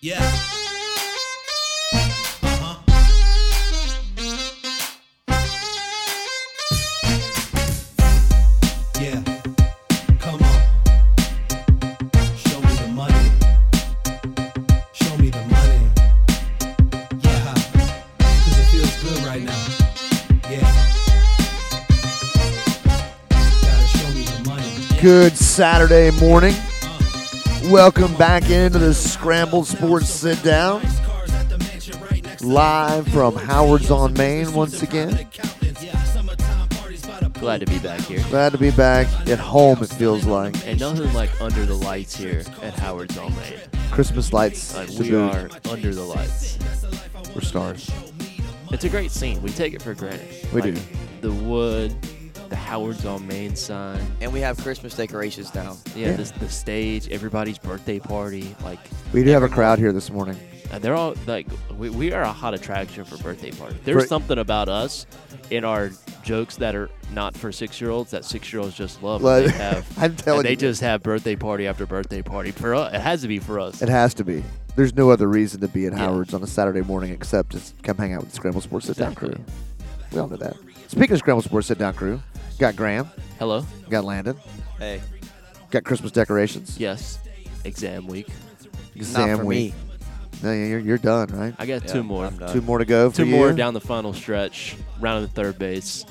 Yeah. Uh-huh. Yeah. Come on. Show me the money. Show me the money. Yeah. 'Cause it feels good right now. Yeah. Gotta show me the money. Good Saturday morning. Welcome back into the Scrambled Sports Sit Down. Live from Howard's on Main once again. Glad to be back here. Glad to be back at home, it feels like. And nothing like under the lights here at Howard's All Main. Christmas lights Like to we boot. are under the lights. We're stars. It's a great scene. We take it for granted. We Like, do. The wood, the Howard's All Main sign. And we have Christmas decorations now. Yeah, Yeah. This, the stage, everybody's birthday party. Like, We do have a crowd here this morning. and Uh, they're all like, we, we are a hot attraction for birthday parties. There's For- something about us in our jokes that are not for six year olds that six year olds just love. Love- They have, I'm and telling they you. just have birthday party after birthday party. For us, it has to be for us. It has to be. There's no other reason to be at Yeah. Howard's on a Saturday morning except to come hang out with the Scramble Sports Sit Down crew. Exactly. We all know that. Speaking of Scramble Sports Sit Down crew, got Graham, Hello. got Landon, Hey, got Christmas decorations. Yes. Exam week. Exam not for week. me. No, yeah, you're, you're done, right? I got Yeah, two more. I'm done. Two more to go. For Two more you? down the final stretch, round of the third base.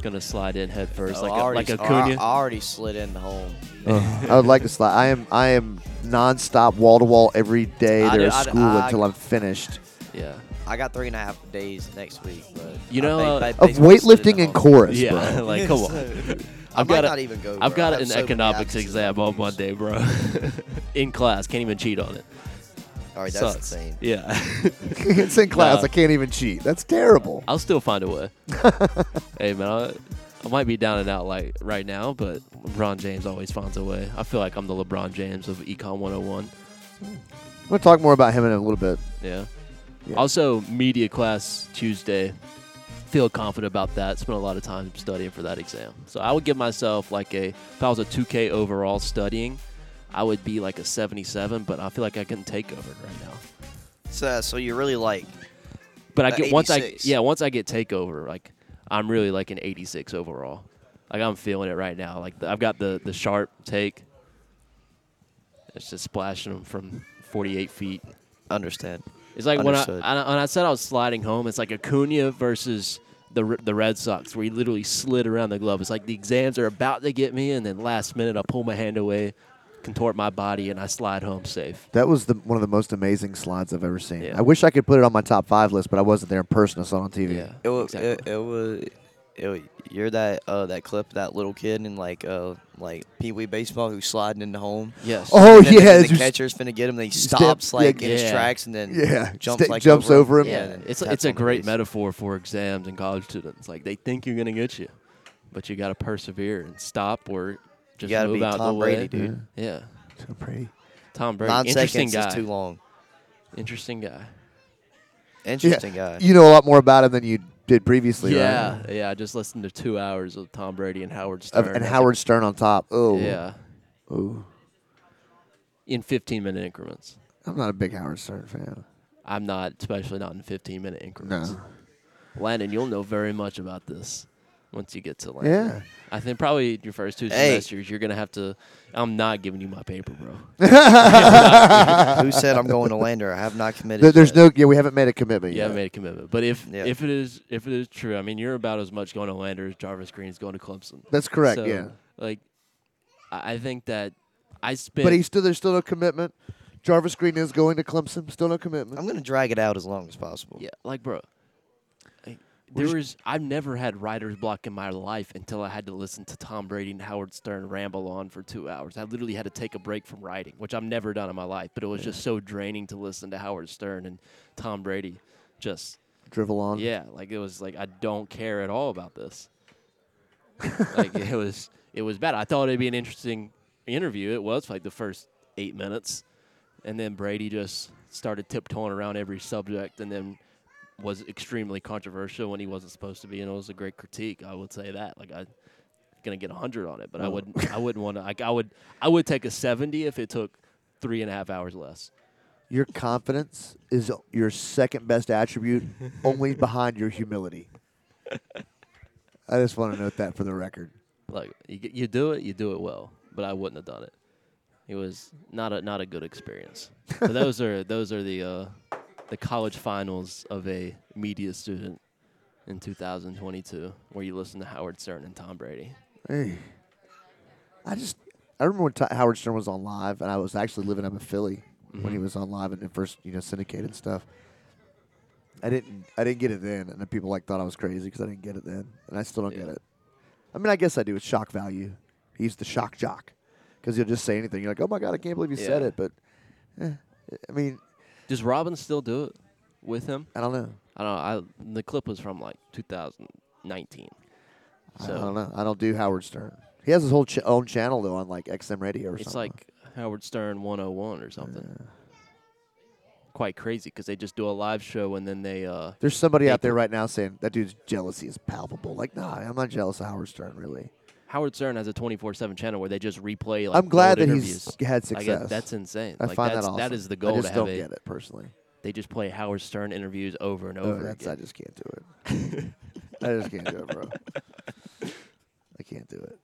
Gonna slide in head first, Oh, like I a, already, like a oh, I- Cunha. I already slid in home. Ugh, Uh, I would like to slide. I am I am nonstop wall to wall every day I there at do- I do- school I- until I'm finished yeah, I got three and a half days next week, but You I know, ba- uh, ba- of basically slid weightlifting into and home. chorus, yeah. bro. like come on. I I've might got a- not even go. I've bro. I got have an so many economics absences. exam on Monday, bro. in class, can't even cheat on it. All right, that's Sucks. insane. Yeah, it's in class. Nah. I can't even cheat. That's terrible. I'll still find a way. hey man, I, I might be down and out like right now, but LeBron James always finds a way. I feel like I'm the LeBron James of Econ 101. We'll talk more about him in a little bit. Yeah. Yeah. Also, media class Tuesday. Feel confident about that. Spent a lot of time studying for that exam. So I would give myself like a, if I was a 2K overall studying, I would be like a 77, but I feel like I can take over it right now. So, so you're really like, But I Uh, get, once I, 86. yeah, once I get takeover, like I'm really like an 86 overall. Like I'm feeling it right now. Like the, I've got the, the sharp take. It's just splashing them from 48 feet. understand? It's like when I, Understood. when I when I said I was sliding home. It's like Acuna versus the R- the Red Sox, where he literally slid around the glove. It's like the exams are about to get me, and then last minute I pull my hand away, contort my body, and I slide home safe. That was the one of the most amazing slides I've ever seen. Yeah. I wish I could put it on my top five list, but I wasn't there in person. I saw it on TV. Yeah, It was. exactly. It, it was. It was you're that uh, that clip that little kid in like uh like Pee Wee baseball who's sliding into home. yes. Oh And then yeah, the, it's the just- catcher's finna get him. Then he step- stops like in yeah. his tracks and then Yeah, jumps sta- like jumps over him. yeah, and it's taps it's a on the great base. metaphor for exams and college students. Like they think you're gonna get you, but you gotta persevere and stop or just gotta move be out Tom the Brady, way. dude. Yeah, so pretty. Tom Brady. Nine Interesting seconds guy. is too long. Interesting guy. Interesting yeah. guy. You know a lot more about him than you did previously, Yeah, right? yeah. I just listened to two hours of Tom Brady and Howard Stern. Of, and That's- Howard Stern on top. Oh, Yeah, Ooh. in 15 minute increments. I'm not a big Howard Stern fan. I'm not, especially not in 15 minute increments. No. Landon, you'll know very much about this once you get to Landon. Yeah. I think probably your first two Hey. semesters, you're gonna have to. I'm not giving you my paper, bro. Who said I'm going to Lander? I have not committed. There, there's yet. no. Yeah, we haven't made a commitment You yet. haven't made a commitment, but if Yeah. if it is if it is true, I mean, you're about as much going to Lander as Jarvis Green is going to Clemson. That's correct. So, yeah. like I I think that I spent. But he's still there's still no commitment. Jarvis Green is going to Clemson. Still no commitment. I'm gonna drag it out as long as possible. Yeah, like bro, like, We're there was I've never had writer's block in my life until I had to listen to Tom Brady and Howard Stern ramble on for two hours. I literally had to take a break from writing, which I've never done in my life. But it was just so draining to listen to Howard Stern and Tom Brady. Just drivel on. yeah, like it was like I don't care at all about this. like it was it was bad. I thought it'd be an interesting interview. It was like the first eight minutes, and then Brady just started tiptoeing around every subject, and then was extremely controversial when he wasn't supposed to be, and it was a great critique. I would say that. Like I gonna get hundred on it, but I wouldn't. I wouldn't want to. Like I would. I would take a seventy if it took three and a half hours less. Your confidence is your second best attribute, only behind your humility. I just want to note that for the record. Like you, g- you do it, you do it well. But I wouldn't have done it. It was not a not a good experience. But those are those are the uh, the college finals of a media student in 2022, where you listen to Howard Stern and Tom Brady. Hey, I just I remember when T- Howard Stern was on live, and I was actually living up in Philly when Mm-hmm. he was on live and it first you know syndicated stuff. I didn't I didn't get it then, and then people like thought I was crazy because I didn't get it then, and I still don't get Yeah. it. I mean, I guess I do. It's shock value. He's the shock jock because he'll just say anything. You're like, oh my god, I can't believe he said Yeah. it, but eh, I mean, Does Robin still do it with him? I don't know. I don't know. I the clip was from like 2019. I So don't know. I don't do Howard Stern. He has his whole ch- own channel though on like XM Radio or it's something. like Howard Stern 101 or something. Quite crazy because they just do a live show and then they uh, There's somebody They out there could- right now saying that dude's jealousy is palpable. Like, nah, I'm not jealous of Howard Stern, really. Howard Stern has a 24/7 channel where they just replay. Like, I'm glad old that interviews. he's had Like, success. that's insane. I like, find that's, that awesome. That is the goal I just to have don't it. get it personally. They just play Howard Stern interviews over and Oh, over. that's I again. just can't do it. I just can't do it, bro. I can't do it.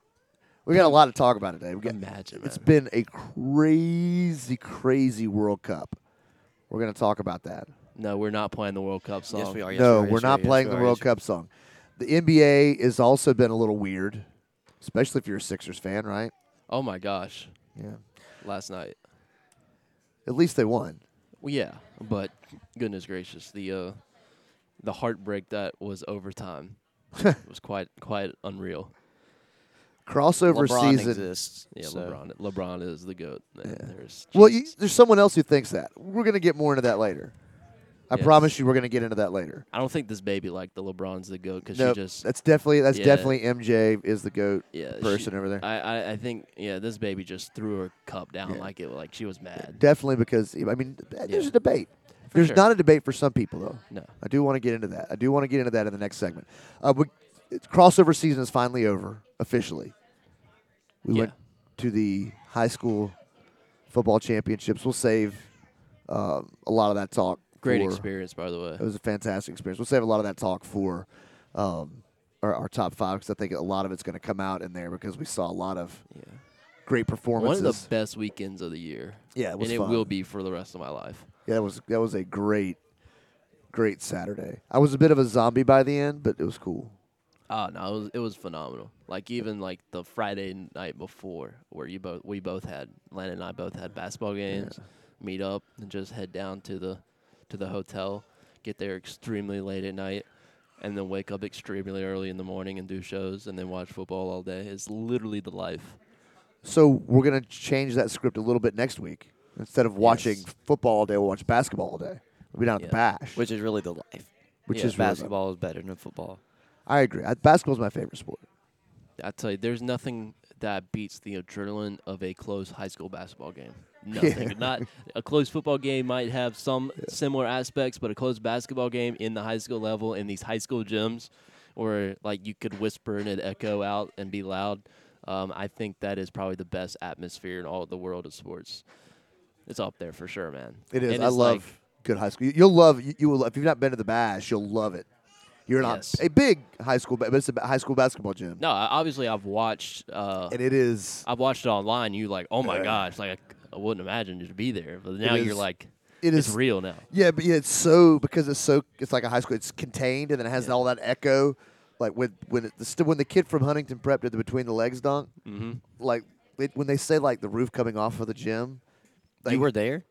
We got a lot to talk about today. We got, Imagine, It's man. been a crazy, crazy World Cup. We're gonna talk about that. No, we're not playing the World Cup song. Yes, we are. Yes, no, we are, we're yes, not we are, playing yes, Oh, the we are, World yes, we are. Cup song. The NBA has also been a little weird, especially if you're a Sixers fan, right? Oh my gosh, Yeah. last night. At least they won. Well, yeah, but goodness gracious, the uh, the heartbreak that was overtime was quite quite unreal. Crossover LeBron season. exists. Yeah, so. LeBron. LeBron is the goat. Man. There's Well, you, just- there's someone else who thinks that. We're gonna get more into that later. I Yes. promise you, we're gonna get into that later. I don't think this baby liked the LeBron's the goat because No, she just that's definitely that's Yeah. definitely MJ is the goat yeah she- person over there. I, I I think yeah this baby just threw her cup down like it like she was mad. definitely because I mean, th- there's Yeah. a debate. There's sure. not a debate for some people though. No. I do want to get into that. I do want to get into that in the next segment. Uh, we, it's- crossover season is finally over officially. We Yeah. went to the high school football championships. We'll save um, a lot of that talk. Great for- experience by the way. It was a fantastic experience. We'll save a lot of that talk for um, our, our top five because I think a lot of it's going to come out in there because we saw a lot of Yeah. great One performances. of the best weekends of the year. Yeah, it was and fun. it will be for the rest of my life. Yeah, that was that was a great, great Saturday. I was a bit of a zombie by the end, but it was cool. Oh no, it was it was phenomenal. Like even like the Friday night before, where you both we both had Landon and I both had basketball games, meet up and just head down to the to the hotel, get there extremely late at night, and then wake up extremely early in the morning and do shows and then watch football all day. It's literally the life. So we're gonna change that script a little bit next week. Instead of watching Yes. football all day, we'll watch basketball all day. We'll be down at the Yeah. bash, which, Which is really the life. yeah, is really fun. Basketball is better than football. I agree. I, basketball's my favorite sport. I tell you, there's nothing that beats the adrenaline of a close high school basketball game. Nothing. Not a close football game might have some similar aspects, but a close basketball game in the high school level in these high school gyms, where like you could whisper and it echo out and be loud. Um, I think that is probably the best atmosphere in all the world of sports. It's up there for sure, man. It is. And I it's love like- good high school. You- You'll love. You, you will love- if you've not been to the bash, you'll love it. You're not Yes. a big high school, ba- but it's a ba- high school basketball gym, no, I- obviously I've watched. Uh, and it is. I've watched it online. You like, oh my gosh, like I, I wouldn't imagine you to be there, but now is- you're like, It it's is real now. Yeah, but yeah, it's so because it's so it's like a high school. It's contained, and then it has all that echo. Like when when it, the, st- when the kid from Huntington Prep did the between the legs dunk, mm-hmm. like it, when they say like the roof coming off of the gym. Like, you were there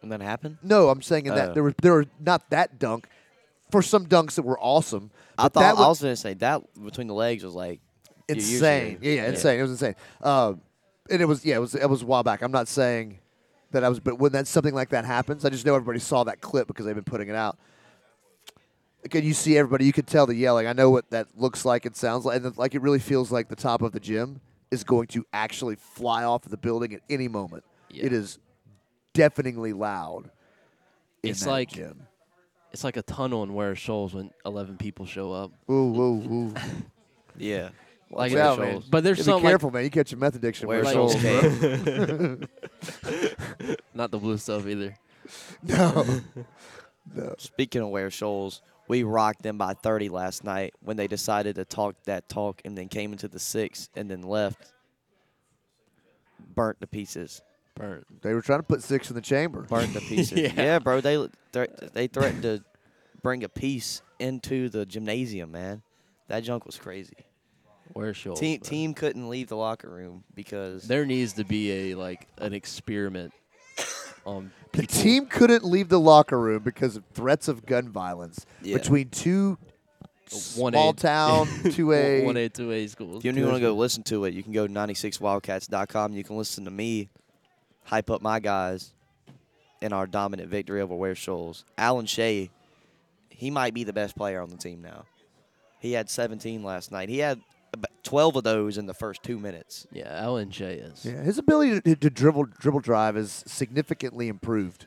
when that happened? no, I'm saying in that Oh. there were there were not that dunk, for some dunks that were awesome. I but that thought was I was gonna say that between the legs was like you usually- insane. Yeah, yeah, insane. It was insane. Um, and it was yeah, it was it was a while back. I'm not saying that I was, but when that something like that happens, I just know everybody saw that clip because they've been putting it out. Can you see everybody? You could tell the yelling. I know what that looks like and sounds like, and it- like it really feels like the top of the gym is going to actually fly off of the building at any moment. It Yeah. is deafeningly loud. in It's that like- gym. It's like a tunnel in Where Shoals when 11 people show up. Ooh, ooh, oooo. Yeah. Like Watch out, man. But there's Yeah, some be careful, man. You catch a meth addiction. Where's where like- it's all- Shoals Cave? like not the blue stuff either. No. Speaking of wear shoals, we rocked them by 30 last night when they decided to talk that talk and then came into the six and then left. Burnt to pieces. Burn. They were trying to put six in the chamber. Burnt to pieces. Yeah. yeah. bro. They thre- they threatened to bring a piece into the gymnasium, man. That junk was crazy. Where shoals? Team bro. team couldn't leave the locker room because There needs to be a like an experiment on The people. team couldn't leave the locker room because of threats of gun violence Yeah. between two One small A- town, two A. one A two A schools. If you want to go listen to it, you can go to 96wildcats.com. You can listen to me hype up my guys in our dominant victory over Ware Shoals. Alan Shea, he might be the best player on the team now. He had 17 last night. He had about 12 of those in the first two minutes. yeah, Alan J is. Yeah, his ability to, to dribble dribble drive is significantly improved.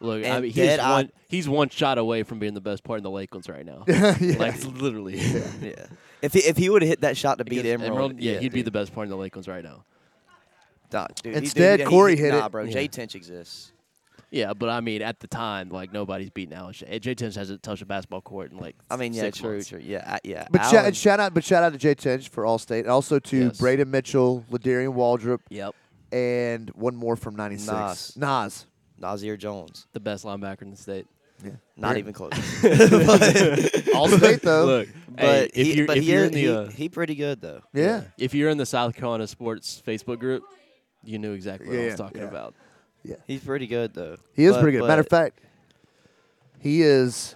Look, I And mean, he's dead eye- one he's one shot away from being the best player in the Lakelands right now. Like literally. Yeah. If he, if he would have hit that shot to beat Because Emerald, yeah, he'd be dude. the best player in the Lakelands right now. Nah, dude, he- Instead, dude, he- Corey he- hit nah, it. bro, Yeah. Jay Tinch exists. Yeah, but I mean, at the time, like nobody's beating Alan Shea. J. Tins hasn't touched a basketball court in like. I mean, yeah, six true, months. true. Yeah, I- yeah. But Alan- shout, shout out, but shout out to Jay Tinch for Allstate, and also to Yes. Braden Mitchell, Ladarian Waldrop, Yep, and one more from '96. Nas. Nas. Nazir Jones. the best linebacker in the state. Yeah. Not even close. Allstate though. Look, But hey, if he, you're but if he, you're is- in the he, uh, he pretty good though. yeah. if you're in the South Carolina sports Facebook group, you knew exactly what Yeah, I yeah, was talking yeah. about. He's pretty good though. He is But- pretty good. Matter of but fact, he is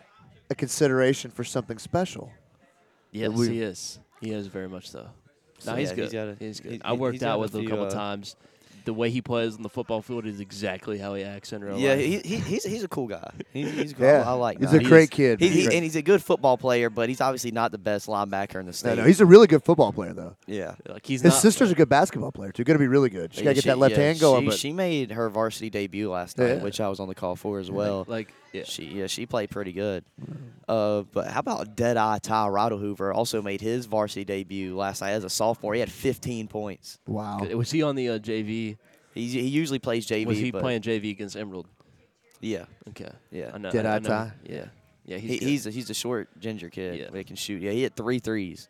a consideration for something special. Yes, we- he is. He is very much so. No, So, he's yeah, good. he's He's, got a- good. he- I he- worked he's out got a with him a few, couple uh, times. The way he plays on the football field is exactly how he acts in real Yeah, life. he, he, he's he's a cool guy. He's, he's cool. Yeah, I like. He's Nas. a He's- great kid. He, man. he, and he's a good football player, but he's obviously not the best linebacker in the no, state. no, he's a really good football player though. yeah. like he's His not, sister's a good basketball player too. Going to be really good. She's got to get She- that left yeah, hand going. She, but she made her varsity debut last Yeah. night, which I was on the call for as well. like yeah. She yeah, she played pretty good. Uh, but how about Dead Eye Ty Hoover also made his varsity debut last night as a sophomore. He had 15 points. wow, Was he on the uh, JV? He he usually plays JV. was he but- playing JV against Emerald? Yeah. Okay. Yeah. I know. Did I, I know. tie? Yeah. Yeah. He's He- good. he's a, he's a short ginger kid Yeah. but he can shoot. Yeah, he hit three threes.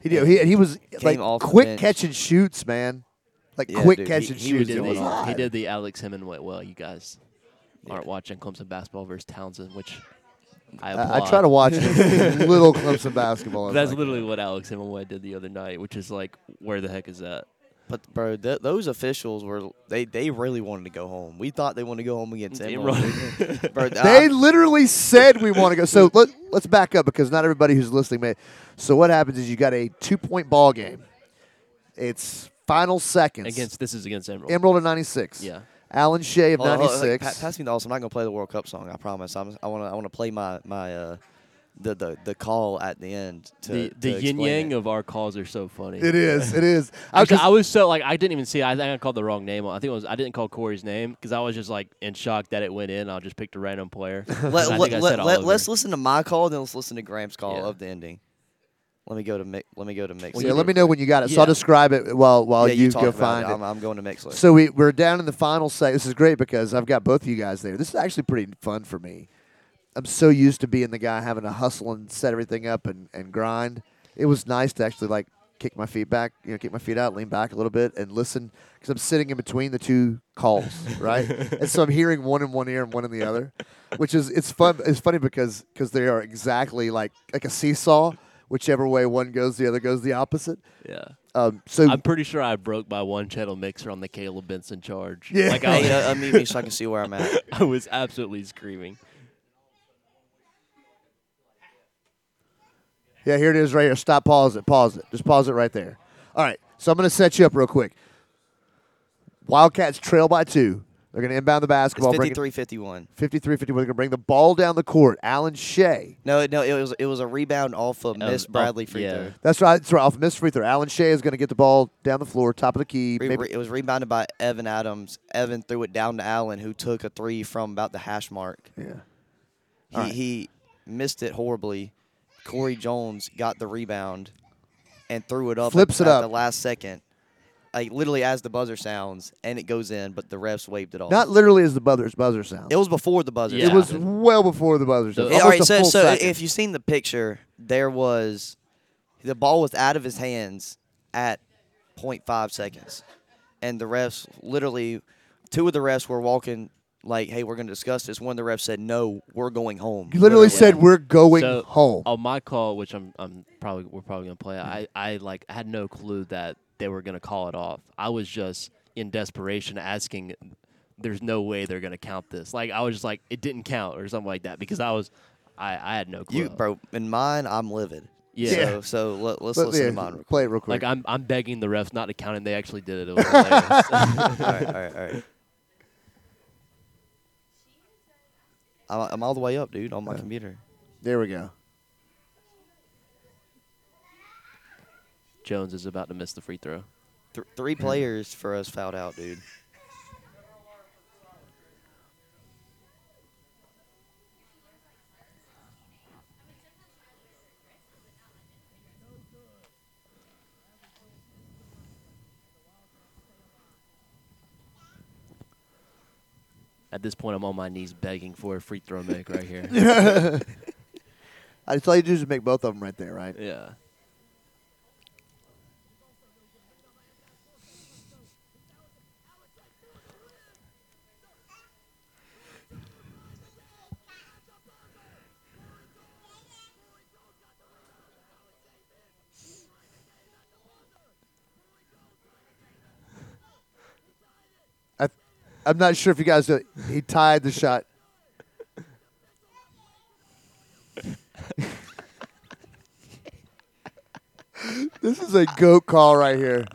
he did, he, he was like off the quick bench. catch and shoots, man. Like Yeah, quick dude, catch he- and he shoots. was did doing It was all the, that. he hot. did the Alex Hemingway well. You guys aren't Yeah. watching Clemson basketball versus Townsend, which I, I I applaud. try to watch little Clemson basketball. I was That's like, literally what Alex Hemingway did the other night, which is like, where the heck is that? But bro, th- those officials were they they really wanted to go home. We thought they wanted to go home against They Emerald. bro, They I- literally said we want to go. So let, let's back up because not everybody who's listening may. So what happens is you got a two point ball game. It's final seconds Against this is against Emerald. Emerald of '96. Yeah. Alan Shea of Hold on, hold on, '96. pa- pass me the also. I'm not gonna play the World Cup song. I promise. I'm, I want to I want to play my my uh the, the the call at the end to the to the yin explain yang it. of our calls are so funny. It is. It is. I was Actually, just- I was so like I didn't even see. I think I called the wrong name. I think it was I didn't call Corey's name because I was just like in shock that it went in. I just picked a random player. And I Let, think I let, said let, let, Oliver. let's listen to my call, then let's listen to Graham's call Yeah. of the ending. Let me go to mi- let me go to mix. yeah, let me know when you got it. So I'll Yeah. describe it while while you, talk go about find it. it. I'm, I'm going to Mixler. So we, we're down in the final set. This is great because I've got both of you guys there. This is actually pretty fun for me. I'm so used to being the guy having to hustle and set everything up and, and grind. It was nice to actually like kick my feet back, you know, kick my feet out, lean back a little bit and listen because I'm sitting in between the two calls, right? and so I'm hearing one in one ear and one in the other, which is it's fun. It's funny because because they are exactly like like a seesaw. Whichever way one goes, the other goes the opposite. yeah. Um, so I'm pretty sure I broke my one channel mixer on the Caleb Benson charge. Yeah. Like I hey, was, uh, unmute me so I can see where I'm at. I was absolutely screaming. Yeah, here it is right here. Stop, pause it, pause it. Just pause it right there. All right, so I'm going to set you up real quick. Wildcats trail by two. They're going to inbound the It's basketball. bring it- 53 51. 53 51. They're going to bring the ball down the court. Alan Shea. No, no, it was it was a rebound off of Um, Miss oh, Bradley free yeah. throw. That's right. That's right. Off miss free throw. Alan Shea is going to get the ball down the floor, top of the key. Re- maybe- re- it was rebounded by Evan Adams. Evan threw it down to Allen, who took a three from about the hash mark. yeah. He, he missed it horribly. Corey Jones got the rebound and threw it up. Flips at, it at up. the last second. like literally as the buzzer sounds and it goes in, but the refs waved it off. Not literally as the buzzer buzzer sound. it was before the buzzer. Yeah. It was sounded. well before the buzzer sound. The- Yeah, all Almost a right, so, full so second. if you've seen the picture, there was the ball was out of his hands at 0.5 seconds, and the refs literally, two of the refs were walking like, "Hey, we're going to discuss this." One of the refs said, "No, we're going home." you literally said we're going So, home. On my call, which I'm, I'm probably we're probably gonna play. I, I like had no clue that they were gonna call it off. I was just in desperation asking. There's no way they're gonna count this. Like I was just like it didn't count or something like that because I was, I, I had no clue. You bro, in mine, I'm livid. Yeah. So, so let, us Let- listen yeah, to mine. Real quick. play it real quick. Like I'm, I'm begging the refs not to count, and they actually did it. It was hilarious. all right, all right, all right. I'm, I'm all the way up, dude, on my computer. there we go. Jones is about to miss the free throw. Th- three players for us fouled out, dude. At this point, I'm on my knees begging for a free throw make right here. I just all you do is make both of them right there, right? yeah. I, I'm not sure if you guys. Know, he tied the shot. this is a goat call right here.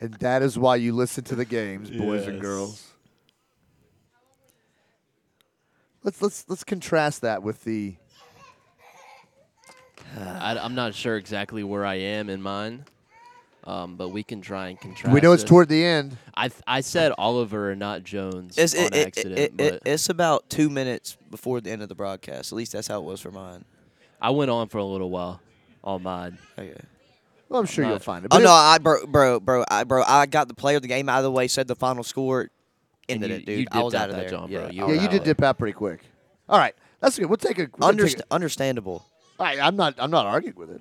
And that is why you listen to the games, boys and Yes. girls. Let's let's let's contrast that with the I, am not sure exactly where I am in mine, um, but we can try and contrast. we know it's it. toward the end. I th- I said Oliver and not Jones It's, on it, it- accident, it- but it- it's about two minutes before the end of the broadcast. At least that's how it was for mine. I went on for a little while on mine. Okay. Well, I'm sure Not- you'll find it. Oh But no, I bro, bro, bro, I bro, I got the player of the game out of the way, said the final score, ended you- it, dude. you I was dipped out out of that there. John, yeah, bro. You I were yeah, was you out did of there. dip out pretty quick. All right, that's good. We'll take a. We'll Underst- understandable. I, I'm not. I'm not arguing with it.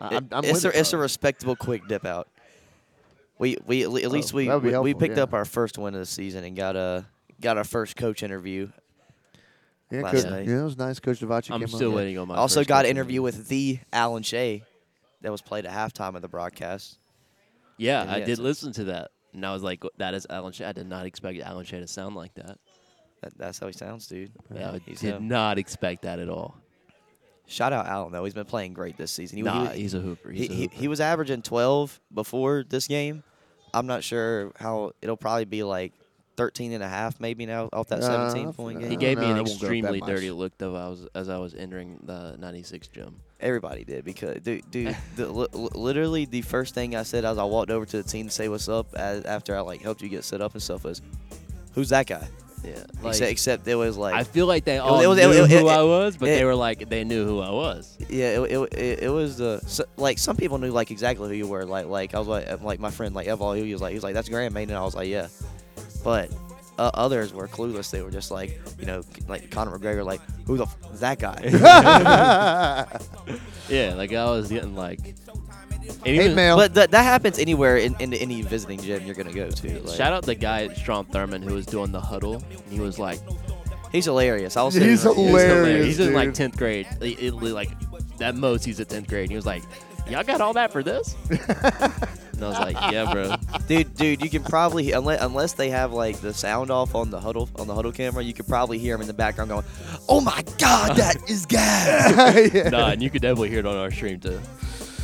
I- I'm, I'm with it's a, it, it's a Tyler. respectable quick dip out. We we at le- at least we Oh, that would be we, we helpful, picked yeah. up our first win of the season and got a got our first coach interview. yeah, last coach, night. yeah, it was nice. Coach Devachi I'm came still on. waiting on my. also first got an coaching interview interview. with the Alan Shea that was played at halftime of the broadcast. Yeah, Yeah, I yeah, did it's- listen to that, and I was like, "That is Alan Shea." I did not expect Alan Shea to sound like that. That, that's how he sounds, dude. Yeah, I he's did him. not expect that at all. Shout out Allen though. He's been playing great this season. He, he- nah, he's a hooper. he, He's a he, hooper. he was averaging 12 before this game. I'm not sure how it'll probably be like 13 and a half maybe now off that Uh, 17 point no. game. He gave me no, an it won't go up that extremely much. dirty look though. I was as I was entering the '96 gym. Everybody did because dude, dude the, li- li- literally the first thing I said as I walked over to the team to say what's up as, after I like helped you get set up and stuff was, "Who's that guy?" Yeah, except, except it was like I feel like they was- all it was- it knew was- it- who I it- was, but it- they were like they knew who I was. Yeah, it, it, it, it was the so, like some people knew like exactly who you were. Like like I was like uh, like my friend like Evol, he was like he was like that's Grand Maiden, and I was like yeah, but uh, others were clueless. They were just like you know like Conor McGregor like who the f- is that guy? Yeah, like I was getting like. and Hey, even- Mel. but that that happens anywhere in, in any visiting gym you're gonna go to. Like, Shout out the guy at Strom Thurmond who was doing the huddle. and He was like, he's hilarious. I was He's sitting- he was hilarious. Hilarious, he's in like dude. tenth grade. It- it- like at most he's at tenth grade. And he was like, y'all got all that for this? and I was like, yeah, bro. dude dude you can probably unless unless they have like the sound off on the huddle on the huddle camera you could probably hear him in the background going, oh my god that is gas. Yeah. Nah, and you could definitely hear it on our stream too.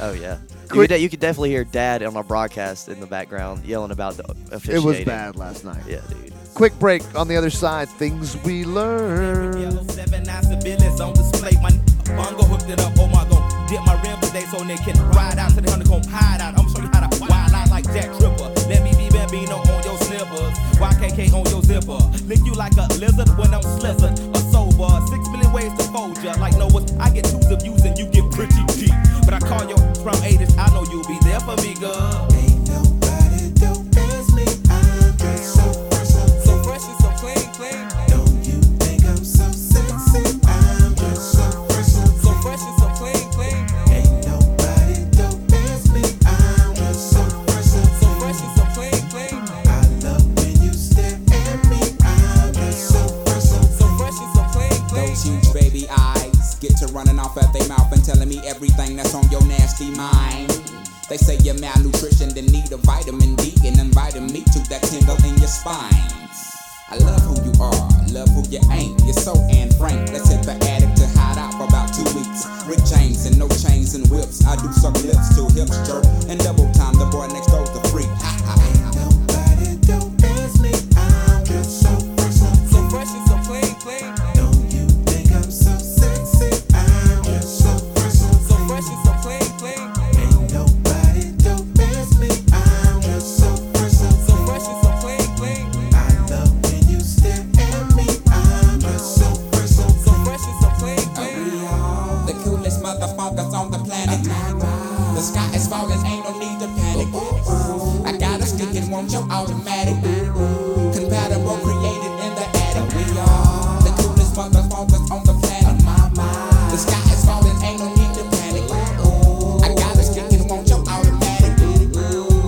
oh yeah. You quick. could, de- you could definitely hear Dad on our broadcast in the background yelling about the It officiating. was bad last night. Yeah, dude. Quick break on the other side. Things we learn. Yellow seven ounce of billions on display. My n- bongo hooked it up. Oh my god, dip my rim today so they can ride out to the honeycomb hide out. I'm show you how to wild out like Jack Tripper. Let me be Bambino on your slippers, YKK on your zipper. Lick you like a lizard when I'm slizzard or sober. Six million ways to fold ya like Noah's. I get twos of views and you get pretty deep. But I call you from 80s. I know you'll be there for me, girl. Ain't nobody do as me. I'm just so fresh, so fresh and so clean, clean. Don't you think I'm so sexy? I'm just so fresh, so fresh and so clean, clean. Ain't nobody do as me. I'm just so fresh, so fresh and so clean, clean. I love when you stare at me. I'm just so fresh, so fresh and so clean, clean. Those huge baby eyes get to running off at their mouth and telling me everything that's on your nasty mind. They say you're malnutritioned and need a vitamin D and inviting me to that tingle in your spine. I love who you are, love who you ain't. You're so and frank. Let's hit the attic to hide out for about two weeks. Rick James and no chains and whips. I do suck lips till hips jerk and double time. The boy next door's the freak. Ha ha. Nobody do as me. I'm just so fresh, so fresh and so clean, clean. Don't you think I'm so sexy? I'm just so fresh, so fresh and so clean, clean. Ain't nobody do as me. I'm just so fresh, so fresh and so clean, clean. I love when you stare at me. I'm just so fresh, so fresh and so clean, clean. The coolest motherfuckers on the planet. The sky is falling, ain't no need to panic. I got a stick and want your automatic. Compatible, created in the attic. We are the coolest motherfuckers on the planet. The sky is falling, ain't no need to panic. I got a stick and want your automatic.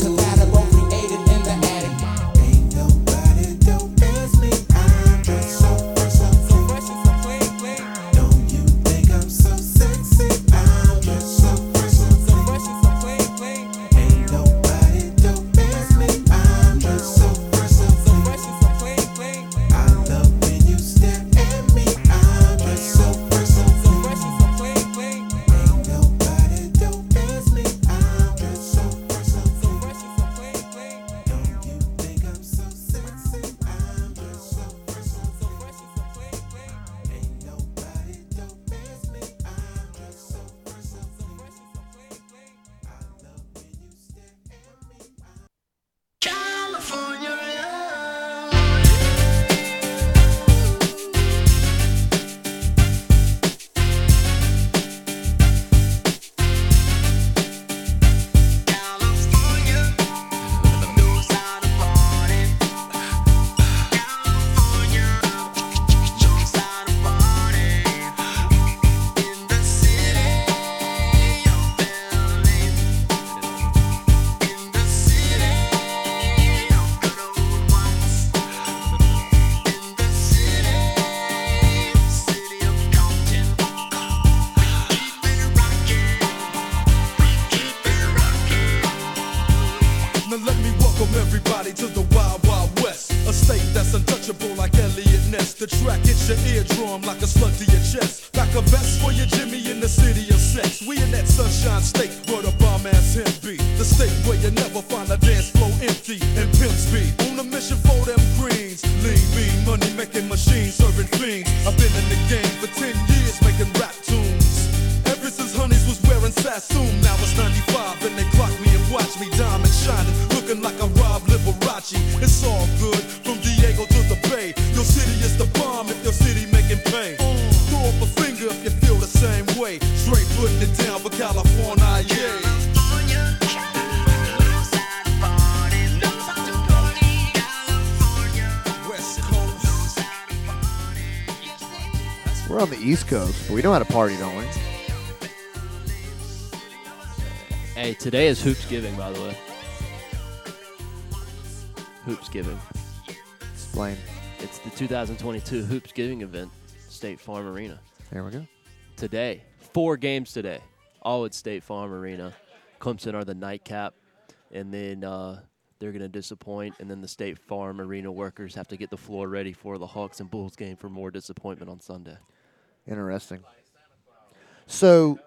Compatible, created in the attic. Ain't nobody do as me. I'm just so fresh, so fresh and so clean, clean. Don't you think I'm so sexy? I'm just so fresh, so fresh and so clean, clean. Ain't nobody do as me. I'm just so fresh, so fresh and so clean, clean. I love when you stare at me. I'm just so fresh, so fresh and so clean, clean. Ain't nobody do as me. I'm just so fresh, so fresh and so clean, clean. Don't you think I'm so sexy? I'm just so fresh, so fresh and so clean, clean. Ain't nobody do as me. I'm just so fresh, so fresh and so clean, clean. I love when you stare at me. Now let me welcome everybody to the Wild Wild West. A state that's untouchable like Elliot Ness. The track hits your eardrum like a slug to your chest. Back a vest for your Jimmy in the city of sex. We in that sunshine state where the bomb ass him be. The state where you never find a dance floor empty and pimps be. On a mission for them greens. Lean, mean, money making machines serving fiends. I've been in the game for 10 years making rap tunes. Ever since Honeys was wearing Sassoon, now it's 95 and they clock me and watch me diamond shining, looking like I Rob Liberace. It's all good from Diego to the Bay. Your city is the bomb if your city making pain. Throw up a finger if you feel the same way. Straight putting it down for California, yeah. West Coast. We're on the East Coast, but we know how to party, don't we? Hey, today is hoops giving, by the way. Hoops giving. Explain. It's the 2022 hoops giving event, State Farm Arena. There we go. today. Four games today, all at State Farm Arena. Clemson are the nightcap, and then uh, they're going to disappoint. And then the State Farm Arena workers have to get the floor ready for the Hawks and Bulls game for more disappointment on Sunday. Interesting. So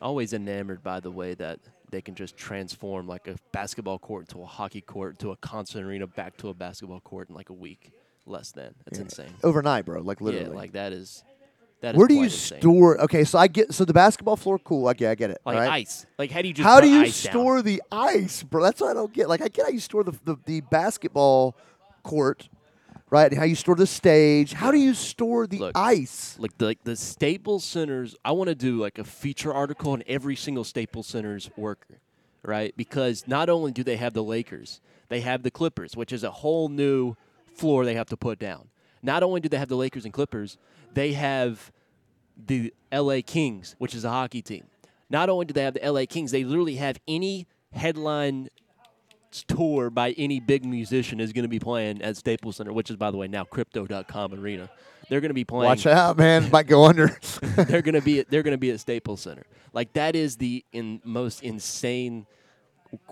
Always enamored by the way that they can just transform like a basketball court to a hockey court to a concert arena back to a basketball court in like a week, less than. That's insane. overnight, bro. Like literally. Yeah, like that is. That is Where do you quite insane. store? Okay, so I get so the basketball floor. Cool, I get, I get it. like all right? ice? Like how do you just How put do you ice down? store the ice, bro? That's what I don't get. Like I get how you store the the, the basketball court, right? And how you store the stage. How do you store the Look. ice? like the, like the Staples Center's. I want to do like a feature article on every single Staples Center's worker, right? Because not only do they have the Lakers, they have the Clippers, which is a whole new floor they have to put down. Not only do they have the Lakers and Clippers, they have the LA Kings, which is a hockey team. Not only do they have the LA Kings, they literally have any headline tour by any big musician is going to be playing at Staples Center, which is, by the way, now Crypto.com Arena. They're going to be playing Watch out, man. Might go under. they're gonna be they're gonna be at Staples Center. Like that is the in most insane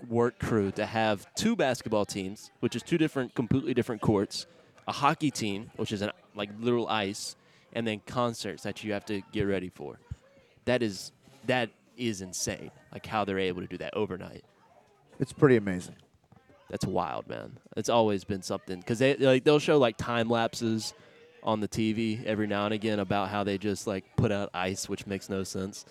work crew to have two basketball teams, which is two different, completely different courts, a hockey team, which is an, like literal ice, and then concerts that you have to get ready for. That is that is insane. Like how they're able to do that overnight. it's pretty amazing. That's wild, man. It's always been something because they like they'll show like time lapses on the TV every now and again about how they just like put out ice, which makes no sense.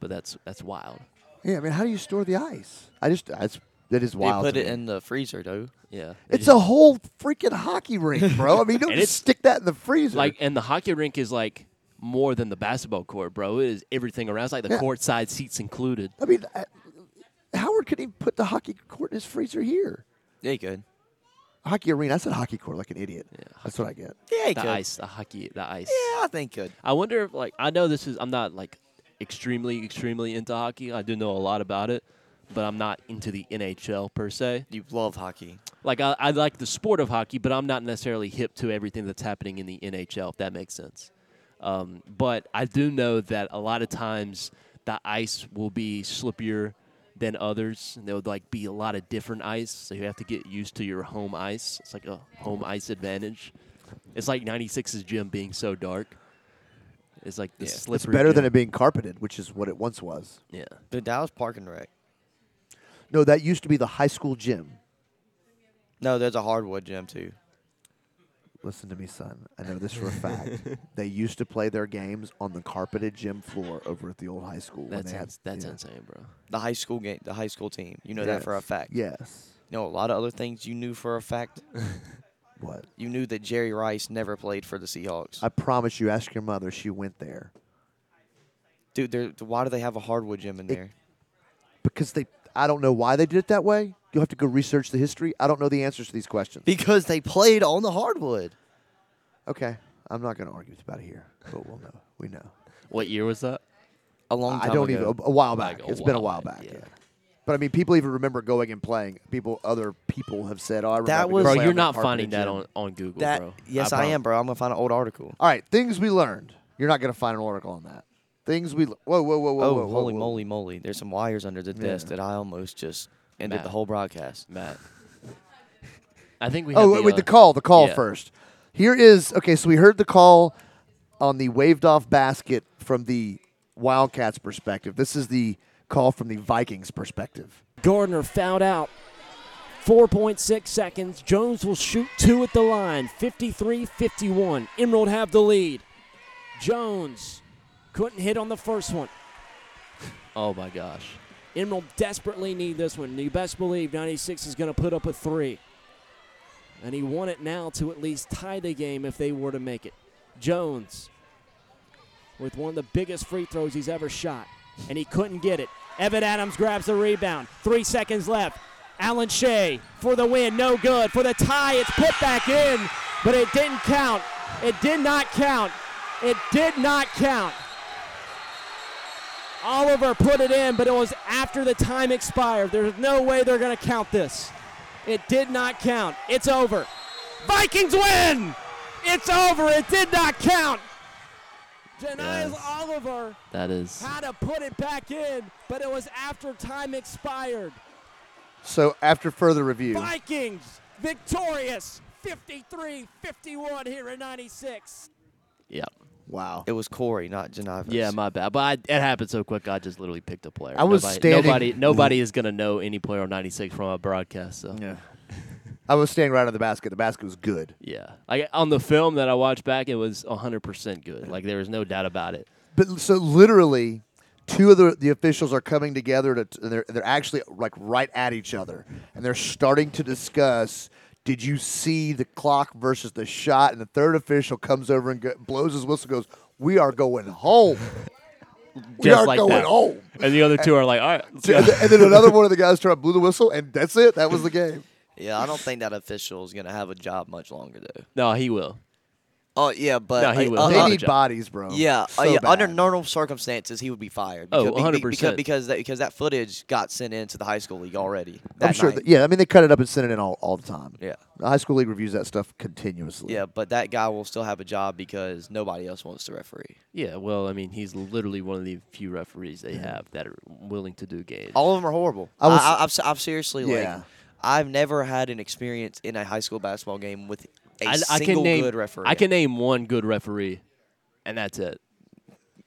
But that's that's wild. Yeah, I mean, how do you store the ice? I just that's that is They wild. put to it me. in the freezer, though. Yeah, They It's just- a whole freaking hockey rink, bro. I mean, you don't And just it's- stick that in the freezer. like and the hockey rink is like more than the basketball court, bro. It is everything around. It's like the Yeah. court side seats included. I mean, I, Howard could even put the hockey court in his freezer here. Yeah, you could. Hockey arena. I said hockey court like an idiot. That's what I get. Yeah, you The could. ice, the hockey, the ice. Yeah, I think could. I wonder if like I know this is I'm not like extremely extremely into hockey. I do know a lot about it, but I'm not into the NHL per se. You love hockey. Like I, I like the sport of hockey, but I'm not necessarily hip to everything that's happening in the NHL. If that makes sense. Um, but I do know that a lot of times the ice will be slippier than others, and there would like be a lot of different ice, so you have to get used to your home ice. It's like a home ice advantage. It's like 96's gym being so dark. It's like the Yeah. It's slippery. It's better than gym. it being carpeted, which is what it once was. Yeah. Dude, that was parking wreck. No, that used to be the high school gym. No, there's a hardwood gym too. Listen to me, son. I know this for a fact. they used to play their games on the carpeted gym floor over at the old high school. when That's they had- ins- that's yeah. insane, bro. The high school game, the high school team. You know that for a Yes. fact. Yes. You know a lot of other things you knew for a fact. What? You knew that Jerry Rice never played for the Seahawks. I promise you. Ask your mother. She went there Dude, they're, why do they have a hardwood gym in there? because they. I don't know why they did it that way. You'll have to go research the history. I don't know the answers to these questions. Because they played on the hardwood. Okay, I'm not going to argue about it here, but we'll know. We know. What year was that? A long I time don't ago. even. A, a while back. Like It's a been a while while back. back, Yeah. yeah. But I mean, people even remember going and playing. People, other people have said, "Oh, I remember." That we was- Bro, played Slam you're on the not carpeted finding that gym." on, on Google, That, bro. yes, I, promise. am, bro. I'm gonna find an old article. All right, things we learned. You're not gonna find an article on that. Things we. Whoa, whoa, whoa, whoa, oh, whoa, whoa, holy whoa. moly, moly! There's some wires under the desk that I almost just ended the Matt. whole broadcast. Matt. I think we. Have Oh, wait, wait, uh, the call. The call yeah. first. Here is okay. So we heard the call on the waved off basket from the Wildcats' perspective. This is the call from the Vikings' perspective. Gardner fouled out. 4.6 seconds. Jones will shoot two at the line. 53 51. Emerald have the lead. Jones couldn't hit on the first one. Oh my gosh. Emerald desperately need this one. You best believe 96 is going to put up a three. And he won it now to at least tie the game if they were to make it. Jones with one of the biggest free throws he's ever shot. And he couldn't get it. Evan Adams grabs the rebound. Three seconds left. Alan Shea for the win. No good. For the tie, it's put back in. But it didn't count. It did not count. It did not count. Oliver put it in, but it was after the time expired. There's no way they're going to count this. It did not count. It's over. Vikings win! It's over. It did not count. Janias Yes. Oliver That is. had to put it back in, but it was after time expired. So after further review, Vikings victorious 53 51 here in 96. Yeah. Wow. It was Corey, not Janavis. Yeah, my bad. But I, it happened so quick. I just literally picked a player. I was nobody, standing- Nobody, nobody is gonna know any player on '96 from a broadcast. So yeah. I was standing right under the basket. The basket was good. like on the film that I watched back, it was 100 percent good. Like there was no doubt about it. But so literally, two of the, the officials are coming together to, and they're they're actually like right at each other, and they're starting to discuss. Did you see the clock versus the shot? And the third official comes over and go, blows his whistle. Goes, "We are going home. we Just are like going that. home." And the other two are like, all right, let's go. and then- and then another one of the guys tried blew the whistle, and that's it. That was the game. Yeah, I don't think that official is gonna have a job much longer though. no, he will. Oh yeah, but No, he uh, will. uh, They uh, need job. bodies, bro. yeah, So uh, yeah, under bad. normal circumstances he would be fired. Oh, Because, be- be- 100%. Because because that, because that footage got sent into the high school league already. That I'm sure. night. That, yeah, I mean they cut it up and send it in all, all the time. Yeah. the high school league reviews that stuff continuously. yeah, but that guy will still have a job because nobody else wants to referee. Yeah, well, I mean, he's literally one of the few referees they have that are willing to do games. All of them are horrible. I I was- I, have I've seriously Yeah. like I've never had an experience in a high school basketball game with a I, single I can name, good referee. I can name one good referee, and that's it.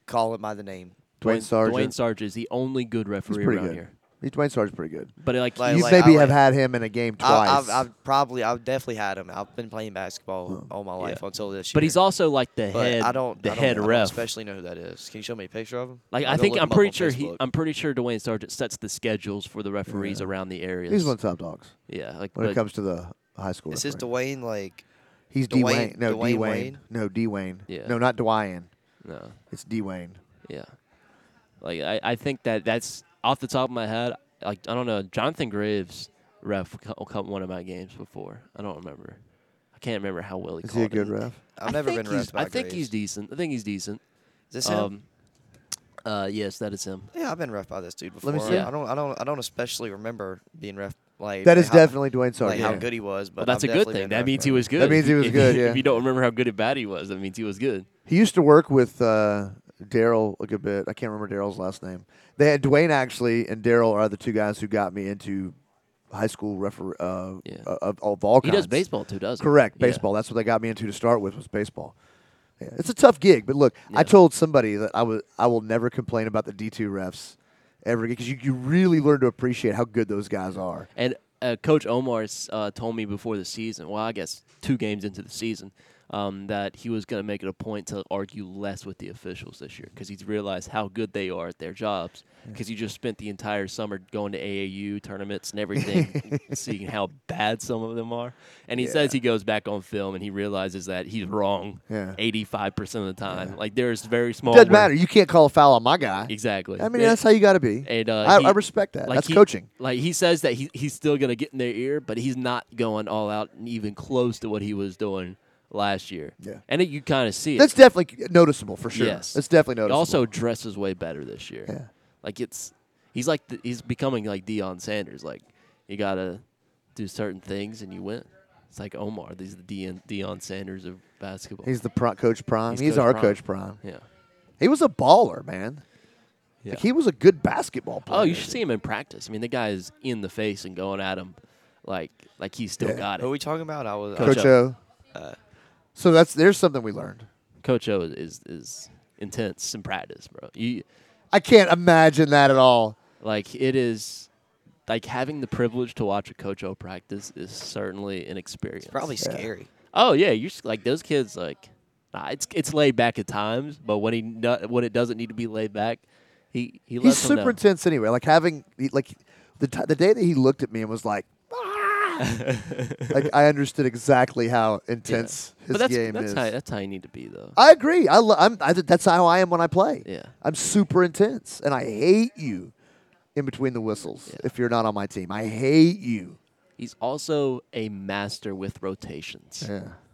call it by the name. Dwayne Sargent. Dwayne Sargent is the only good He's referee pretty around good. here. He- Dwayne Sarge's pretty good. But like, Like- You he's- like- maybe I have like- had him in a game twice. I, I've, I've probably, I've definitely had him. I've been playing basketball all my life until this year. but he's also like the But head. I don't, the I don't, head I don't ref. especially know who that is. Can you show me a picture of him? Like I'll I go think look I'm him up pretty on sure he Facebook. I'm pretty sure Dwayne Sargent sets the schedules for the referees around the areas. He's one of the top dogs yeah, like when but- it comes to the high school. Is this referee. Dwayne like? He's Dwayne- Dwayne. No, Dwayne Dwayne. Wayne? No, Dwayne. Yeah. No, not Dwayne. no, It's Dwayne. yeah. Like I, I think that that's off the top of my head. Like I don't know, Jonathan Graves ref co- co- one of my games before. I don't remember. I can't remember how well he Is called he a good it. ref? I've never think been he's- refed by I think Graves. he's decent. I think he's decent. Is this him? Um, uh, yes, that is him. yeah, I've been refed by this dude before. Let me see. I don't, I don't, I don't especially remember being refed like. That is how, definitely Dwayne like Sargent. how yeah. good he was. But Well, that's I've a good definitely thing. been That refed means by he him. was good. means he was If- good, if yeah. you don't remember how good or bad he was, that means he was good. He used to work with uh, Daryl a good bit. I can't remember Daryl's last name. They had Dwayne actually, and Daryl are the two guys who got me into high school referee uh, Yeah. uh, of, of all He kinds. does baseball too, doesn't he? Correct, Yeah. baseball. That's what they got me into to start with was baseball. Yeah, It's a tough gig, but look, I told somebody that I was I will never complain about the D two refs ever because you, you really learn to appreciate how good those guys are. And uh, Coach Omar s- uh, told me before the season, well, I guess two games into the season, um, that he was going to make it a point to argue less with the officials this year because he's realized how good they are at their jobs. Because you just spent the entire summer going to AAU tournaments and everything, seeing how bad some of them are. And he says he goes back on film and he realizes that he's wrong Yeah. 85% of the time. Like, there's very small. Doesn't wor- matter. You can't call a foul on my guy. Exactly. I mean, Yeah. that's how you got to be. And, uh, I, he- I respect that. that's he- coaching. Like he says that he, he's still gonna get in their ear, but he's not going all out and even close to what he was doing last year. Yeah. and it, you kind of see it. That's definitely noticeable for sure. Yes, It's definitely He noticeable. also dresses way better this year. Yeah. like it's he's like the, he's becoming like Deion Sanders. Like you gotta do certain things and you win. It's like Omar. These are the Deion, Deion Sanders of basketball. he's the pro- coach prime. He's, He's Coach our Prime. coach prime. yeah. He was a baller, man. Yeah. Like, he was a good basketball player. Oh, you should see him in practice. I mean, the guy is in the face and going at him, like like he's still Yeah. got it. Who are we talking about? I was. Uh, Coach Coach O. so that's there's something we learned. Coach O is is intense in practice, bro. You I can't imagine that at all. like it is like having the privilege to watch a Coach O practice is certainly an experience. probably scary. Oh yeah, you're s- like those kids. Like nah, it's it's laid back at times, but when he no, when it doesn't need to be laid back, he he He's lets them super know. intense anyway. Like having he- like the t- the day that he looked at me and was like, "Ah!" like I understood exactly how Yeah. intense his but that's, game that's is. How, that's how you need to be though. I agree. I, lo- I'm, I that's how I am when I play. Yeah. I'm super intense, and I hate you in between the whistles if you're not on my team. I hate you. He's also a master with rotations.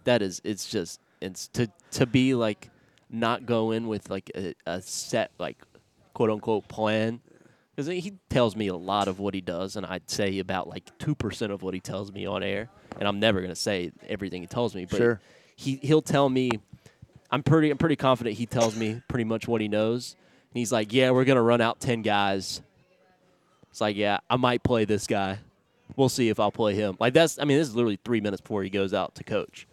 That is, it's just, it's to to be like not go in with like a, a set like quote unquote plan. Because he tells me a lot of what he does, and I'd say about like two percent of what he tells me on air, and I'm never gonna say everything he tells me. But Sure. he he'll tell me. I'm pretty I'm pretty confident he tells me pretty much what he knows. And he's like, yeah, we're gonna run out ten guys. It's like, yeah, I might play this guy. We'll see if I'll play him. Like that's I mean, this is literally three minutes before he goes out to coach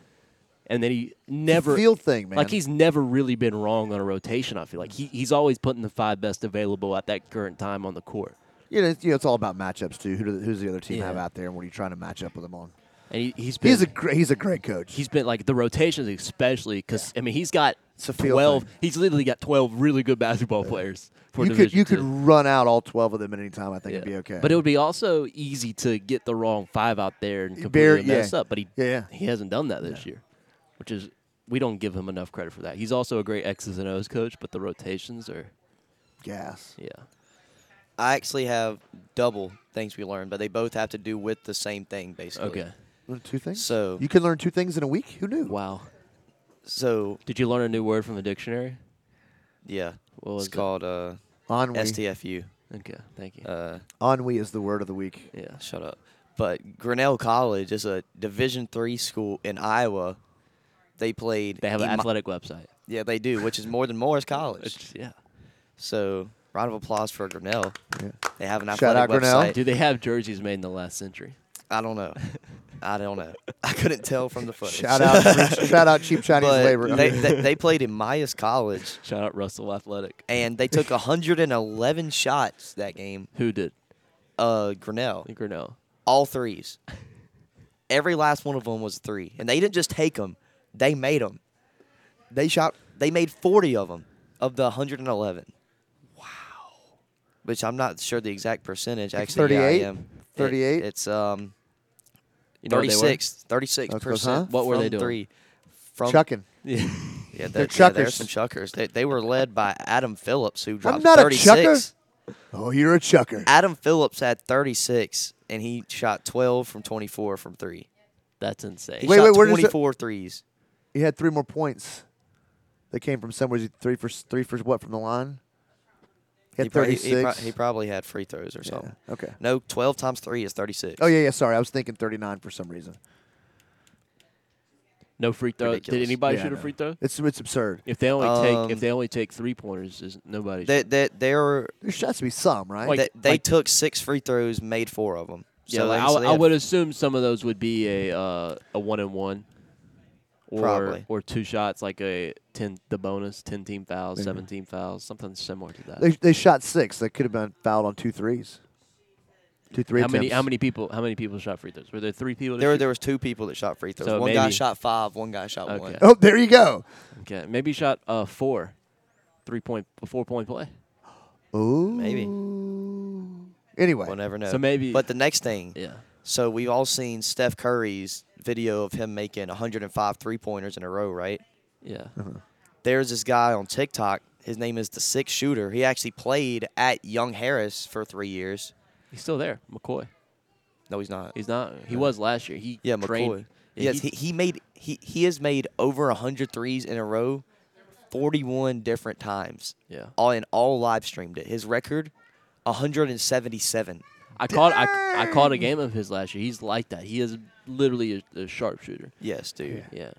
and then he never field thing, man. Like he's never really been wrong on a rotation. I feel like he, he's always putting the five best available at that current time on the court, you know, it's, you know, it's all about matchups too. Who do, who's the other team have Yeah. out there, and what are you trying to match up with them on? and he, he's been He's a great, he's a great coach. he's been like the rotations especially because I mean he's got It's a field twelve. thing. He's literally got twelve really good basketball players for you could Division you could Two. run out all twelve of them at any time. I think it'd Yeah. be okay. But it would be also easy to get the wrong five out there and completely Bear- yeah. mess up. But he Yeah, yeah. he hasn't done that this year, which is we don't give him enough credit for that. He's also a great X's and O's coach, but the rotations are gas. yeah. I actually have double things we learned, but they both have to do with the same thing, basically. Okay. Learn Two things. So- you can learn two things in a week. Who knew? Wow. So, Did you learn a new word from the dictionary? yeah, What was it's it? called uh, Ennui. STFU. Okay. Thank you. Uh, Ennui is the word of the week. yeah. shut up. But Grinnell College is a Division three school in Iowa. They played. They have an Emi- athletic website. Yeah, they do, which is more than Morris College. It's- yeah. So, round of applause for Grinnell. Yeah. They have an Shout athletic out Grinnell. website. Do they have jerseys made in the last century? I don't know. I don't know. I couldn't tell from the footage. Shout out, shout out, cheap Chinese but labor. They, they, they played in Myers College, Shout out Russell Athletic. and they took 111 shots that game. Who did? Uh, Grinnell, Grinnell. all threes. Every last one of them was a three, and they didn't just take them; they made them. They shot. They made 40 of them of the 111. Wow. Which I'm not sure the exact percentage. Actually, yeah, I 38? am. It- 38? it's um You know what they were? 36. 36 percent. What were they doing? Three. From Chucking. Yeah. Yeah, They're they're, yeah, they're chuckers. some chuckers. They, they were led by Adam Phillips, who dropped not a 36. Oh, you're a chucker. Adam Phillips had 36, and he shot 12 from 24 from three. That's insane. He Wait, shot wait, where does it- 24 threes. He had three more points. They came from somewhere. He three for three for what from the line? He had He, pro- he- thirty he, pro- six. he probably had free throws or something. okay. No, 12 times three is 36. Oh yeah, yeah. Sorry, I was thinking thirty nine for some reason. No free throw. Did Ridiculous. anybody Yeah, I shoot a know. free throw? It's it's absurd. If they only take Um, if they only take three pointers, is nobody. They, they, they, were, There has to be some, right? Like- they, they like- took six free throws, made four of them. yeah, so like, they, I, so w- they I had- would assume some of those would be a uh, a one and one, or Probably. or two shots like a ten the bonus ten team fouls Mm-hmm. seven team fouls something similar to that. they, they shot six. They could have been fouled on two threes. Two three how many attempts. how many people how many people shot free throws? Were there three people? that There, were- shoot- there was two people that shot free throws. So one guy maybe- shot five, one guy shot one. Okay. Oh, there you go. Okay, maybe shot uh four, three point four point play. Ooh. Maybe. Anyway, We'll never know. So maybe- But the next thing, Yeah, So we've all seen Steph Curry's video of him making 105 three pointers in a row, right? yeah. There's this guy on TikTok. His name is the Six Shooter. He actually played at Young Harris for three years. He's still there, McCoy. No, he's not. He's not. He was last year. He yeah, trained- McCoy. Yeah, yes, he, he made he, he has made over 100 threes in a row, 41 different times. Yeah. All in all live streamed it. His record, 177. I caught I, I caught a game of his last year. He's like that. He is literally a, a sharpshooter. Yes, dude. Yeah.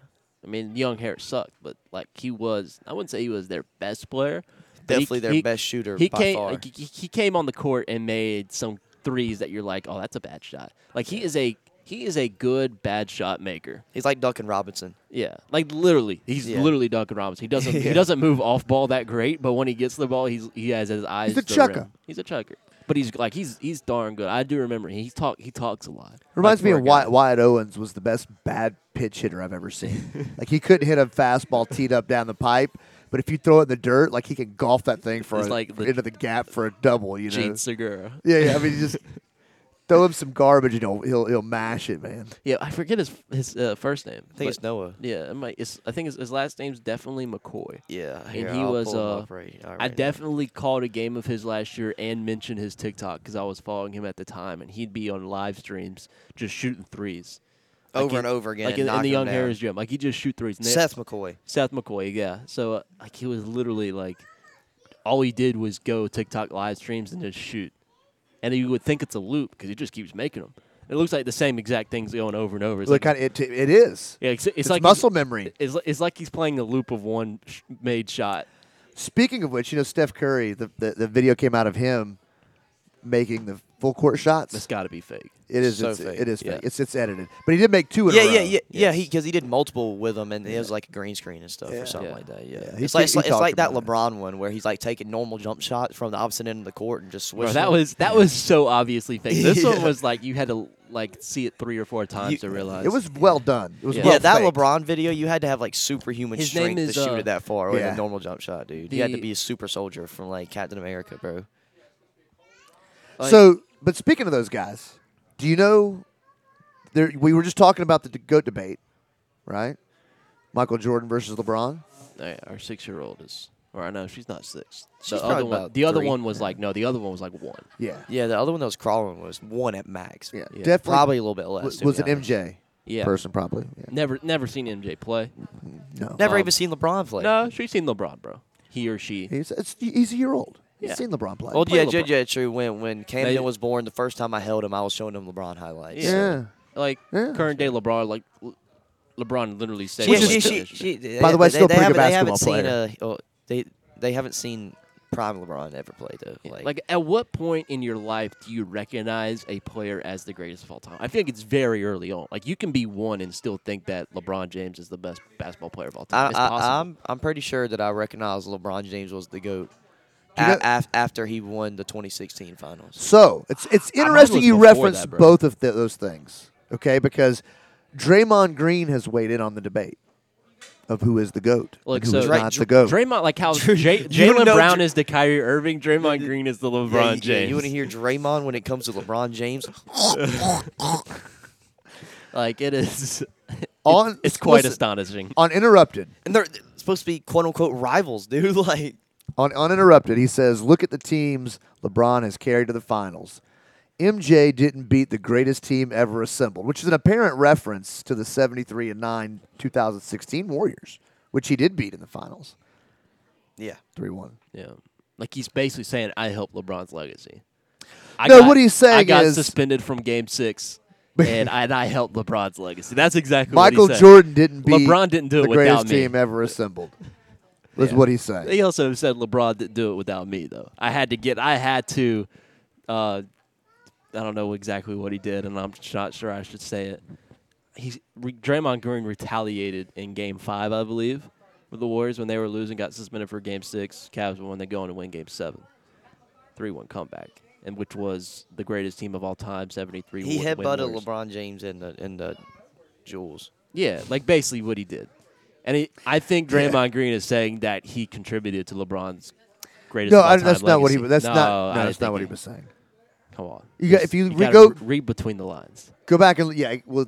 I mean, Young Harris sucked, but like he was, I wouldn't say he was their best player. but he- Definitely their he- best shooter He by came, far. like, he, he came on the court and made some threes that you're like, oh, that's a bad shot. Like he is a he is a good bad shot maker. He's like Duncan Robinson. Yeah, like literally, he's Yeah. literally Duncan Robinson. He doesn't he Yeah. doesn't move off ball that great, but when he gets the ball, he's he has his eyes. a to the rim. chucker. He's a chucker. But he's like he's he's darn good. I do remember he talk he talks a lot. Reminds Like, me for of a guy. Wyatt, Wyatt Owens was the best bad pitch hitter I've ever seen. like he couldn't hit a fastball teed up down the pipe, but if you throw it in the dirt, like he can golf that thing for It's a, like the- into the gap for a double. You know, Gene Segura. yeah, yeah. I mean, you just throw him some garbage and he'll he'll, he'll mash it, man. Yeah, I forget his his uh, first name. I think it's Noah. Yeah, it might, it's, I think his, his last name's definitely McCoy. Yeah, And here, he I'll was, pull him uh, up right- all I right now. definitely called a game of his last year and mentioned his TikTok because I was following him at the time, and he'd be on live streams just shooting threes Like Over he- and over again like and in, in the knocking 'em Young down. Harris gym. Like he just shoot threes. And they- Seth McCoy. Seth McCoy, yeah. So uh, like he was literally like, all he did was go TikTok live streams and just shoot, and you would think it's a loop because he just keeps making them. It looks like the same exact things going over and over. It's Look, like, kind of it, it is. yeah, it's, it's It's, like muscle memory. It's, li- it's like he's playing a loop of one sh- made shot. Speaking of which, you know Steph Curry, the, the the video came out of him making the full court shots. It's got to be fake. It is. so it's, fake. It is fake. Yeah. It's it's edited, but he did make two in Yeah, a row. yeah, yeah, yeah. He because he did multiple with him, and it was like a green screen and stuff Yeah. or something Yeah. like that. Yeah, Yeah, he it's like ta- it's he like, it's talked like that about that. LeBron one where he's like taking normal jump shots from the opposite end of the court and just Bro, switching. that them. was that was so obviously fake. This one Yeah. was like you had to like see it three or four times You- to realize It was well done. It was Yeah. well yeah, that faked. LeBron video. You had to have like superhuman His name strength is, to shoot uh, it that far with Yeah. a normal jump shot, dude. you had to The- be a super soldier from like Captain America, bro. like- so, but speaking of those guys, do you know? There, we were just talking about the d- goat debate, right? Michael Jordan versus LeBron. Hey, Uh, our six year old is or I know she's not six. She's the probably other one about the other three. one was like no, the other one was like one. Yeah, Yeah, the other one that was crawling was one at max. yeah, Yeah. definitely probably a little bit less. w- to was be an honest. MJ Yeah. person, probably. Yeah. Never never seen MJ play. No, Never Um, even seen LeBron play. No, she's seen LeBron, bro. He or she. he's it's, he's a year old. He's Yeah. seen LeBron play. Well, yeah, LeBron. yeah, yeah, true. When when Camden They- was born, the first time I held him, I was showing him LeBron highlights. yeah. so- Like Yeah. current day LeBron, like Le- LeBron literally said. She, Which he she, is was she, finished. she, they- By the way, they, still a they pretty good haven't, they haven't basketball seen a, oh, they they haven't seen prime LeBron ever play though. Yeah, Like, Like, at what point in your life do you recognize a player as the greatest of all time? I feel like it's very early on. Like you can be one and still think that LeBron James is the best basketball player of all I, time. It's possible. I, I'm I'm pretty sure that I recognize LeBron James was the goat You know- a, af, after he won the 2016 finals. So it's it's mine interesting was you before reference that, bro. both of th- those things, okay? Because Draymond Green has weighed in on the debate of who is the goat, and Look, who so- is Dra- not the goat. Draymond, like how Jay, you Jalen know Brown Dr- is the Kyrie Irving, Draymond Green is the LeBron Yeah, you- yeah, James. You want to hear Draymond when it comes to LeBron James? like it is. it's- On- it's quite listen. astonishing. on interrupted, And they're they're supposed to be quote unquote rivals, dude. Like, on uninterrupted, he says, "Look at the teams LeBron has carried to the finals. MJ didn't beat the greatest team ever assembled, which is an apparent reference to the 73 and 9 2016 Warriors, which he did beat in the finals, yeah. 3-1." Yeah, like he's basically saying, "I helped LeBron's legacy." I No, got- what he's saying I got is- suspended from Game Six, and I, and I helped LeBron's legacy. That's exactly Michael what he's saying. Jordan didn't beat LeBron didn't do it the without greatest me. team ever assembled. That's what he's saying. He also said LeBron didn't do it without me, though. I had to get, I had to, uh, I don't know exactly what he did, and I'm not sure I should say it. He, re, Draymond Green retaliated in Game Five, I believe, with the Warriors when they were losing, got suspended for Game Six. Cavs won, they go on to win Game Seven, three-one comeback, and which was the greatest team of all time, seventy-three. He wa- win headbutted Warriors. LeBron James in the in the jewels. Yeah, like basically what he did. And he, I think Draymond Green is saying that he contributed to LeBron's greatest. No, of all I, time that's not what he. legacy. was. That's no, not. I No, that's not think what he it- was saying. Come on. You got- Just- if you re- gotta go- re- read between the lines, Go back and yeah, well,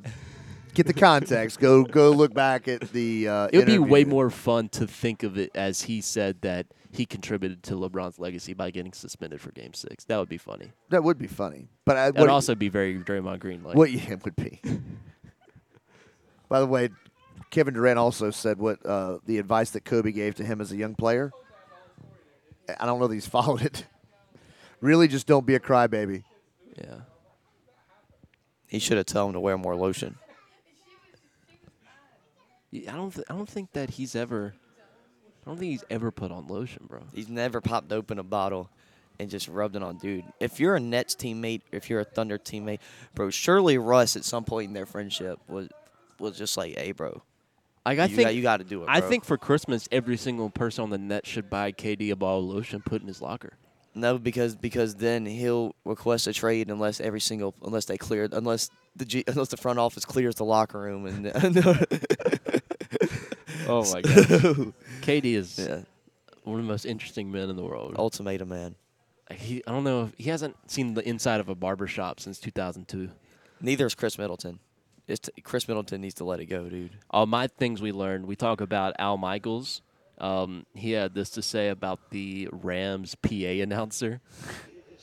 get the context. go go look back at the. Uh, it would be way interview. more fun to think of it as he said that he contributed to LeBron's legacy by getting suspended for Game Six. That would be funny. That would be funny, but I, That what, would also be very Draymond Green like. what yeah, it would be. By the way, Kevin Durant also said what uh, the advice that Kobe gave to him as a young player. I don't know that he's followed it. really, just don't be a crybaby. Yeah. He should have told him to wear more lotion. Y- I don't. Th- I don't think that he's ever. I don't think he's ever put on lotion, bro. He's never popped open a bottle and just rubbed it on dude. If you're a Nets teammate, if you're a Thunder teammate, bro, surely Russ at some point in their friendship was was just like, "Hey, bro, Like I you, think got, you got to do it." I bro." think for Christmas, every single person on the net should buy KD a bottle of lotion, put in his locker. no, because because then he'll request a trade unless every single unless they clear unless the G, unless the front office clears the locker room and Oh my god, KD is yeah, one of the most interesting men in the world. ultimatum, man. Like, He, I don't know if he hasn't seen the inside of a barber shop since 2002. Neither is Chris Middleton. It's Chris Middleton needs to let it go, dude. All my things we learned. We talk about Al Michaels. Um, he had this to say about the Rams PA announcer.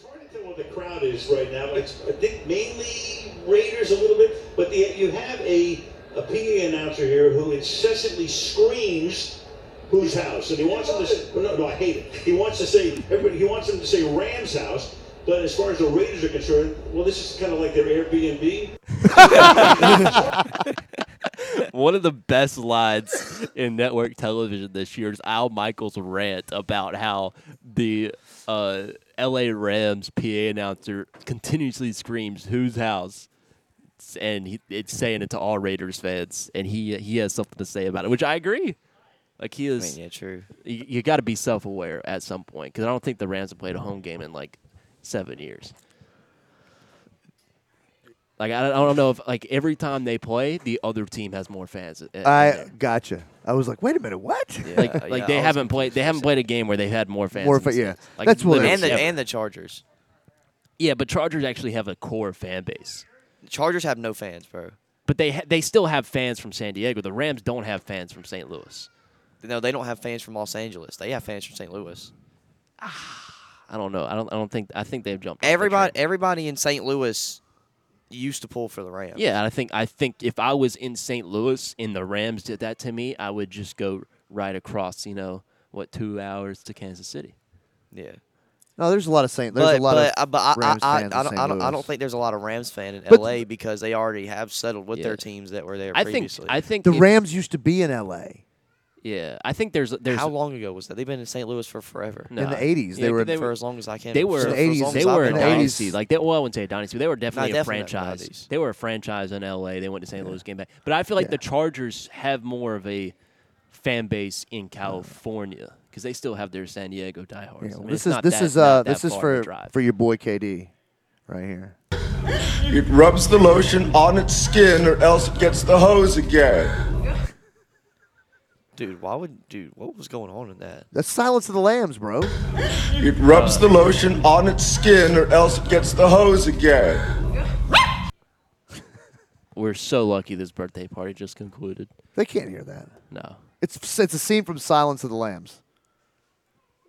Hard to tell what the crowd is right now. It's I think mainly Raiders a little bit, but the, you have a, a PA announcer here who incessantly screams whose house, and he wants him to. s- No, no, I hate it. He wants to say everybody. He wants them to say Rams house. But as far as the Raiders are concerned, well, this is kind of like their Airbnb. one of the best lines in network television this year is Al Michaels' rant about how the uh, L.A. Rams PA announcer continuously screams "Whose house?" and he, it's saying it to all Raiders fans, and he he has something to say about it, which I agree. Like he I mean, is, yeah, true. you, you got to be self-aware at some point because I don't think the Rams have played a home game in like seven years. Like I don't, I don't know if like every time they play, the other team has more fans. eh, at- at- in I there. gotcha. I was like, wait a minute, what? like Yeah, like yeah, they I was haven't played they haven't played a game where they've had more fans. More in the fa- yeah. stands. Like, That's what it literally And the ever. and the Chargers. yeah, but Chargers actually have a core fan base. The Chargers have no fans, bro. But they ha- they still have fans from San Diego. The Rams don't have fans from St. Louis. No, they don't have fans from Los Angeles. They have fans from St. Louis. Ah. I don't know. I don't I don't think I think they've jumped. off the Everybody, train. everybody in St. Louis used to pull for the Rams. Yeah, and I think I think if I was in St. Louis and the Rams did that to me, I would just go right across, you know, what 2 hours to Kansas City. yeah. No, there's a lot of Saint. There's But, a lot but, of uh, but I, Rams I, I, fans I in don't, St. I, don't, I Louis. don't think there's a lot of Rams fan in But- LA because they already have settled with Yeah. their teams that were there I think previously. I think the if- Rams used to be in L.A. Yeah, I think there's there's How long ago was that? They've been in St. Louis for forever. no. in the '80s. Yeah, they were. they for were- as long as I can. They remember. were For as the long 80s, as They I've were a been in alive. the dynasty. 80s. Like they, well, I wouldn't say a dynasty. But they were definitely a definitely not franchise. 90s. They were a franchise in LA. They went to St. Louis, came back. But I feel like the Chargers have more of a fan base in California because they still have their San Diego diehards. I mean, this it's is not this that- is not uh that this is far of a for drive. for your boy KD, right here. It rubs the lotion on its skin or else it gets the hose again. Dude, why would dude? What was going on in that? That's Silence of the Lambs, bro. It rubs the lotion on its skin or else it gets the hose again. We're so lucky this birthday party just concluded. They can't hear that. No, It's it's a scene from Silence of the Lambs.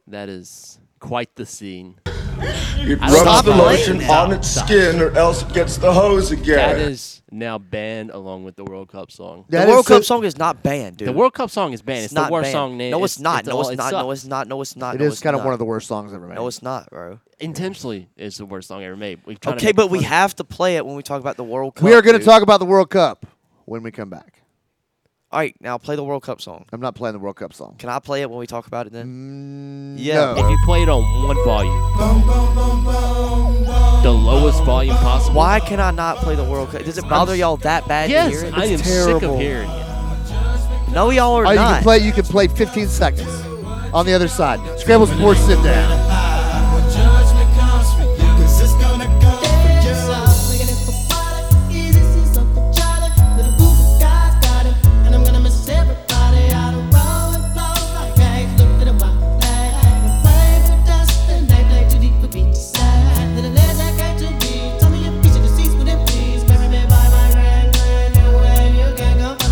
that is quite the scene. It I rubs stop the playing lotion now. on its Stop. skin or else it gets the hose again. That is now banned along with the World Cup song. That the World is so- Cup song is not banned, dude. The World Cup song is banned. It's, not the worst banned. song name. No, it's not. No, all- it's it not. No, sucks. it's not. No, it's not. It no, is it's kind of not. one of the worst songs ever made. No, it's not, bro. intentionally is the worst song ever made. We've tried to Okay, make but we fun- have to play it when we talk about the World Cup. we are going to dude. talk about the World Cup when we come back. All right, now play the World Cup song. I'm not playing the World Cup song. Mm, Can I play it when we talk about it then? no. If you play it on one volume, the lowest volume possible. Why can I not play the World Cup? Does it bother y'all that bad to Yes, hear it? I am sick of terrible. hearing it. no, y'all are Oh, you not. can play. You can play 15 seconds on the other side. Scrambles before sit down.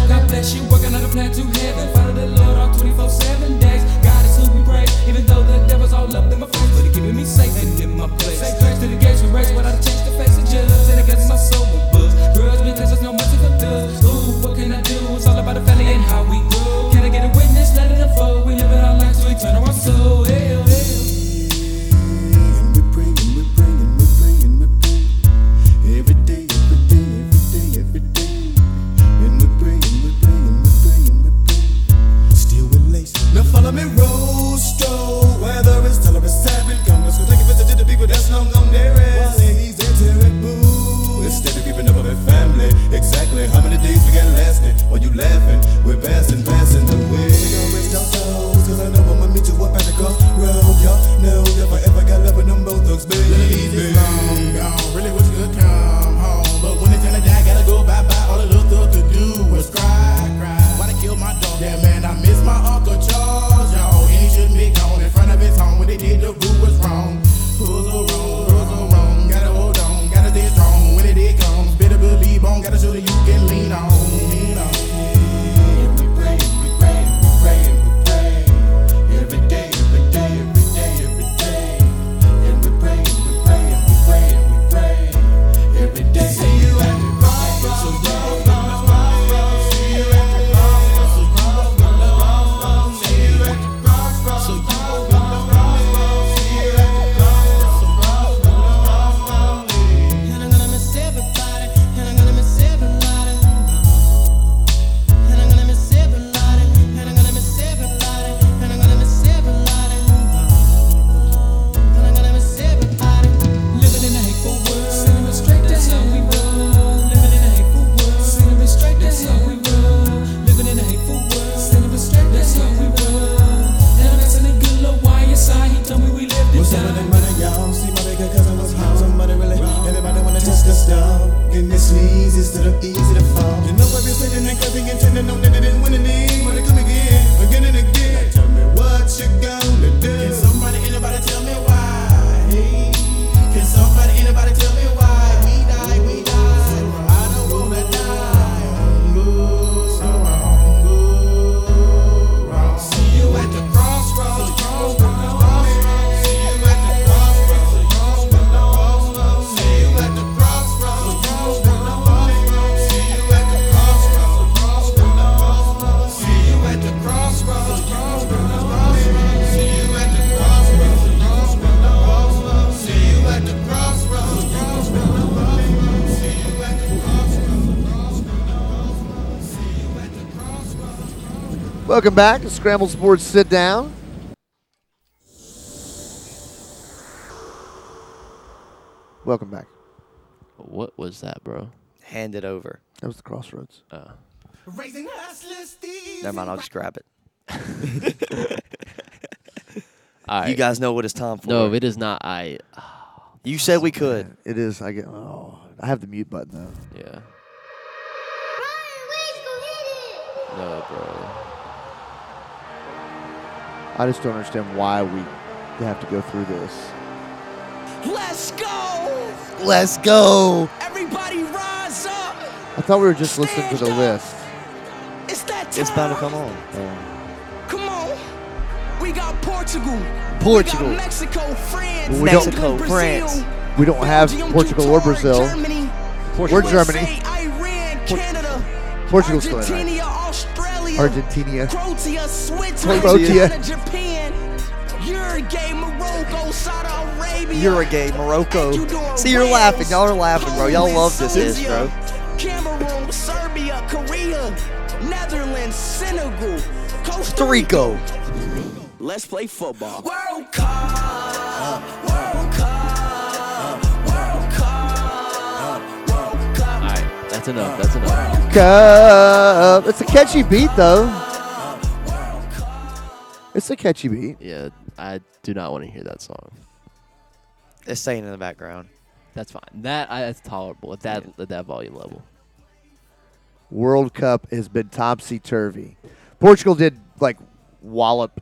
God bless you, working on a plan to heaven. Follow the Lord all 24 7 days. God is who we praise, even though the devil's all up in my face. But he keeping me safe and in my place. Say grace to the gates we raise, but I change the face of judge. And against my soul with books. Grudge me, cause there's no mercy for dust. Ooh, what can I do? It's all about the family and how we grow. Can I get a witness? Let it unfold. We live it our lives to eternal our soul. Hell, hell. Now follow me, Rosto. Whether it's till it's seven, come let's go take a visit to the people that's long gone nearest. While he's entering boo. Instead of keeping up with family, exactly how many days we got lasting? While you laughing, we're passing, passing the way. We gon' raise our toes, cause I know I'ma meet you up at the crossroad. Y'all know if I ever got love with them both thugs, baby. Ladies long gone, really wish you could come home. But when it's time to die, gotta go bye bye. All the little thugs to do was cry, cry. Why they kill my dog? Yeah, man, I miss my Uncle Charles, y'all. And he shouldn't be gone in front of his home. What they did, the root was wrong. Who's so wrong? Who's so wrong? Gotta hold on, gotta stay strong. When it did comes, better believe on. Gotta show that you can lean on. Lean on. to the easy to fall. You know I've been sitting and cussing and tending on that they didn't win any, but they come again, again and again. Now tell me what you gonna do? Can somebody, anybody tell me why? Can somebody, anybody tell me why? We die, we die. I don't wanna die. Go so wrong, go wrong. See you at the crossroads. crossroads. See you at the crossroads. See you at the crossroads. See you at the crossroads. See you at the crossroads. See you at the crossroads. See you at the crossroads. See you at the crossroads. See you at the crossroads. Welcome back to Scramble Sports Sit Down. Welcome back. What was that, bro? Uh. Hand it over. That was the crossroads. Raising hustler Steve. Never mind, I'll just grab it. All right. You guys know what it's time for. no, it is not. I. you said we could. It is. I get. Oh, I have the mute button though. Yeah. No, bro. I just don't understand why we have to go through this. Let's go! Let's go. Everybody rise up! I thought we were just listening to the list. It's that time! It's about to come on. Come on. We got Portugal. Portugal. We got Mexico, France, We don't- England, Mexico, Brazil, France. We don't have Belgium, Portugal or Qatar, Brazil. Germany, We're Germany. USA, Iran, Canada, Portugal's still in, right? Argentina, Australia, Argentina. Croatia, Switzerland, Croatia. Ghana, Japan, Uruguay, Morocco, Saudi Arabia. Uruguay, Morocco. And you doing See, you're Wales, laughing. Y'all are laughing, bro. Y'all Poland, love this ish, Tunisia, bro. Cameroon, Serbia, Korea, Netherlands, Senegal, Costa Puerto Rico. Let's play football. World Cup. World Cup. World Cup. World All Cup. right. That's enough. That's enough. Cup. It's a catchy beat though. It's a catchy beat. Yeah. I do not want to hear that song. It's staying in the background. That's fine. That I, that's tolerable at that at that volume level. World Cup has been topsy turvy. Portugal did like wallop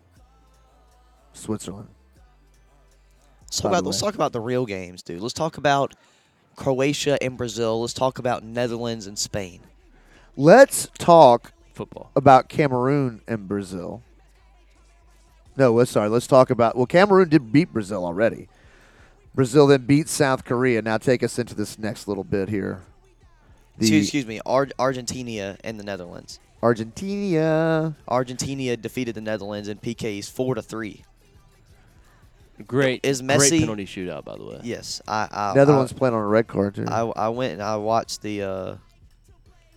Switzerland. Let's By talk, about, the let's way. talk about the real games, dude. Let's talk about Croatia and Brazil. Let's talk about Netherlands and Spain. Let's talk Football. about Cameroon and Brazil. No, let's sorry. Let's talk about well, Cameroon did beat Brazil already. Brazil then beat South Korea. Now take us into this next little bit here. excuse, The excuse me, Ar- Argentina and the Netherlands. Argentina. Argentina defeated the Netherlands in PKs four to three. Great. Is great Messi- penalty shootout by the way? Yes, I. I Netherlands I, playing on a red card too. I, I went and I watched the. Uh,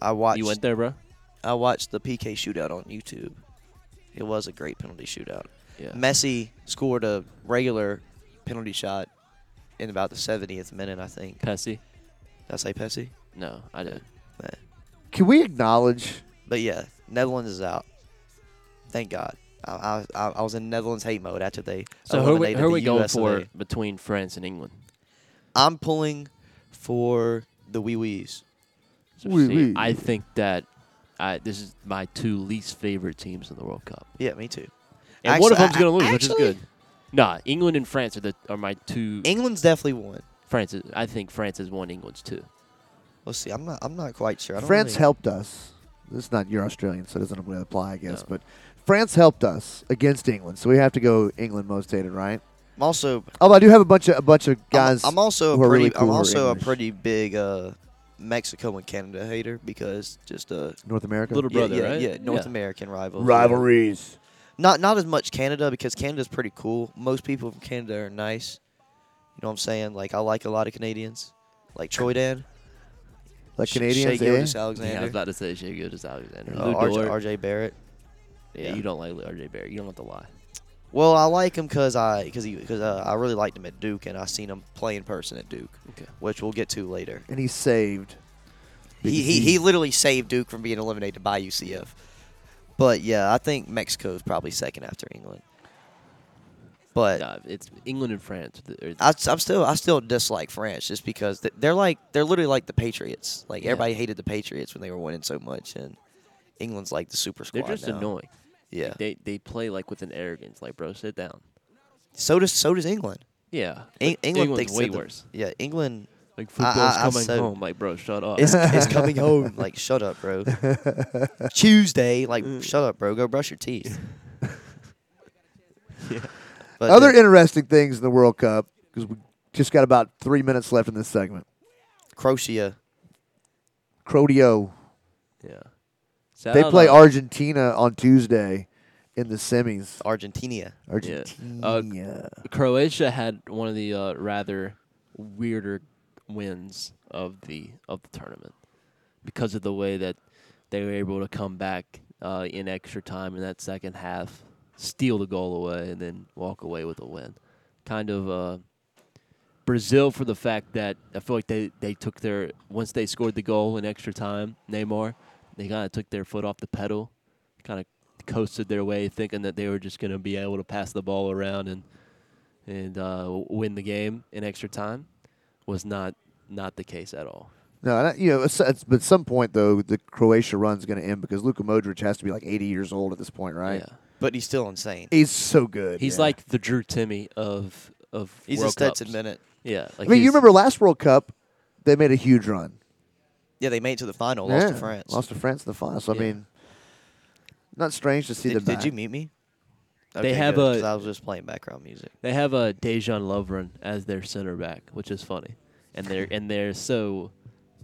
I watched. You went there, bro. I watched the PK shootout on YouTube. It was a great penalty shootout. Yeah. Messi scored a regular penalty shot in about the 70th minute, I think. Did Pessy. I say Pessy? No, I didn't. But- Can we acknowledge? But yeah, Netherlands is out. Thank God. I, I, I was in Netherlands hate mode after they So who are we, eliminated who are we the going US for today. between France and England? I'm pulling for the Wee Wees. So Oui, see, oui. I think that I, this is my two least favorite teams in the World Cup, Yeah, me too. and one of Actu- them's going to lose, I- which is actually, good. Nah, England and France are the are my two. England's definitely won. France, is, I think France has won England's too. Let's see. I'm not. I'm not quite sure. I don't France really- helped us. This is not you're Australian, so it doesn't really apply, I guess. But France helped us against England, so we have to go England most hated, right? I'm also Although I do have a bunch of a bunch of I'm- guys. I'm, also a who are pretty. really cool I'm who are also a English. pretty big uh, Mexico and Canada hater because just uh, North America. Little yeah, brother, yeah, right? yeah, North Yeah. American rival rivalries. Not not as much Canada because Canada's pretty cool. Most people from Canada are nice. You know what I'm saying? Like I like a lot of Canadians, like Troy Dan, Like Sh- Canadians, Shea Gilgeous eh? Alexander, Yeah, I was about to say she good as Alexander. uh, Lou RJ, Dort. RJ Barrett. yeah, yeah. you don't like RJ Barrett. You don't have to lie. Well, I like him because I because he because uh, I really liked him at Duke and I seen him play in person at Duke, Okay. which we'll get to later. And he's saved. He, he, he literally saved Duke from being eliminated by UCF. But yeah, I think Mexico is probably second after England. But Nah, it's England and France. th- are- I, am still I still dislike France just because th- they're like they're literally like the Patriots. Like Yeah. everybody hated the Patriots when they were winning so much, and England's like the super squad. they're just now. annoying. Yeah. They they play like with an arrogance. Like, bro, sit down. So does so does England. Yeah. Eng- England England's thinks way that the- worse. yeah, England Like I- I- football's I coming so- home. Like, bro, shut up. is, is coming home. Like shut up, bro. Tuesday, like Mm. shut up, bro. Go brush your teeth. But Other the- interesting things in the World Cup because we just got about three minutes left in this segment. Croatia. Crodio. yeah. Shout They out, play uh, Argentina on Tuesday in the semis. Argentina. Yeah. Argentina. Uh, Croatia had one of the uh, rather weirder wins of the of the tournament because of the way that they were able to come back uh, in extra time in that second half, steal the goal away, and then walk away with a win. Kind of uh, Brazil for the fact that I feel like they, they took their once they scored the goal in extra time, Neymar, they kind of took their foot off the pedal, kind of coasted their way, thinking that they were just going to be able to pass the ball around and and uh, w- win the game in extra time. Was not not the case at all. No, and I- you know, it's, it's, but at some point though, the Croatia run's going to end because Luka Modric has to be like 80 years old at this point, right? Yeah. But he's still insane. He's so good. He's yeah. like the Drew Timmy of of He's World a Stetson Cups. Bennett. Yeah, like I mean, you he's- remember last World Cup, they made a huge run. Yeah, they made it to the final, lost Yeah, to France. Lost to France in the final. So I Yeah. mean, not strange to see did, them. did back. you meet me? They have good, a- 'cause I was just playing background music. They have a Dejan Lovren as their center back, which is funny, and they're and they're so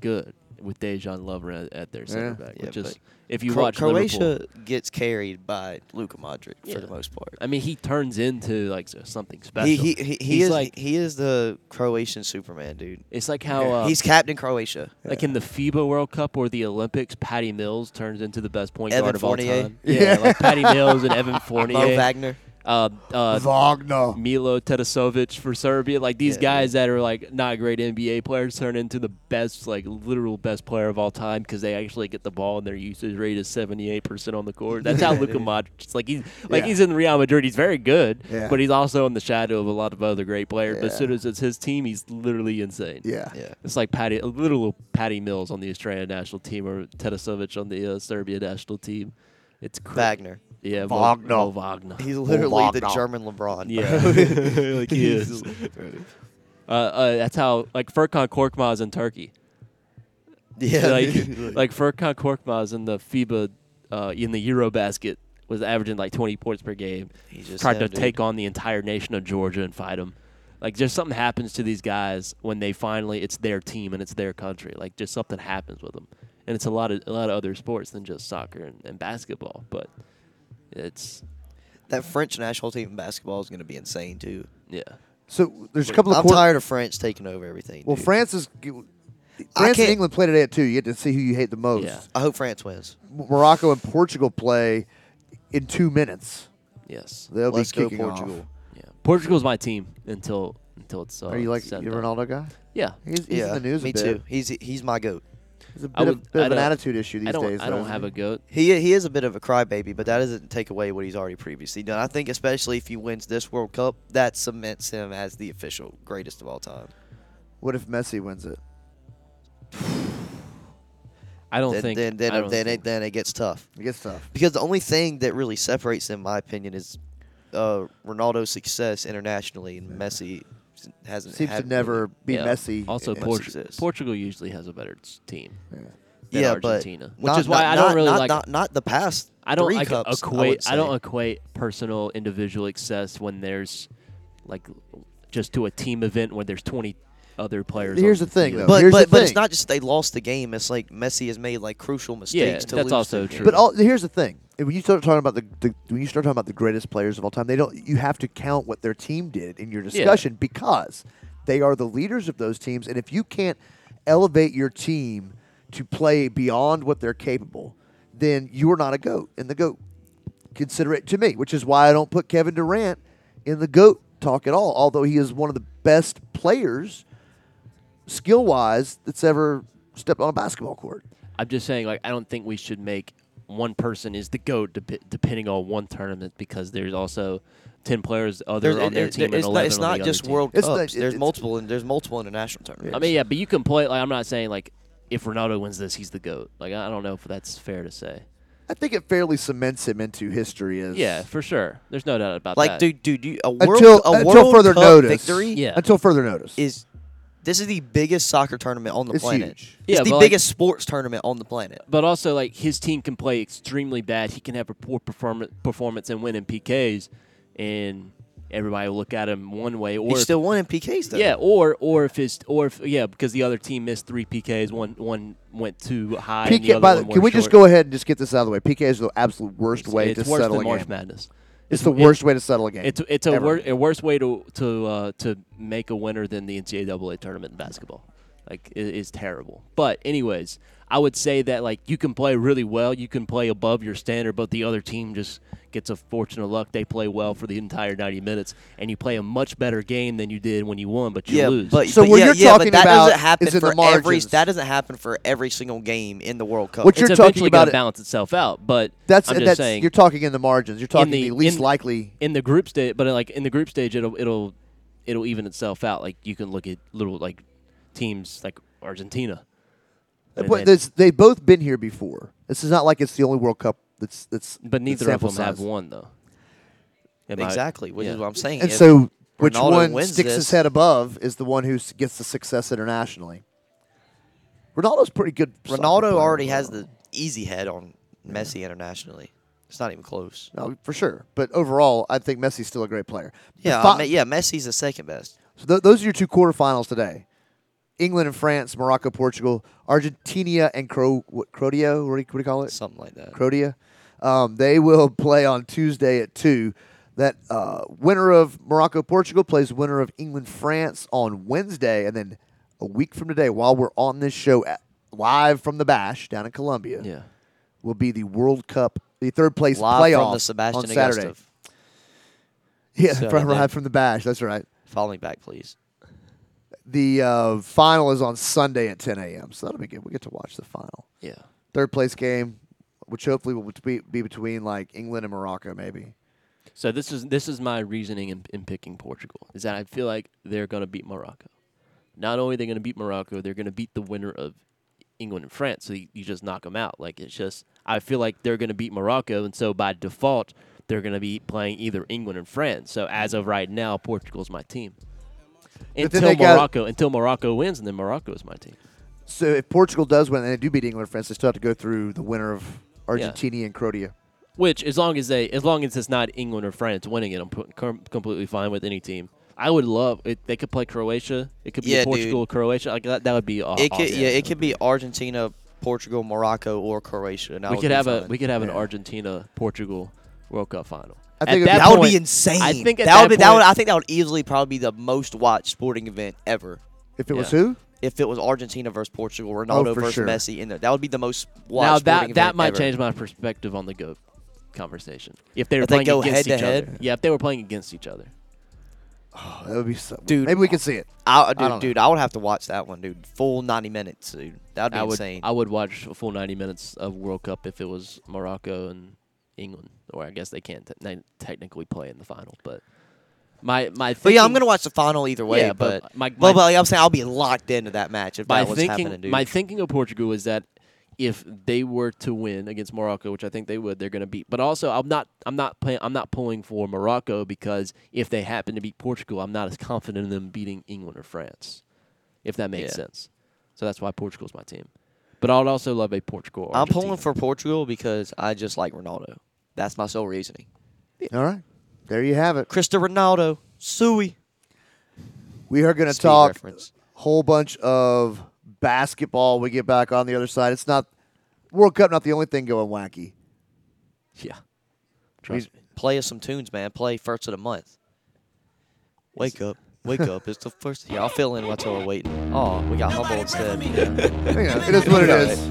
good with Dejan Lovren at, at their center Yeah. back, Yeah, which is but if you Cro- watch Croatia Liverpool- gets carried by Luka Modric Yeah. for the most part. I mean, he turns into like s- something special. He, he, he, he He's is like he is the Croatian Superman, dude. it's like how uh, He's captain Croatia. like in the FIBA World Cup or the Olympics, Patty Mills turns into the best point Evan guard of all Fournier. time. Yeah, like Patty Mills and Evan Fournier, Mo Wagner. Uh, uh, Wagner. Milo Tetasovic for Serbia. Like these Yeah. guys that are like not great NBA players turn into the best, like literal best player of all time because they actually get the ball and their usage rate is seventy eight percent on the court. That's how Luka Modric. It's like he's like Yeah. he's in Real Madrid. He's very good, Yeah. but he's also in the shadow of a lot of other great players. But as Yeah. soon as it's his team, he's literally insane. Yeah. Yeah. It's like Patty, a little Patty Mills on the Australian national team or Tetasovic on the uh, Serbia national team. It's cra- Wagner. Yeah, Mo- Wagner. Mo Wagner. He's literally the Wagner. German LeBron. Yeah, like he is. Uh, uh, that's how like Furkan Korkmaz in Turkey. yeah. like dude. like Furkan Korkmaz in the FIBA uh, in the EuroBasket was averaging like 20 points per game. He's just tried him, to dude. take on the entire nation of Georgia and fight them. Like just something happens to these guys when they finally it's their team and it's their country. Like just something happens with them, and it's a lot of a lot of other sports than just soccer and, and basketball. But it's that French national team in basketball is going to be insane too. yeah. So there's a couple of I'm quar- tired of France taking over everything. Well, dude. France is. I France and can't- England play today at two. You get to see who you hate the most. Yeah. I hope France wins. Morocco and Portugal play in two minutes. Yes. They'll Let's be go kicking off. Portugal. Yeah. Portugal's my team until until it's. Uh, Are you like you a said and done. Ronaldo guy? Yeah. He's, he's yeah, in the news me a bit. too. He's he's my goat. He's a I bit, would- of, bit I of an don't- attitude issue these I don't. days. I though, don't isn't have he? a goat. He he is a bit of a crybaby, but that doesn't take away what he's already previously done. I think especially if he wins this World Cup, that cements him as the official greatest of all time. What if Messi wins it? I don't Then think. then then, I don't then think- it then it gets tough It gets tough. because the only thing that really separates, them, in my opinion, is uh, Ronaldo's success internationally, and Messi hasn't Seems had to never be yeah. Messi. Also, in- much Portugal. success. Portugal usually has a better s- team. than yeah, Argentina, but which not- is why not- I don't not- really not, like- not not the past. I don't three like cups, I would equate. I, don't say. equate personal individual success when there's like just to a team event where there's 20 other players. Here's on the thing, field. though. But Here's but, the but it's thing. not just they lost the game. It's like Messi has made like crucial mistakes. to that's lose also the game. true. But all, here's the thing: when you start talking about the, the when you start talking about the greatest players of all time, they don't. You have to count what their team did in your discussion because they are the leaders of those teams, and if you can't elevate your team to play beyond what they're capable, then you are not a goat in the goat. Consider it to me, which is why I don't put Kevin Durant in the goat talk at all. Although he is one of the best players, skill wise, that's ever stepped on a basketball court. I'm just saying, like, I don't think we should make one person is the goat dep- depending on one tournament because there's also ten players other There's- on their it- team and it's not, eleven it's on not the just other team. World It's Cups. not- it- there's it's- multiple and there's multiple international tournaments. I mean, yeah, but you can play. Like I'm not saying like if Ronaldo wins this, he's the goat. Like I I don't know if that's fair to say. I think it fairly cements him into history as Yeah, for sure. There's no doubt about like that. dude, dude, you, a world until a until World further Cup notice. victory Yeah. Until further notice. is this is the biggest soccer tournament on the It's planet. huge. Yeah, it's the but, like- biggest sports tournament on the planet. But also, like his team can play extremely bad. He can have a poor performance, performance and win in PKs, and everybody will look at him one way. Or He's if- still won in PKs though. yeah, or or if his or if yeah, because the other team missed three PKs. One one went too high. and the PK, other by the, one can went we just short. go ahead and just get this out of the way? PK is the absolute worst way It's to worse settle than a game. March Madness. It's the it- worst way to settle a game. It's it's a, ever. wor- a worse way to to uh, to make a winner than the NCAA tournament in basketball. Like it is terrible. But anyways, I would say that like you can play really well, you can play above your standard, but the other team just gets a fortune of luck. They play well for the entire 90 minutes, and you play a much better game than you did when you won, but you Yeah, lose. but So but what yeah, you're yeah, talking but that about doesn't happen is in the for every margins. that doesn't happen for every single game in the World Cup. What it's you're talking eventually about to balance itself out. But that's I'm just that's saying you're talking in the margins. You're talking in the, the least in- likely. in the group stage, but like in the group stage, it'll it'll it'll even itself out. Like you can look at little like teams like Argentina. And But then- this- they've both been here before. This is not like it's the only World Cup that's that's. but that's neither of sample them have size. one though. Am I- exactly, which is yeah. what I'm saying. And If so, which Ronaldo one wins sticks this- his head above is the one who s- gets the success internationally. Ronaldo's pretty good. soccer Ronaldo player already overall. has the easy head on Messi internationally. It's not even close. No, for sure. But overall, I think Messi's still a great player. The Yeah, fi- I mean, yeah, Messi's the second best. So th- those are your two quarterfinals today. England and France, Morocco, Portugal, Argentina and Cro- what, Croatia. What do, you, what do you call it? Something like that. Croatia. Um, they will play on Tuesday at two. That uh, winner of Morocco, Portugal plays winner of England, France on Wednesday, and then a week from today, while we're on this show at, live from the Bash down in Colombia, Yeah. will be the World Cup, the third place Live playoff from the Sebastian on Saturday. Augusta. Yeah, So from, they- right from the Bash. That's right. Follow me back, please. The uh, final is on Sunday at 10 a.m. So that'll be good. We get to watch the final. Yeah. Third place game, which hopefully will be, be between like England and Morocco, maybe. So this is this is my reasoning in, in picking Portugal is that I feel like they're gonna beat Morocco. Not only they're gonna beat Morocco, they're gonna beat the winner of England and France. So you, you just knock them out. Like it's just I feel like they're gonna beat Morocco, and so by default they're gonna be playing either England and France. So as of right now, Portugal's my team. But then Until they got- Morocco, until Morocco wins, and then Morocco is my team. So if Portugal does win and they do beat England and France, they still have to go through the winner of Argentina and Croatia. Which, as long as they, as long as it's not England or France winning it, I'm p- com- completely fine with any team. I would love it. They could play Croatia. It could be Yeah, dude. Portugal, Croatia. Like that, that would be aw- awesome. It could, yeah, it could be Argentina, Portugal, Morocco, or Croatia. and I we would could be have a fine. we could have an Yeah. Argentina Portugal World Cup final. I think it At would be- that That would point- be insane. I think at that, would be that would. point- I think that would easily probably be the most watched sporting event ever. If it was Yeah. who? Oh, If it was Argentina versus Portugal, Ronaldo for versus sure. Messi, in there, that would be the most watched. now sporting that that event might ever. change my perspective on the goat conversation. If they were If they playing go against each head-to-head? other, yeah, if they were playing against each other, Oh, that would be so. Dude. maybe we can see it. I, uh, dude, don't know. dude, I would have to watch that one, dude. Full ninety minutes, dude. That'd be I would insane. I would watch a full 90 minutes of World Cup if it was Morocco and England, or I guess they can't te- ni- technically play in the final. But my my thinking, but yeah, I'm gonna watch the final either way. Yeah, but but but, my- but my- like I'm saying, I'll be locked into that match if my that was happening, thinking dude. my thinking of Portugal is that if they were to win against Morocco, which I think they would, they're going to beat. But also, I'm not I'm not playing I'm not pulling for Morocco because if they happen to beat Portugal, I'm not as confident in them beating England or France, if that makes Yeah. sense. So that's why Portugal's my team. But I'd also love a Portugal. I'm pulling Argentina. for Portugal because I just like Ronaldo. That's my sole reasoning. All right. There you have it. Cristo Ronaldo, Sui. We are going to Speed talk reference. whole bunch of basketball. We get back on the other side. It's not World Cup, not the only thing going wacky. yeah. Trust me. Play us some tunes, man. Play first of the month. Wake up. Wake up. It's the first. Yeah, I'll fill in while we're waiting. Oh, we got humble instead. You know, it is what it Yeah. is.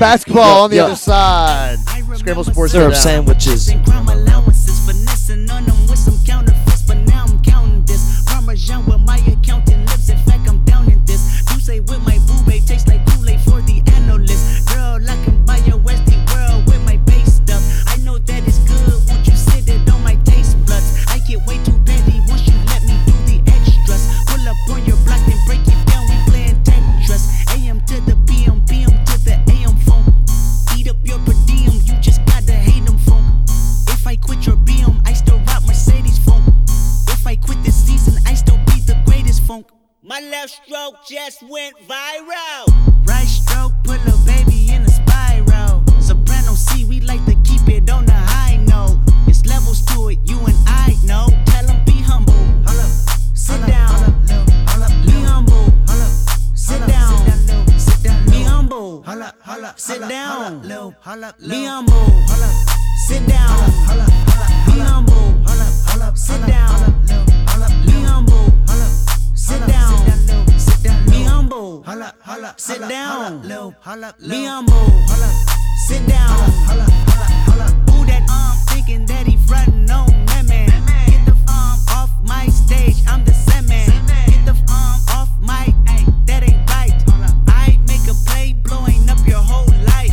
Basketball on the Yeah. other side. Scramble Sports. Sit Syrup down. sandwiches. and crime allowances. Finessing on them with some counterfeits, but now I'm counting this. Parmesan with my accountant lips. In fact, I'm down in this. Tuesday with my boo babe tastes like Kool-Aid for the analyst. Girl, I can buy a Westie world with my base stuff. I know that it's good. Won't you sit it on my just went viral. Right stroke, put a baby in a spiral. Soprano C, we like to keep it on the high note. It's levels to it, you and I know. Tell 'em be humble. Hold up, sit down. Be humble. Hold up, sit down. Sit down. Be humble. Hold up, hold up, sit down. Be humble. Hold up, sit down. Be humble. Hold up, hold up, sit down. Be humble. Hold up, sit down. Be humble. Sit down. Be humble. Sit down. Who that um thinking that he frontin' on that man? Get the um off my stage. I'm the Sandman. Get the um off my ay, that ain't right. I make a play blowing up your whole life.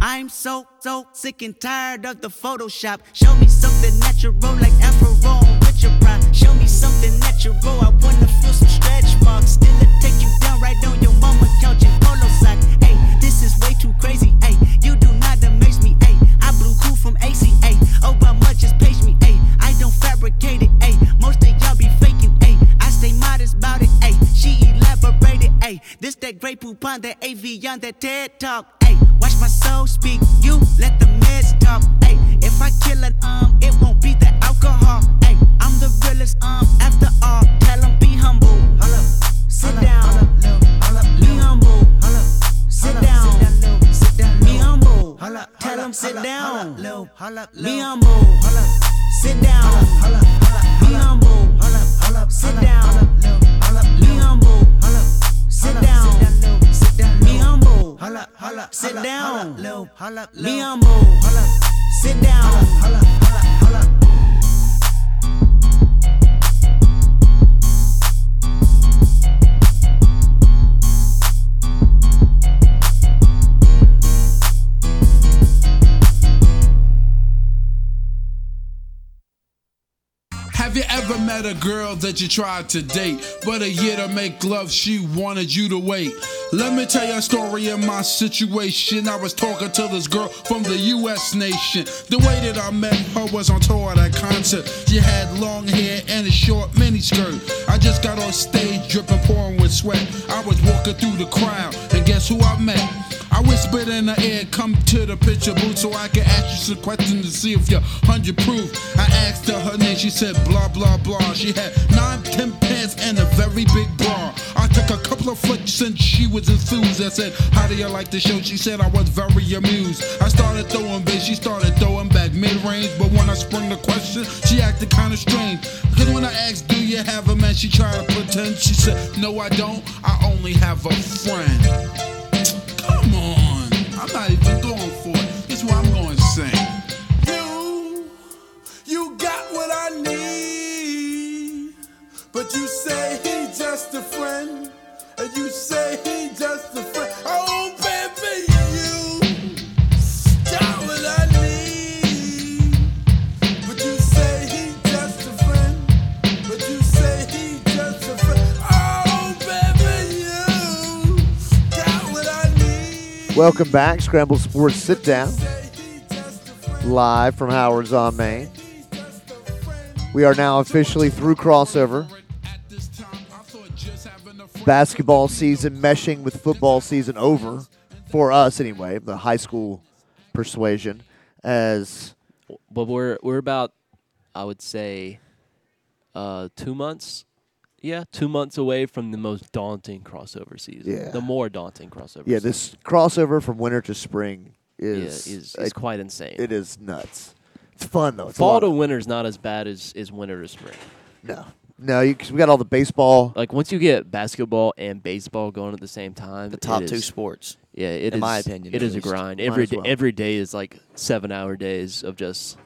I'm so so sick and tired of the Photoshop. Show me something natural like Afro and Richard Pryor. Show me something natural. I wanna feel some stretch marks. Still it take you down right on your mama couch in polo sock. Hey, this is way too crazy. Hey, you do not amaze me. Hey, I blew cool from ACA. Oh, but much just page me. Hey, I don't fabricate it. Hey, most of y'all be faking. Hey, I stay modest about it. Hey, she elaborated. Hey, this that great poupon, that AV on that TED talk. Hey, watch my soul speak. You let the meds talk. Hey, if I kill an um, it won't be the alcohol. Hey, I'm the realest um. After all, tell 'em be humble. Hold up, sit down. Be humble. Hold up, sit down. Be humble. Tell 'em sit down. Be humble. Sit down. Be humble. Sit down. Be humble. Sit down. Be humble. Sit down. Be humble. Sit down. Have you ever met a girl that you tried to date, but a year to make love, she wanted you to wait? Let me tell you a story of my situation. I was talking to this girl from the U.S. nation. The way that I met her was on tour at a concert. She had long hair and a short miniskirt. I just got on stage, dripping, pouring with sweat. I was walking through the crowd, and guess who I met? I whispered in the air, come to the picture booth so I can ask you some questions to see if you're 100 proof. I asked her her name, she said blah blah blah. She had nine, ten pants and a very big bra. I took a couple of flicks and she was enthused. I said, How do you like the show? She said I was very amused. I started throwing bits, she started throwing back mid range. But when I sprung the question, she acted kinda strange. Cause when I asked, Do you have a man? She tried to pretend. She said, No, I don't. I only have a friend. Come on. I'm not even going for it. This is what I'm going to sing. You, you got what I need, but you say he just a friend, and you say he just a friend. Oh, baby, you got what I need, but you say he just a friend, but you say he just a friend. Oh, baby, you got what I need. Welcome back, Scramble Sports Sit Down, live from Howard's on Main. We are now officially through crossover. Basketball season meshing with football season over, for us anyway, the high school persuasion. As But we're we're about, I would say, uh, two months. Yeah, two months away from the most daunting crossover season. Yeah. The more daunting crossover. yeah, season. this crossover from winter to spring Yeah, is is- is quite insane. It is nuts. It's fun though. It's a fall lot to of- winter's not as bad as as winter to spring. No, no, you, 'cause we got all the baseball. Like once you get basketball and baseball going at the same time, the top two sports, Yeah, it in my is- opinion, it at is a least. grind. Might Every as day, well. every day is like seven hour days of just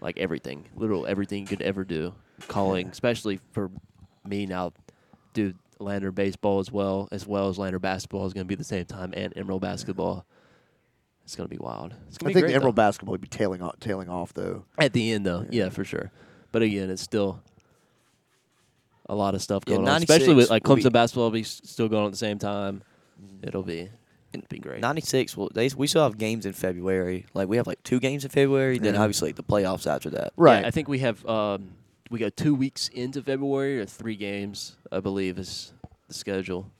like everything, literal everything you could ever do. Calling, especially for me now, dude. Lander baseball as well, as well as Lander basketball is going to be the same time, and Emerald basketball. It's going to be wild. I It's going to be think great. the though. Emerald basketball would be tailing off, tailing off though. At the end, though, yeah, for sure. But again, it's still a lot of stuff Yeah, going on, especially 96 with like will be- Clemson basketball will be s- still going on at the same time. Um, It'll be it'll be great. '96. Well, they we still have games in February. Like we have like two games in February. Then Yeah. obviously the playoffs after that. Yeah, I think we have um, we go two weeks into February or three games, I believe, is the schedule.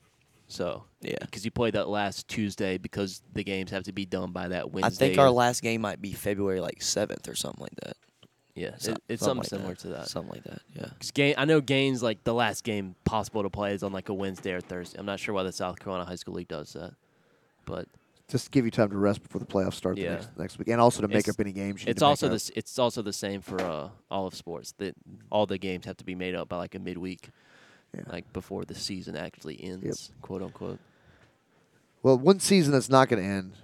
So yeah, because you played that last Tuesday because the games have to be done by that I Wednesday. think our last game might be February like seventh or something like that. Yeah, it- Some- it's something like similar to that. Something like that. Yeah. 'Cause Gain, I know Gaines like the last game possible to play is on like a Wednesday or Thursday. I'm not sure why the South Carolina High School League does that, but Just to give you time to rest before the playoffs start Yeah. the next, next week, and also to make It's- up any games. You need it's to make also up. the s It's also the same for uh, all of sports. That all the games have to be made up by like a midweek, like before the season actually ends, quote unquote. Well, one season that's not going to end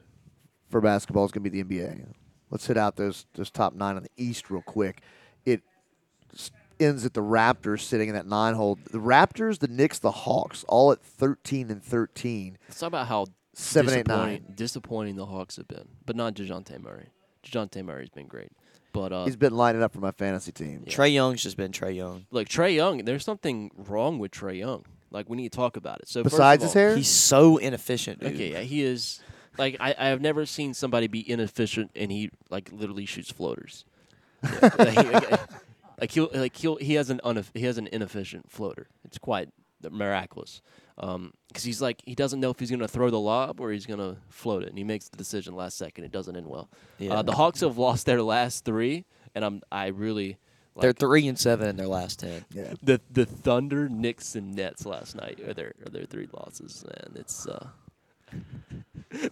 for basketball is going to be the NBA. Let's hit out those those top nine on the East real quick. It s- ends at the Raptors sitting in that nine hole. The Raptors, the Knicks, the Hawks, all at thirteen and thirteen. Let's talk about how Seven, eight, disappointing, disappointing the Hawks have been, but not Dejounte Murray. Dejounte Murray's been great, but uh, He's been lining up for my fantasy team. Trey Young's just been Trey Young. like Trey Young, there's something wrong with Trey Young. Like we need to talk about it. So first of Besides his all- hair? He's so inefficient, dude. Okay, yeah, he is. Like I, I have never seen somebody be inefficient and he like literally shoots floaters. Yeah, like, like he'll like he'll he has an uneff he has an inefficient floater. It's quite miraculous. Um 'cause because he's like he doesn't know if he's gonna throw the lob or he's gonna float it, and he makes the decision last second. It doesn't end well. Yeah. Uh, the Hawks have lost their last three, and I'm I really like, They're three and seven in their last ten. Yeah. the the Thunder, Knicks, and Nets last night are their are their three losses, and it's uh.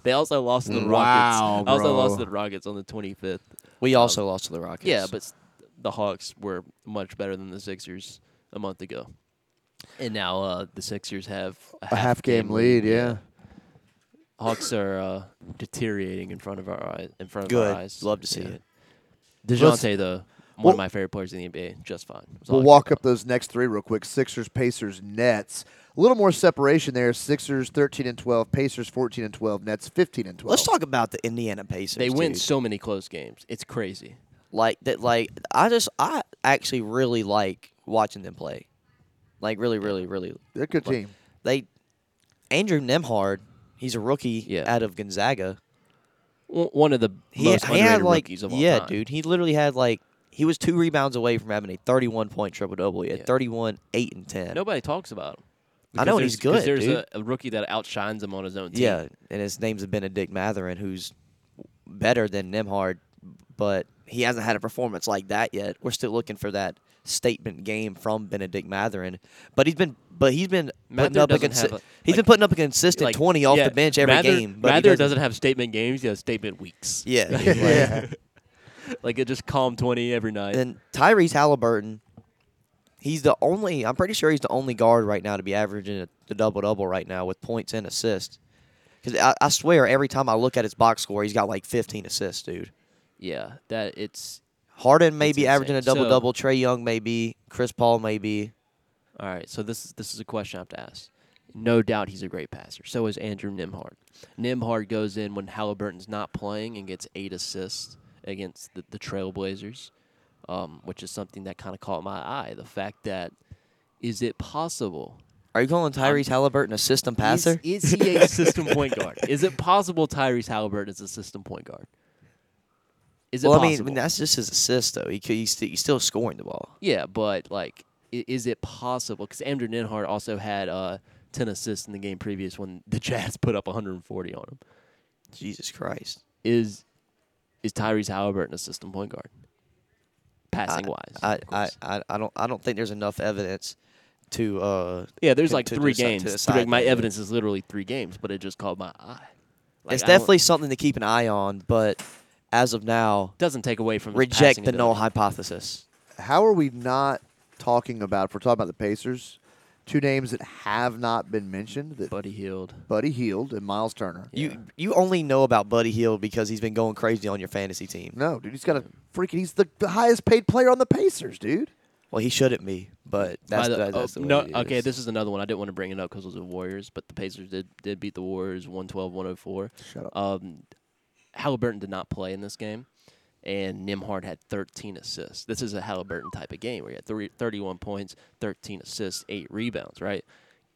they also lost to the Wow, Rockets. I Also lost bro. to the Rockets on the 25th. We also lost to the Rockets. Yeah, but s- the Hawks were much better than the Sixers a month ago, and now uh, the Sixers have a half, A half game lead. Yeah. Hawks are uh, deteriorating in front of our eyes. In front of Good. our eyes. Love to see it. Dejounte, though, one Well- of my favorite players in the NBA, just fine. That's all We'll I can walk up those next three real quick. Sixers, Pacers, Nets. A little more separation there. Sixers thirteen and twelve, Pacers fourteen and twelve, Nets fifteen and twelve. Let's talk about the Indiana Pacers. They win dude. so many close games. It's crazy. like that. Like I just I actually really like watching them play. Like really, really, really. They're a good like, team. They Andrew Nemhard. He's a rookie Yeah. out of Gonzaga. W- One of the He, most he had underrated like rookies of all yeah, time. dude. He literally had like he was two rebounds away from having a 31 point triple double. He had Yeah. 31, eight and 10. Nobody talks about him. I Because know, and he's there's- 'cause good, There's dude. A, a rookie that outshines him on his own team. Yeah, and his name's Benedict Matherin, who's better than Nimhard, but he hasn't had a performance like that yet. We're still looking for that statement game from Benedict Matherin, but he's been but he's been putting Mather up a, doesn't consi- have a- he's been like- putting up a consistent Like, twenty off yeah, the bench every Mather- game. But he Mather doesn't have statement games. He has statement weeks. Yeah, Like, dude, like- like it just calm 20 every night. And Tyrese Halliburton, he's the only. I'm pretty sure he's the only guard right now to be averaging a, the double double right now with points and assists. Because I, I swear, every time I look at his box score, he's got like 15 assists, dude. yeah, that it's Harden may It's be averaging a insane. So- double double. Trey Young may be. Chris Paul may be. All right, so this is this is a question I have to ask. No doubt he's a great passer. So is Andrew Nimhard. Nimhard goes in when Halliburton's not playing and gets eight assists against the, the Trailblazers, um, which is something that kind of caught my eye. The fact that is it possible? Are you calling Tyrese Halliburton a system passer? Is, is he a system point guard? Is it possible Tyrese Halliburton is a system point guard? Is it well, I mean, I possible? mean, that's just his assist though. He, c- he's, st- he's still scoring the ball. Yeah, but like, i- is it possible? Because Andrew Ninhart also had uh, ten assists in the game previous when the Jazz put up 140 on him. Jesus Christ. Is is Tyrese Halliburton a system point guard, passing I, wise? I, of I, course. I, I don't I don't think there's enough evidence to uh yeah, there's to- like to three deci- to games. Three- decide my that, yeah. evidence is literally three games, but it just caught my eye. Like, it's I don't- definitely something to keep an eye on, but as of now, doesn't take away from his reject passing the null ability. hypothesis. how are we not talking about? If we're talking about the Pacers, two names that have not been mentioned: that Buddy Healed. Buddy Heald and Miles Turner. You you only know about Buddy Hill because he's been going crazy on your fantasy team. No, dude, he's got a freaking. He's the, the highest paid player on the Pacers, dude. Well, he shouldn't be, but By that's the- that- that's oh, the way no, it okay, is. this is another one. I didn't want to bring it up because it was the Warriors, but the Pacers did did beat the Warriors 112-104. Shut up. Um, Halliburton did not play in this game, and Nimhard had 13 assists. This is a Halliburton type of game where he had three, 31 points, 13 assists, eight rebounds. Right?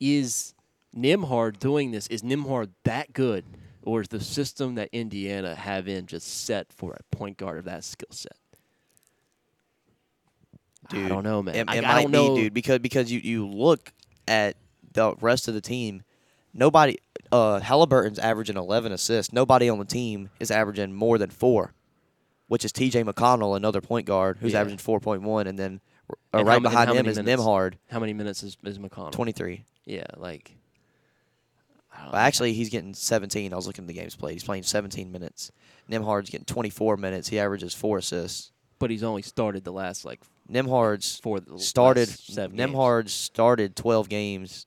Is Nimhard doing this? Is Nimhard that good, or is the system that Indiana have in just set for a point guard of that skill set? I Dude, don't know, man. It, I, it I might don't be, know. dude, because because you, you look at the rest of the team, Nobody. Uh, Halliburton's averaging 11 assists. Nobody on the team is averaging more than four, which is T.J. McConnell, another point guard who's Yeah. averaging 4.1, and then uh, And how right ma- and behind how him many is minutes? Nimhard, How many minutes is, is McConnell? 23. Yeah, like Well, actually, he's getting 17. I was looking at the games played. He's playing 17 minutes. Nimhard's getting 24 minutes. He averages four assists. but he's only started the last like Nimhard's for the started last seven games. Nemhard started 12 games.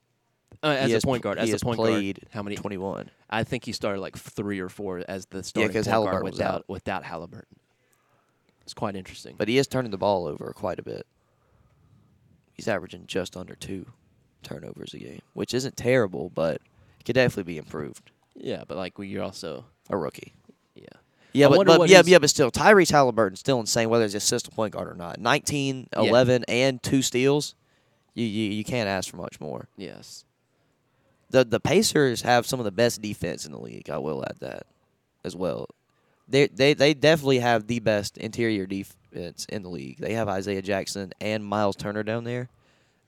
Uh, as He a has- point guard, he as a has point guard, played how many- 21. I think he started like three or four as the starting point 'cause guard Halliburton was without out. without Halliburton. It's quite interesting. But he is turning the ball over quite a bit. He's averaging just under two turnovers a game, which isn't terrible, but it could definitely be improved. yeah, but like we, you're also A rookie. yeah. Yeah, I but, wonder but what yeah, his- yeah, but still, Tyrese Halliburton's still insane whether he's a system point guard or not. 19, Yeah. 11, and two steals. You, you you can't ask for much more. Yes. The the Pacers have some of the best defense in the league. I will add that as well. They they they definitely have the best interior defense in the league. They have Isaiah Jackson and Miles Turner down there.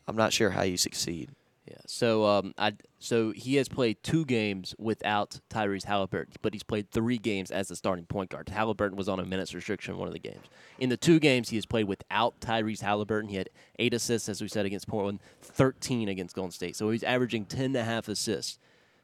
I'm not sure how you succeed. Yeah. So um, I so he has played two games without Tyrese Halliburton, but he's played three games as the starting point guard. Halliburton was on a minutes restriction in one of the games. In the two games he has played without Tyrese Halliburton, he had eight assists, as we said against Portland, thirteen against Golden State. So he's averaging ten and a half assists,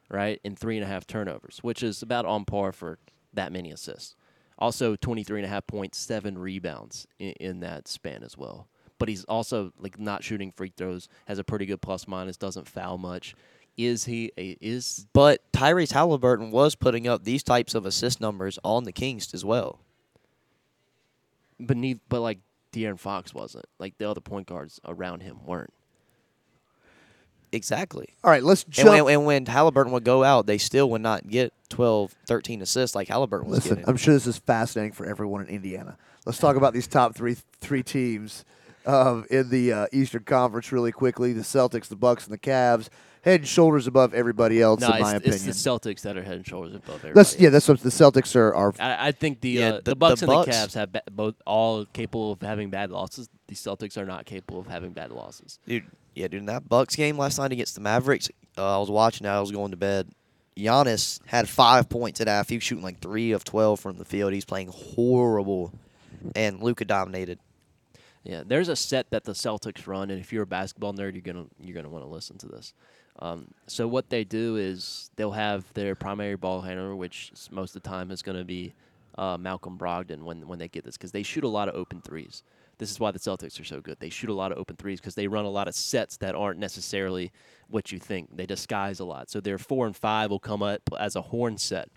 right, and three and a half turnovers, which is about on par for that many assists. Also, 23 and a half points, seven rebounds in, in that span as well. But he's also like not shooting free throws, has a pretty good plus minus, doesn't foul much. Is he a, is But Tyrese Halliburton was putting up these types of assist numbers on the Kings as well. beneath, but like De'Aaron Fox wasn't. Like the other point guards around him weren't. Exactly. All right, let's And jump. when, and when Halliburton would go out, they still would not get 12, 13 assists like Halliburton was Listen, getting. I'm sure this is fascinating for everyone in Indiana. Let's talk about these top three three teams um, in the uh, Eastern Conference really quickly: the Celtics, the Bucks, and the Cavs. Head and shoulders above everybody else, no, in it's, my it's opinion. the Celtics that are head and shoulders above everybody. Let's yeah, that's what the Celtics are. are I, I think the, Yeah, uh, the- the the Bucks and Bucks- the Cavs have ba- both all capable of having bad losses. The Celtics are not capable of having bad losses. Dude, yeah, dude, in that Bucks game last night against the Mavericks, uh, I was watching that. I was going to bed. Giannis had five points at half. He was shooting like three of 12 from the field. He's playing horrible. And Luca dominated. Yeah, there's a set that the Celtics run, and if you're a basketball nerd, you're gonna you're gonna want to listen to this. Um, so what they do is they'll have their primary ball handler, which s- most of the time is going to be uh, Malcolm Brogdon when when they get this because they shoot a lot of open threes. This is why the Celtics are so good. They shoot a lot of open threes because they run a lot of sets that aren't necessarily what you think. They disguise a lot. So their four and five will come up as a horn set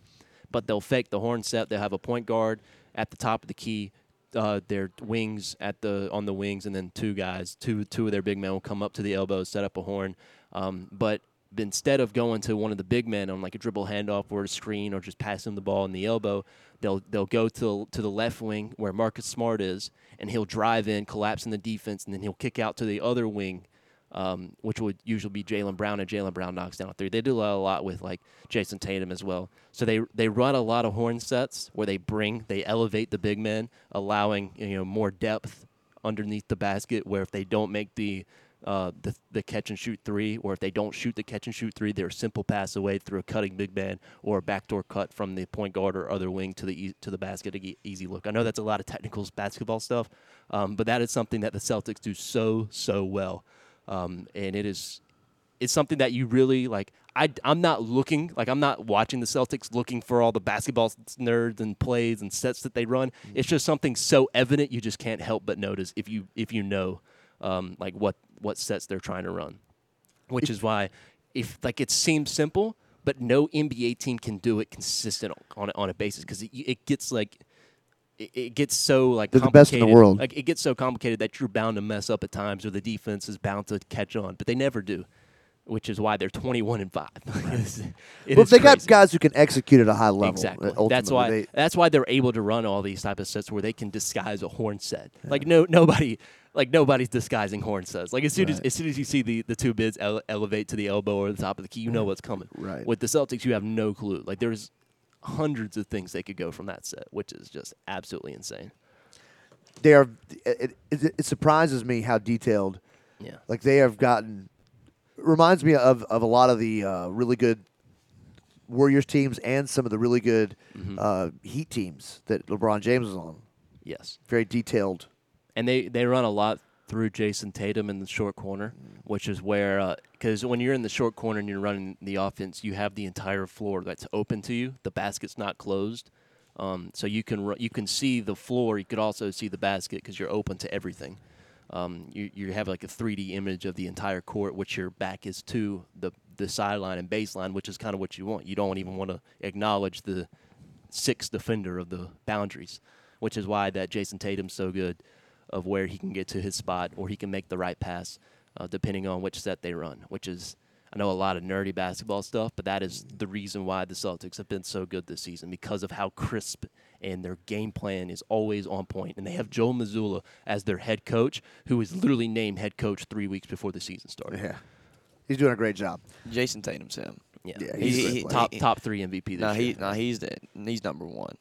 but they'll fake the horn set. They'll have a point guard at the top of the key, uh, their wings at the on the wings, and then two guys, two two of their big men will come up to the elbow, set up a horn. Um, but instead of going to one of the big men on like a dribble handoff or a screen or just passing the ball in the elbow, they'll they'll go to to the left wing where Marcus Smart is, and he'll drive in, collapsing the defense, and then he'll kick out to the other wing um, which would usually be Jalen Brown, and Jalen Brown knocks down a three. They do a lot, a lot with like Jason Tatum as well. So they they run a lot of horn sets where they bring they elevate the big men, allowing you know more depth underneath the basket. Where if they don't make the uh, the, the catch and shoot three, or if they don't shoot the catch and shoot three, they're a simple pass away through a cutting big man or a backdoor cut from the point guard or other wing to the e- to the basket, to get easy look. I know that's a lot of technicals basketball stuff, um, but that is something that the Celtics do so so well um, and it is it's something that you really like I, i'm not looking like i'm not watching the celtics looking for all the basketball s- nerds and plays and sets that they run Mm-hmm. it's just something so evident you just can't help but notice if you if you know um, like what what sets they're trying to run which is why if like it seems simple but no nba team can do it consistent on, on a basis because it, it gets like it, it gets so like They're the best in the complicated. world. Like it gets so complicated that you're bound to mess up at times, or the defense is bound to catch on, but they never do, which is why they're 21 and five. it's, it well, is they got crazy. guys who can execute at a high level. Exactly. uh, Ultimately. That's why. They- that's why they're able to run all these type of sets where they can disguise a horn set. Like no nobody, like nobody's disguising horn sets. Like as soon as as soon as you see the the two bids ele- elevate to the elbow or the top of the key, you know what's coming. Right. With the Celtics, you have no clue. Like there's hundreds of things they could go from that set, which is just absolutely insane. they are. It, it, it surprises me how detailed. Yeah. Like they have gotten reminds me of, of a lot of the uh, really good Warriors teams and some of the really good Mm-hmm. uh, Heat teams that LeBron James was on. Yes. Very detailed. and they they run a lot through Jason Tatum in the short corner, Mm. which is where because when you're in the short corner and you're running the offense, you have the entire floor that's open to you. The basket's not closed, um, so you can ru- you can see the floor. You could also see the basket because you're open to everything. Um, you you have like a 3D image of the entire court, which your back is to the the sideline and baseline, which is kind of what you want. You don't even want to acknowledge the sixth defender of the boundaries, which is why that Jason Tatum's so good of where he can get to his spot or he can make the right pass, uh, depending on which set they run. Which is, I know a lot of nerdy basketball stuff, but that is the reason why the Celtics have been so good this season because of how crisp and their game plan is always on point. And they have Joe Missoula as their head coach, who was literally named head coach three weeks before the season started. Yeah, he's doing a great job. Jason Tatum's him. Yeah, Yeah, he's, he's a he- great top player. top three MVP this Nah, year. he, nah, he's the, he's number one.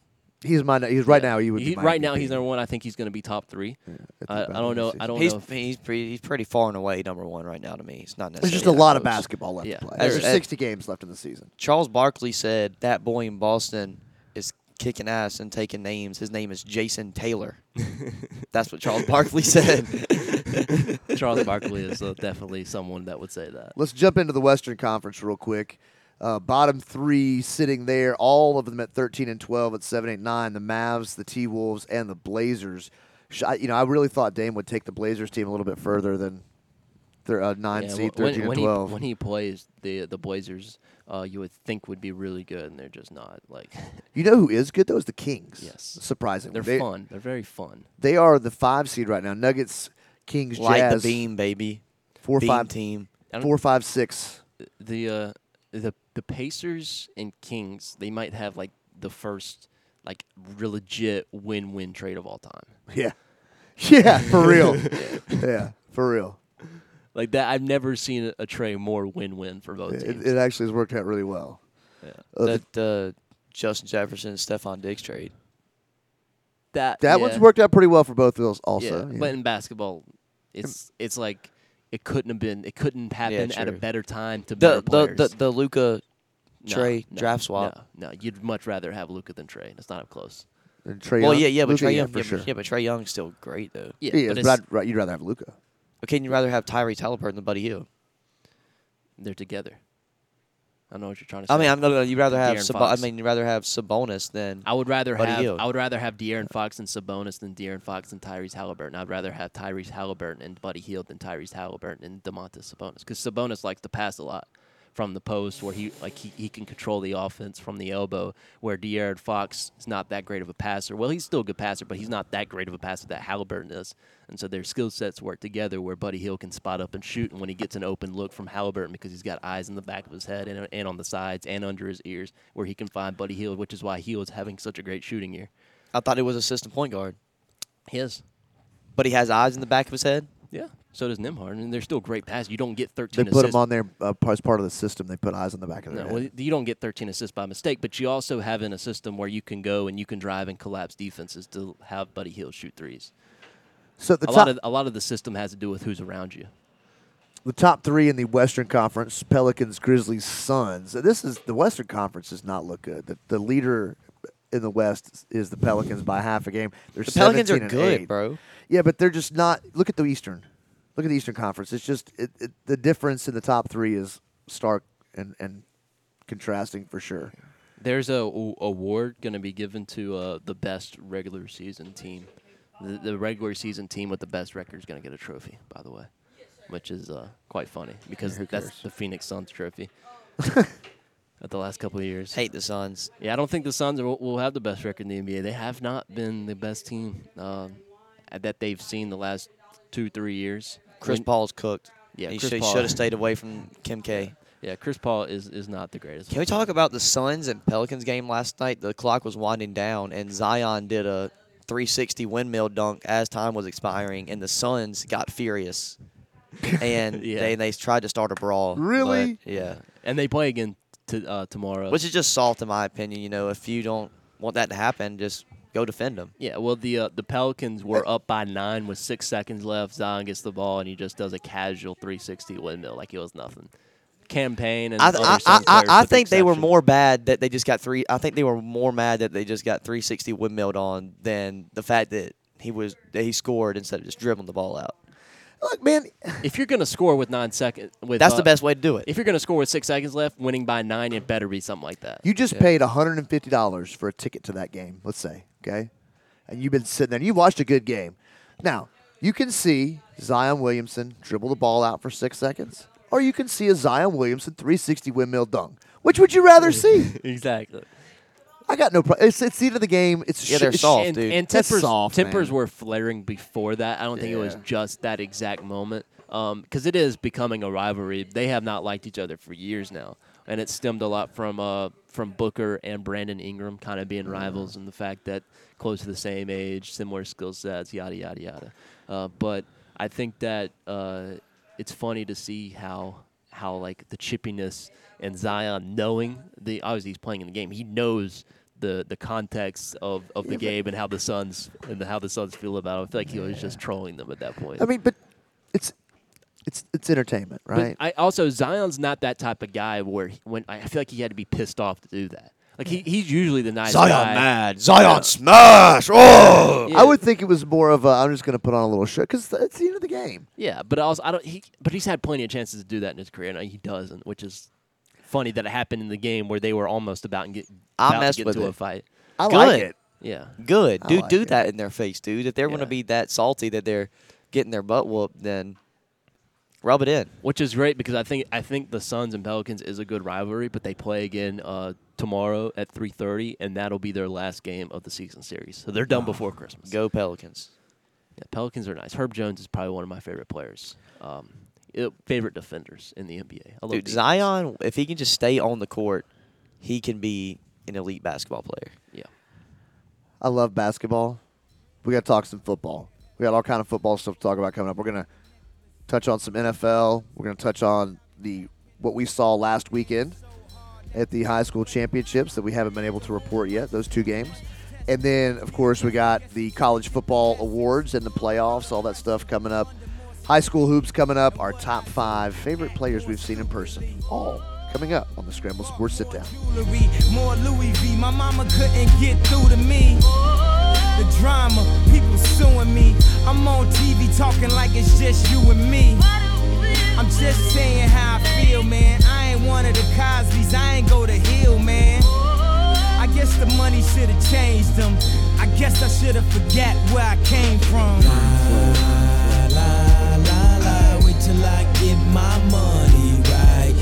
He's my. He's right Yeah. now. He would. He- be my right now, MVP. he's number one. I think he's going to be top three. I I, I think by don't the know. end of the I don't He's know. if- he's pretty he's pretty far and away number one right now to me. It's not necessarily. There's just a lot of close. basketball left Yeah. to play. As- There's as- 60 games left in the season. Charles Barkley said that boy in Boston is kicking ass and taking names. His name is Jason Taylor. That's what Charles Barkley said. Charles Barkley is uh, definitely someone that would say that. Let's jump into the Western Conference real quick. Uh, bottom three sitting there, all of them at 13 and 12 at 7, 8, 9. The Mavs, the T Wolves, and the Blazers. Sh- I- You know, I really thought Dame would take the Blazers team a little bit further than their uh, nine Yeah, seed, wh- when, 13 when and he- 12. when he plays the the Blazers, uh, you would think would be really good, and they're just not. Like you know who is good though is the Kings. Yes. surprisingly, they're They- fun. They're very fun. They are the five seed right now. Nuggets, Kings, Light Jazz, the beam, baby. four, beam five, team. I don't- four, five, six. The uh, the the Pacers and Kings, they might have like the first like real legit win win trade of all time. Yeah, yeah, for real. yeah, for real. Like that, I've never seen a, a trade more win win for both teams. It, it actually has worked out really well. Uh, the- That uh, Justin Jefferson, Stephon Diggs trade. that That yeah. one's worked out pretty well for both of those, also. yeah, yeah. But in basketball, it's it's like it couldn't have been. It couldn't happen at a true. better time to better The the, players. the the Luca No, Trey no, draft swap. No, no, you'd much rather have Luca than Trey. It's not up close. And Trae Well, Young- yeah, yeah, but Luka, Trey yeah, Young, for yeah, sure. but, yeah, but Trey Young's still great though. Yeah, he but is, it's, but I'd, right, you'd rather have Luca. Okay, you'd rather have Tyree Halliburton than Buddy Hill. they're together. I know what you're trying to say. I mean, I'm no, no, you'd rather have De'Aaron Sabo- I Fox. mean, you'd rather have Sabonis than I would rather Buddy have Hield. I would rather have De'Aaron Fox and Sabonis than De'Aaron Fox and Tyrese Halliburton. I'd rather have Tyrese Halliburton and Buddy Hield than Tyrese Halliburton and Demontis Sabonis because Sabonis likes to pass a lot from the post where he like he, he can control the offense from the elbow where De'Aaron Fox is not that great of a passer. Well, he's still a good passer, but he's not that great of a passer that Halliburton is. And so their skill sets work together where Buddy Hield can spot up and shoot, and when he gets an open look from Halliburton because he's got eyes in the back of his head and, and on the sides and under his ears where he can find Buddy Hield, which is why Hield's having such a great shooting year. I thought it was assistant point guard. He is. But he has eyes in the back of his head. Yeah. So does Nimhard, and they're still great passes. You don't get 13 They put assists him on there uh, p- as part of the system. They put eyes on the back of their No, head. well, you don't get 13 assists by mistake, but you also have in a system where you can go and you can drive and collapse defenses to have Buddy Hill shoot threes. so the A top, lot of a lot of the system has to do with who's around you. the top three in the Western Conference: Pelicans, Grizzlies, Suns. So This is the Western Conference does not look good. The, the leader in the West is the Pelicans by half a game. They're The Pelicans are 17 and good, eight. bro. Yeah, but they're just not. Look at the Eastern. Look at the Eastern Conference. It's just it, it, the difference in the top three is stark and and contrasting for sure. There's a, a- award going to be given to uh, the best regular season team. The, the regular season team with the best record is going to get a trophy, by the way, which is uh, quite funny because that's the Phoenix Suns trophy. At the last couple of years, Hate the Suns. Yeah, I don't think the Suns will, will have the best record in the NBA. They have not been the best team um, that they've seen the last two, three years. Chris When- Paul's cooked. Yeah, he Chris should Paul. have stayed away from Kim K. Yeah, Chris Paul is, is not the greatest. Can we talk about the Suns and Pelicans game last night? The clock was winding down, and Zion did a 360 windmill dunk as time was expiring, and the Suns got furious, and Yeah. they they tried to start a brawl. but, Really? yeah. And they play again t- uh, tomorrow. Which is just soft, in my opinion. You know, if you don't want that to happen, just Go defend them. Yeah, well, the uh, the Pelicans were up by nine with six seconds left. Zion gets the ball and he just does a casual 360 windmill like it was nothing. Campaign and I, other I, I, Suns I, players I took think they were exception. more bad that they just got three. I think they were more mad that they just got 360 windmilled on than the fact that he was that he scored instead of just dribbling the ball out. Look, man, If you're gonna score with nine seconds, with That's the uh, best way to do it. If you're gonna score with six seconds left, winning by nine, it better be something like that. You just paid $150 for a ticket to that game, let's say, okay? And you've been sitting there and you watched a good game. Now, you can see Zion Williamson dribble the ball out for six seconds, or you can see a Zion Williamson 360 windmill dunk. Which would you rather see? exactly. I got no problem. It's, it's the end of the game. It's Yeah, sh- they're it's- soft. and, dude. and That's tempers, soft, tempers man. were flaring before that. I don't think it was Yeah. just that exact moment because it is becoming a rivalry. They have not liked each other for years now, and it stemmed a lot from uh, from Booker and Brandon Ingram kind of being rivals and the fact that close to the same age, similar skill sets, yada yada yada. Uh, but I think that uh, it's funny to see how how like the chippiness and Zion knowing the obviously he's playing in the game. He knows the the context of, of the game and how the Suns and the, how the Suns feel about it. I feel like he was just trolling them at that point. I mean, but it's it's it's entertainment, But right? I also Zion's not that type of guy where he, when I feel like he had to be pissed off to do that. Like he, he's usually the nice guy. Zion smash! Oh, Yeah, I would think it was more of a I'm just going to put on a little show because it's the end of the game. Yeah, but also I don't. He, but he's had plenty of chances to do that in his career, and he doesn't, which is funny that it happened in the game where they were almost about and get I about to messed get with into it. a fight. I Good. like it. Yeah, good, I dude. like do it. that in their face, dude. If they're Yeah. gonna be that salty that they're getting their butt whooped, then rub it in. which is great because I think I think the Suns and Pelicans is a good rivalry, but they play again uh, tomorrow at three thirty, and that'll be their last game of the season series. So they're done before Christmas. Go Pelicans. Yeah, Pelicans are nice. Herb Jones is probably one of my favorite players, um, it- favorite defenders in the NBA. I love Dude, defense. Zion, if he can just stay on the court, he can be an elite basketball player. Yeah, I love basketball. We got to talk some football. We got all kind of football stuff to talk about coming up. We're gonna touch on some NFL. We're gonna touch on the what we saw last weekend at the high school championships that we haven't been able to report yet. Those two games, and then of course we got the college football awards and the playoffs. All that stuff coming up. High school hoops coming up. Our top five favorite players we've seen in person. All coming up on the Scramble Sports Sit Down. Jewelry, more Louis V. My mama couldn't get through to me. The drama, people suing me. I'm on TV talking like it's just you and me. I'm just saying how I feel, man. I ain't one of the Cosby's, I ain't go to Hill, man. I guess the money should have changed them. I guess I should have forgot where I came from. wait till I get my money right.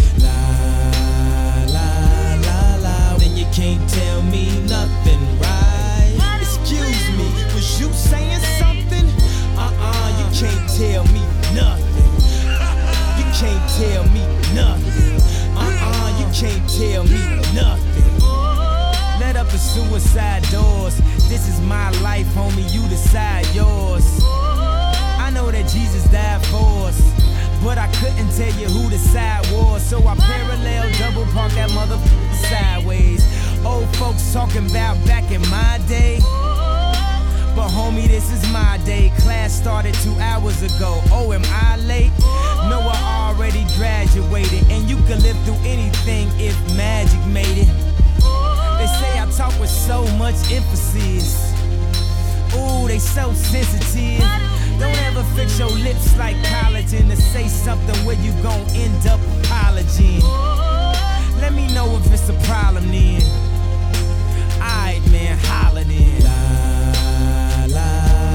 La, la, la, la. Then you can't tell me nothing right. Excuse me, was you saying something? Uh-uh, you can't tell me nothing. You can't tell me nothing. Uh-uh, you can't tell me nothing. Let up the suicide doors. This is my life, homie. You decide yours. I know that Jesus died for us, but I couldn't tell you who the side was. So I parallel double park that motherfucker sideways. Old folks talking about back in my day. But homie, this is my day. Class started two hours ago. Oh, am I late? No, I already graduated. And you could live through anything if magic made it. They say I talk with so much emphasis. Ooh, they so sensitive. Don't ever fix your lips like collagen to say something where you gon' end up apologizing. Let me know if it's a problem then. Alright, man, holla then. La, la,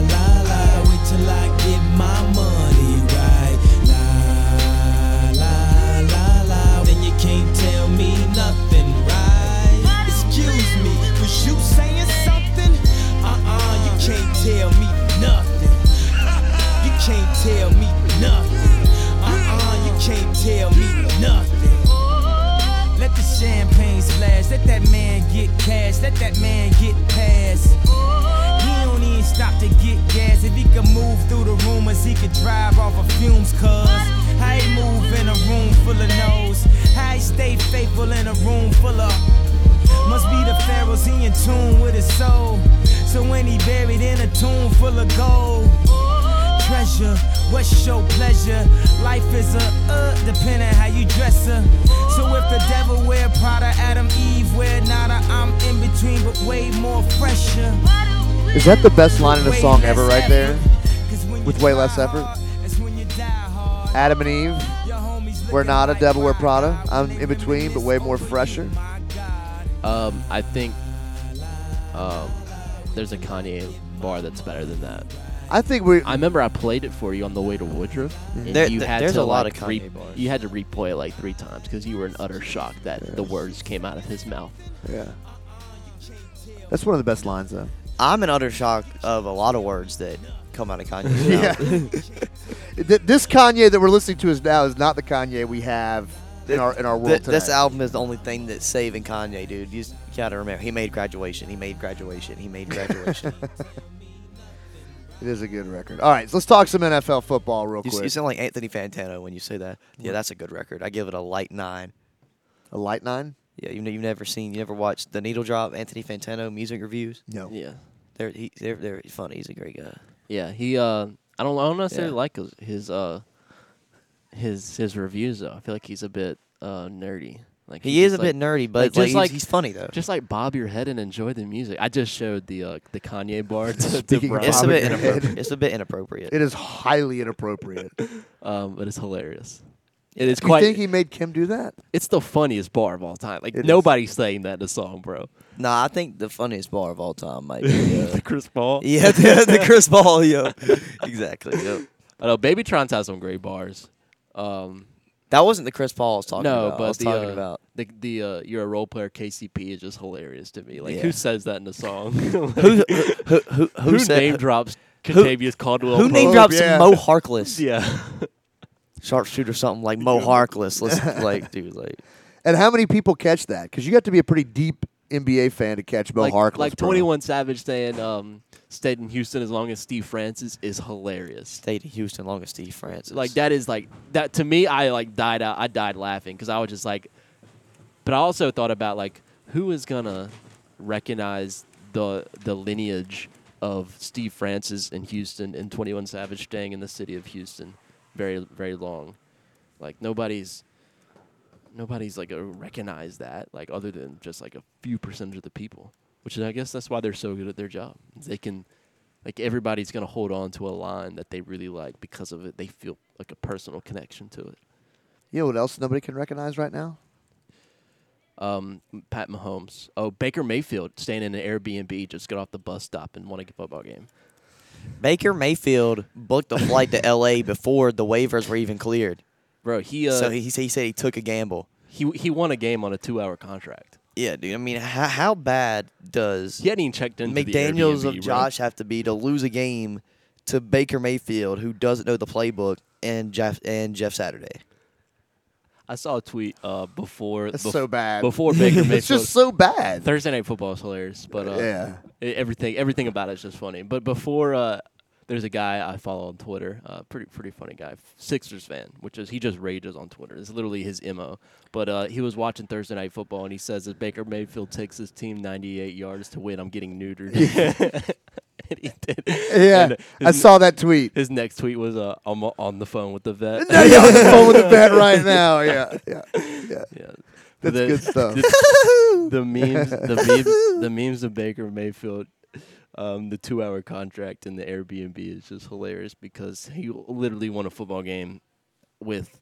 la, la. Wait till I get my money right. La, la, la, la. Then you can't tell me nothing right. Excuse me, was you saying something? Uh-uh, you can't tell me nothing. You can't tell me nothing. Uh-uh, you can't tell me nothing. Let the champagne splash. Let that man get cash. Let that man get past. He don't even stop to get gas. If he could move through the rumors, he could drive off of fumes, cuz. How he move in a room full of no's? How he stay faithful in a room full of. Must be the pharaohs, he in tune with his soul. So when he buried in a tomb full of gold, treasure, what's your pleasure? Life is a uh, depending how you dress her. So if the devil wear Prada, Adam Eve wear Nada, I'm in between, but way more fresher. Is that the best line in a song ever, right there? With way less effort? Adam and Eve, we're not a devil, we're Prada. I'm in between, but way more fresher. Um, I think um, there's a Kanye bar that's better than that. I think we. I remember I played it for you on the way to Woodruff, and There- you there- had there's to a lot like of Kanye re- bars. You had to replay it like three times because you were in utter shock that the words came out of his mouth. Yeah. That's one of the best lines, though. I'm in utter shock of a lot of words that come out of Kanye's Yeah. mouth. Th- this Kanye that we're listening to is now is not the Kanye we have in our in our world Th- today. this album is the only thing that's saving Kanye, dude. You just gotta remember, he made graduation. He made graduation. He made graduation. It is a good record. All right, so let's talk some NFL football real you, s- quick. you sound like Anthony Fantano when you say that. Yeah, that's a good record. I give it a light nine. a light nine? Yeah, you know, you've never seen, you never watched the Needle Drop Anthony Fantano music reviews. No. Yeah, They're he, they're, they're funny. He's a great guy. yeah. He. Uh, I don't. I don't necessarily Yeah. like his, his uh his his reviews though. I feel like he's a bit uh nerdy. Like He he's is just, a bit nerdy, but, like, he's- he's funny, though. Just like bob your head and enjoy the music. I just showed the uh, the Kanye bar to, to Speaking of Brian. It's a Bob bit Dylan. inappropriate. It's a bit inappropriate. It is highly inappropriate. um, but it's hilarious. It is you quite. think he made Kim do that? it's the funniest bar of all time. Like It is. nobody's saying that in a song, bro. Nah, I think the funniest bar of all time might be. Uh, the Chris Paul. yeah, the, the Chris Ball. Yo, exactly. Yo. I know Baby Tron's has some great bars. Um, That wasn't the Chris Paul I was talking no, about. but I was the, talking uh, about the the uh, you're a role player KCP is just hilarious to me. Like Yeah. who says that in a song? Like, who who who, who, who said, name drops Contavious Caldwell? who name Pope? drops yeah. Mo Harkless, Yeah, sharpshooter something like Mo Harkless? Let's like, dude, like And how many people catch that? Because you got to be a pretty deep NBA fan to catch Mo like, Harkless. like bro. 21 Savage saying um, stayed in Houston as long as Steve Francis is hilarious. stayed in Houston long as Steve Francis. Like that is like that to me. I like died out. I died laughing because I was just like. But I also thought about like who is gonna recognize the the lineage of Steve Francis in Houston and Twenty One Savage staying in the city of Houston very very long. Like nobody's nobody's like gonna recognize that like other than just like a few percentage of the people. Which is I guess that's why they're so good at their job. They can like everybody's gonna hold on to a line that they really like because of it. They feel like a personal connection to it. You know what else nobody can recognize right now? Um, Pat Mahomes. Oh, Baker Mayfield staying in an Airbnb just got off the bus stop and won a football game. Baker Mayfield booked a flight to L.A. before the waivers were even cleared. Bro, he uh, so he he said he took a gamble. he he won a game on a two-hour contract. Yeah, dude. I mean, how, how bad does He hadn't even checked into the McDaniel's Airbnb, of bro. Josh have to be to lose a game to Baker Mayfield, who doesn't know the playbook, and Jeff and Jeff Saturday? I saw a tweet uh before That's bef- so bad. before Baker Mayfield. It's just so bad. Thursday night football is hilarious, but uh, Yeah. e- everything everything about it is just funny. But before uh, there's a guy I follow on Twitter, uh, pretty pretty funny guy, Sixers fan, which is he just rages on Twitter. It's literally his mo. But uh, he was watching Thursday night football and he says if Baker Mayfield takes his team 98 yards to win, I'm getting neutered. and he did. yeah, And I his, saw that tweet. his next tweet was uh, I'm on the phone with the vet. No, yeah, on the phone with the bet right now. Yeah, yeah, yeah. Yeah. That's good stuff. The, the memes, the memes, the memes of Baker Mayfield, um, the two-hour contract and the Airbnb is just hilarious because he literally won a football game with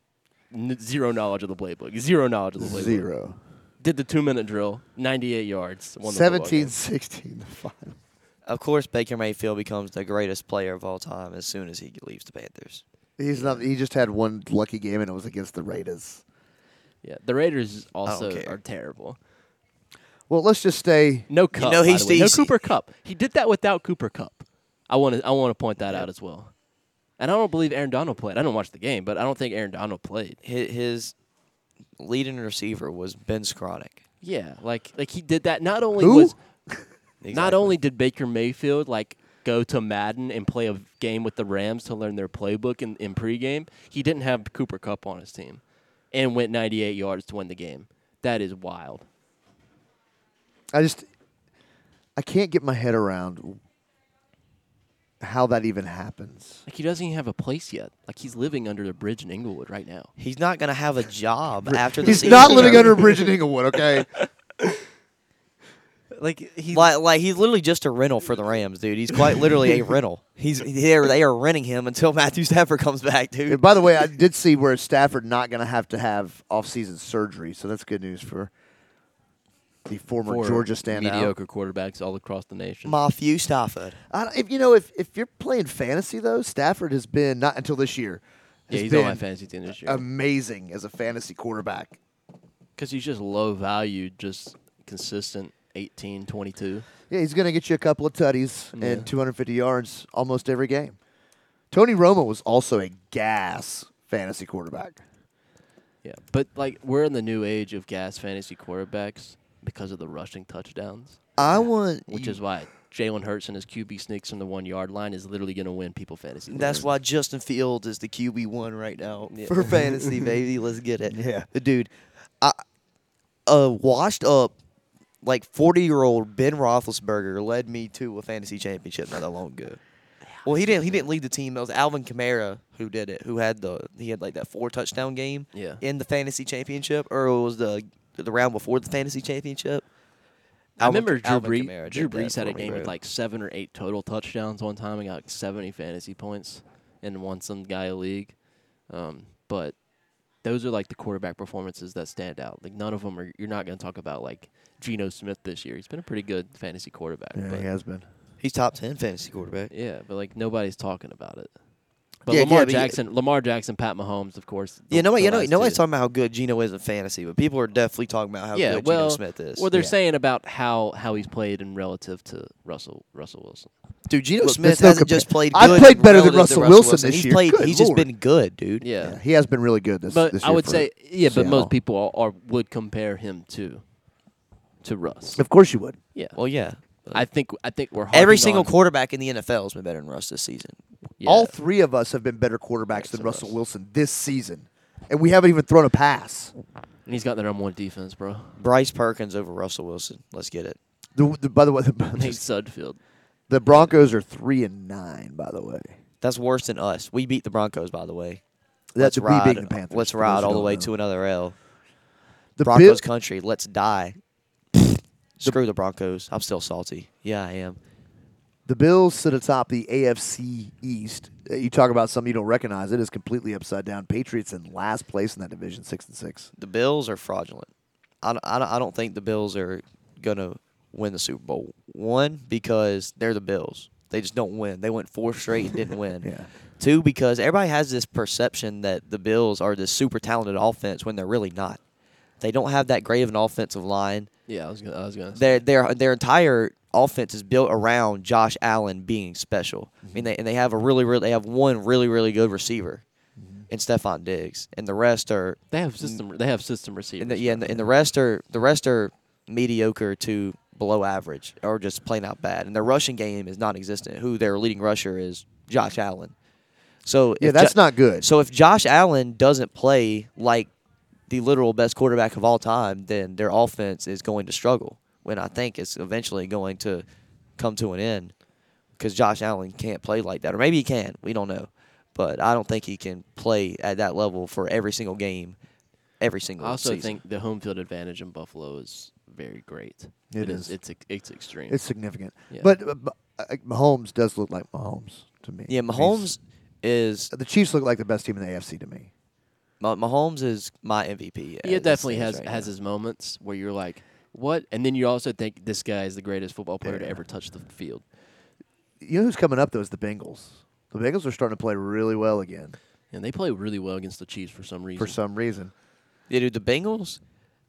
n- zero knowledge of the playbook, zero knowledge of the playbook. Zero. Did the two-minute drill, 98 yards, won the football 17 game. 16 the final. Of course, Baker Mayfield becomes the greatest player of all time as soon as he leaves the Panthers. He's not he just had one lucky game and it was against the Raiders. Yeah, the Raiders also care. are terrible. Well, let's just stay No cup. know, by he's- the way. no he's- Cooper Cup. He did that without Cooper Cup. I want to. I want to point that out as well. And I don't believe Aaron Donald played. I don't watch the game, but I don't think Aaron Donald played. His, his leading receiver was Ben Skronik. Yeah, like like he did that. Not only Who? was not Exactly. only did Baker Mayfield like go to Madden and play a game with the Rams to learn their playbook in, in pregame, he didn't have Cooper Cup on his team, and went 98 yards to win the game. That is wild. I just I can't get my head around how that even happens. Like he doesn't even have a place yet. Like he's living under a bridge in Inglewood right now. He's not gonna have a job after the He's season. not living under a bridge in Inglewood, okay? Like he's like, like he's literally just a rental for the Rams, dude. He's quite literally a rental. He's they are, they are renting him until Matthew Stafford comes back, dude. And by the way, I did see where Stafford not going to have to have off-season surgery, so that's good news for the former For Georgia standout. Mediocre quarterbacks all across the nation. Matthew Stafford. I don't, if you know if if you're playing fantasy though, Stafford has been not until this year. Yeah, has he's on my been fantasy team this year. Amazing as a fantasy quarterback. Because he's just low value, just consistent 18, 22. Yeah, he's going to get you a couple of tutties Yeah. and 250 yards almost every game. Tony Romo was also a gas fantasy quarterback. Yeah, but like we're in the new age of gas fantasy quarterbacks because of the rushing touchdowns, I want which is why Jalen Hurts and his QB sneaks from the one yard line is literally going to win people fantasy. That's leagues. why Justin Fields is the QB one right now Yeah. for fantasy, baby. Let's get it. Yeah. dude, I, a washed up like forty year old Ben Roethlisberger led me to a fantasy championship not that long ago. Well, he didn't. He didn't lead the team. It was Alvin Kamara who did it. Who had the he had like that four touchdown game. Yeah. in the fantasy championship, or it was the the round before the fantasy championship. I Alvin- remember Drew, Alvin Bree- Kamara did Drew that Brees had for a me, game with bro. like seven or eight total touchdowns one time and got like 70 fantasy points and won some guy a league. Um, but those are like the quarterback performances that stand out. Like none of them are, you're not going to talk about like Geno Smith this year. He's been a pretty good fantasy quarterback. but, has been. he's top ten fantasy quarterback. yeah, but like nobody's talking about it. But Yeah, yeah, Lamar but you- Jackson, Lamar Jackson, Pat Mahomes, of course. Yeah, no, the you know, last nobody's two. talking about how good Geno is in fantasy, but people are definitely talking about how yeah, good well, Geno Smith is. well, they're saying about how how he's played in relative to Russell Russell Wilson. dude, Geno Look, Smith there's no hasn't compar- just played. I good played better than relative to Russell Wilson this he's year. Played, Good he's lord. just been good, dude. Yeah, He has been really good this, but this year. I would for say yeah, but Seattle. most people are, are would compare him to to Russ. Of course you would. Yeah, Well, yeah. I think I think we're Every harping single on- quarterback in the NFL has been better than Russ this season. yeah. All three of us have been better quarterbacks than Except Russell us. Wilson this season, and we haven't even thrown a pass. and he's got the number one defense, bro. Bryce Perkins over Russell Wilson. Let's get it. The, the, by the way, Nate the, Sudfield. the Broncos are three and nine. By the way, That's worse than us. We beat the Broncos, by the way. that's Let's we ride. beating the Panthers. Let's for those ride who all the don't way know. to another L. the Broncos Broncos. country. Let's die. Screw the Broncos. I'm still salty. Yeah, I am. the Bills sit atop the AFC East. Uh, You talk about something you don't recognize. It is completely upside down. Patriots in last place in that division, six and six. the Bills are fraudulent. I don't, I don't, I don't think the Bills are going to win the Super Bowl. One, because they're the Bills. They just don't win. They went four straight and didn't win. Yeah. Two, because everybody has this perception that the Bills are this super talented offense when they're really not. They don't have that great of an offensive line. Yeah, I was gonna. I was gonna. say- Their their their entire offense is built around Josh Allen being special. I mean, they, and they have a really really they have one really really good receiver, and Stephon Diggs, and the rest are They have system. They have system receivers. Mm. and the, yeah, and the, and the rest are the rest are mediocre to below average or just plain out bad. And their rushing game is non-existent. Who their leading rusher is Josh Allen. So Yeah, if that's Jo- not good. So if Josh Allen doesn't play like the literal best quarterback of all time, then their offense is going to struggle. When I think it's eventually going to come to an end because Josh Allen can't play like that, or maybe he can. We don't know, but I don't think he can play at that level for every single game, every single. I also season. think the home field advantage in Buffalo is very great. It is. It's ex- it's extreme. It's significant. Yeah. But, uh, but uh, Mahomes does look like Mahomes to me. Yeah, He's- Uh, Mahomes is the Chiefs look like the best team in the AFC to me. Ma- Mahomes is my MVP. he at this definitely stage has right has now. his moments where you're like, what? And then you also think this guy is the greatest football player to Yeah. ever touch the field. You know who's coming up though is the Bengals. The Bengals are starting to play really well again And they play really well against the Chiefs for some reason. for some reason. Yeah, dude, the Bengals.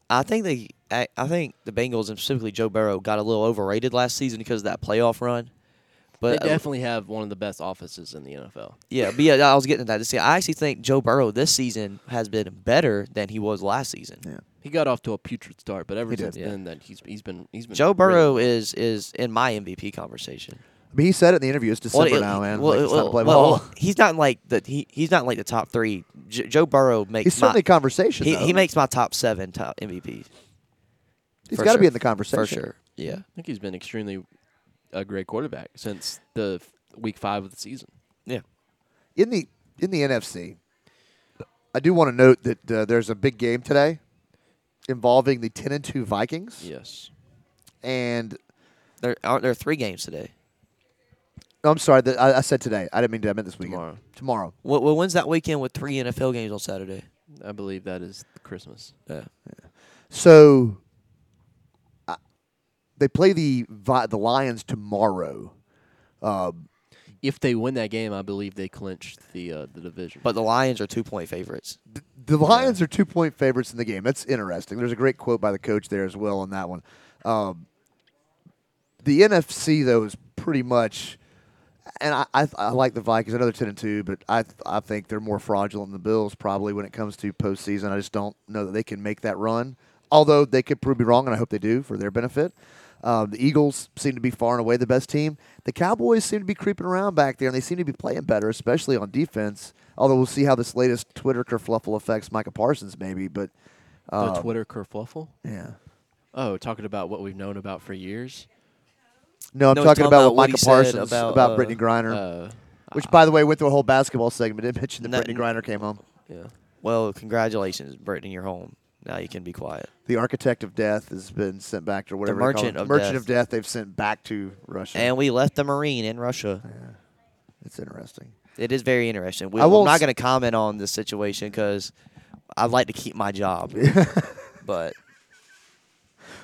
I think they. I, I think the Bengals and specifically Joe Burrow got a little overrated last season because of that playoff run. they But uh, definitely have one of the best offices in the NFL. yeah, but yeah, I was getting to that. See, I actually think Joe Burrow this season has been better than he was last season. Yeah. He got off to a putrid start, but ever He did, since yeah. then, that he's he's been he's been Joe really- Burrow is is in my MVP conversation. I mean, he said it in the interview. It's December it- now, man. well, Like, it's time well, to play well, ball. he's not like the he, he's not like the top three. J- Joe Burrow makes He's certainly my, a conversation. he, though. he makes my top seven top MVPs. He's for got to sure. be in the conversation For sure. Yeah. I think he's been extremely a great quarterback since the f- week five of the season. Yeah. In the in the NFC, I do want to note that uh, there's a big game today involving the ten and two Vikings. Yes. And there aren't there three games today. No, I'm sorry. That I, I said today. I didn't mean to. I meant this weekend. Tomorrow. Tomorrow. Well, well, when's that weekend with three NFL games on Saturday? I believe that is Christmas. Yeah. So I they play the Vi- the Lions tomorrow. Um, If they win that game, I believe they clinched the uh, the division. But the Lions are two point favorites. the Lions are two point favorites in the game. That's interesting. There's a great quote by the coach there as well on that one. Um, the NFC though is pretty much, and I, I, I like the Vikings. I know they're ten and two, but I I think they're more fraudulent than the Bills probably when it comes to postseason. I just don't know that they can make that run. Although they could prove me wrong, and I hope they do for their benefit. Um, the Eagles seem to be far and away the best team. The Cowboys seem to be creeping around back there, and they seem to be playing better, especially on defense. Although we'll see how this latest Twitter kerfluffle affects Micah Parsons, maybe. But uh, the Twitter kerfluffle. yeah. Oh, talking about what we've known about for years. No, I'm No, talking, talking about, about what what he Micah said Parsons about, about, uh, Brittany Griner, uh, which, by the way, went through a whole basketball segment. It mentioned that Not- Brittany Griner came home, Yeah. Well, congratulations, Brittany. You're home. Now you can be quiet. the architect of death has been sent back to whatever they call merchant it. of merchant death. of death. They've sent back to Russia. And we left the Marine in Russia. it's interesting. It is very interesting. We, I I'm won't not s- going to comment on this situation because I'd like to keep my job. but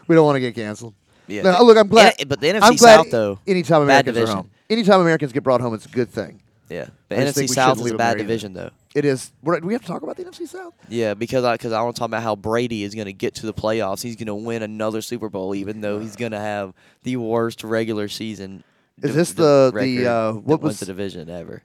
We don't want to get canceled. Yeah. No, look, I'm glad. Yeah, but the I'm NFC glad South, though, Anytime bad Americans are division. home. Anytime Americans get brought home, it's a good thing. yeah, the I just NFC think we South shouldn't is leave a them bad there either. division, though. It is. We're, we have to talk about the NFC South. Yeah, because I because I want to talk about how Brady is going to get to the playoffs. He's going to win another Super Bowl, even though he's going to have the worst regular season. Is d- this d- the- the, record uh, that what wins was- the division ever?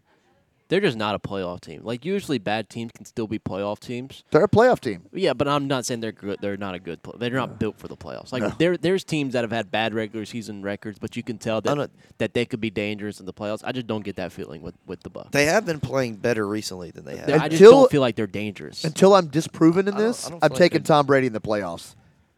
They're just not a playoff team. Like usually, bad teams can still be playoff teams. They're a playoff team. Yeah, but I'm not saying they're good. They're not a good. Play. They're not built for the playoffs. Like No. there, there's teams that have had bad regular season records, but you can tell I that don't- that they could be dangerous in the playoffs. I just don't get that feeling with with the Bucks. They have been playing better recently than they have. They're- I just Until- don't feel like they're dangerous. Until I'm disproven in I don't- this, I don't I'm feel like taking they're- Tom Brady in the playoffs.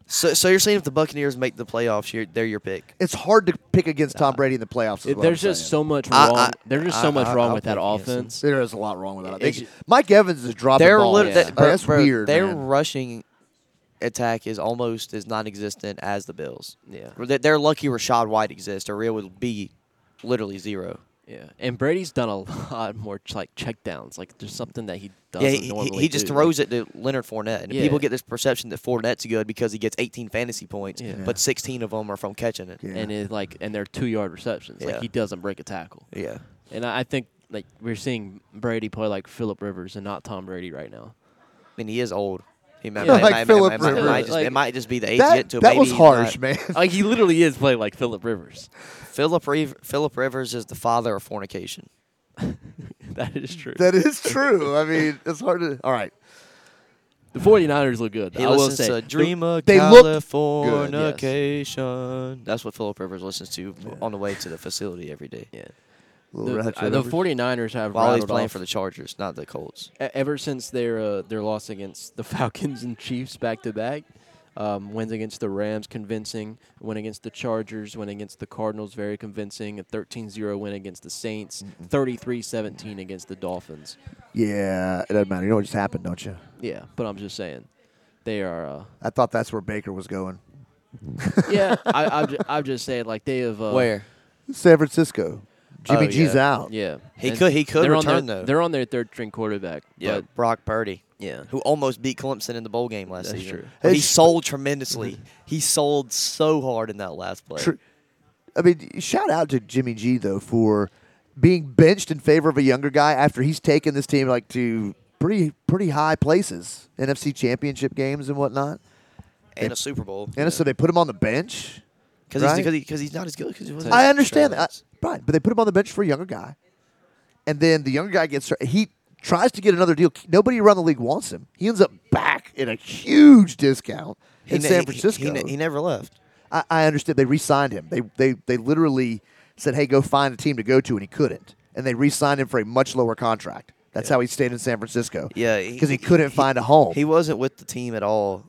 So, so you're saying if the Buccaneers make the playoffs, you're, they're your pick. It's hard to pick against Tom Brady in the playoffs. Is It- what there's I'm just saying. so much I- wrong. I- there's just so I- much I- wrong I'll with that pick against them. offense. There is a lot wrong with that. It's- Mike Evans is dropping They're balls. lit- that- Like, bro, that's bro, weird. Their man. rushing attack is almost as non-existent as the Bills. Yeah. They're, they're lucky Rashad White exists, or it would be literally zero. Yeah, and Brady's done a lot more ch- like checkdowns. Like there's something that he doesn't Yeah, he, he, normally. he just do. throws it to Leonard Fournette, and Yeah. people get this perception that Fournette's good because he gets 18 fantasy points, Yeah. but 16 of them are from catching it. Yeah. and it like and they're two yard receptions. Yeah. Like he doesn't break a tackle. Yeah. And I I think like we're seeing Brady play like Philip Rivers and not Tom Brady right now. I mean, he is old. He might, Yeah, might- like might- Philip might- might- Rivers. might just- Like- it might just be the age That- yet to that maybe was he's harsh, not- man. like he literally is playing like Philip Rivers. Philip, Rev- Philip Rivers is the father of fornication. that is true. That is true. I mean, it's hard to. All right. the 49ers look good. He I will listens say. to Dream of they look good, yes. Californication. That's what Philip Rivers listens to on the way to the facility every day. Yeah. Little The, retro uh, the numbers. 49ers have While he's rattled playing off- for the Chargers, not the Colts. e- ever since their uh, their loss against the Falcons and Chiefs back to back, um, wins against the Rams convincing, win against the Chargers, win against the Cardinals very convincing, a 13-0 win against the Saints, 33-17 against the Dolphins. Yeah, it doesn't matter. You know what just happened, don't you? Yeah, but I'm just saying, they are. Uh, I thought that's where Baker was going. yeah, I, I'm, ju- I'm just saying like they have. Uh, San Francisco. Jimmy Oh, G's yeah. out. Yeah, He and could- he could they're on return, their, though. They're on their third string quarterback. Yeah, but Brock Purdy, yeah, who almost beat Clemson in the bowl game last That's season. true. But he It's- sold tremendously. he sold so hard in that last play. True. I mean, shout out to Jimmy G though for being benched in favor of a younger guy after he's taken this team like to pretty pretty high places, NFC Championship games and whatnot. And a Super Bowl. And so they put him on the bench. Because right? he's, 'cause he- 'cause he's not as good. 'cause he wasn't I as understand that, extravagant. I- right? But they put him on the bench for a younger guy, and then the younger guy gets hurt. he tries to get another deal. Nobody around the league wants him. He ends up back at a huge discount He in ne- San he- he- Francisco. He, ne- he never left. I, I understood they re-signed him. They they they literally said, "Hey, go find a team to go to," and he couldn't. And they re-signed him for a much lower contract. That's how he stayed in San Francisco. Yeah, because he, couldn't find a home. He wasn't with the team at all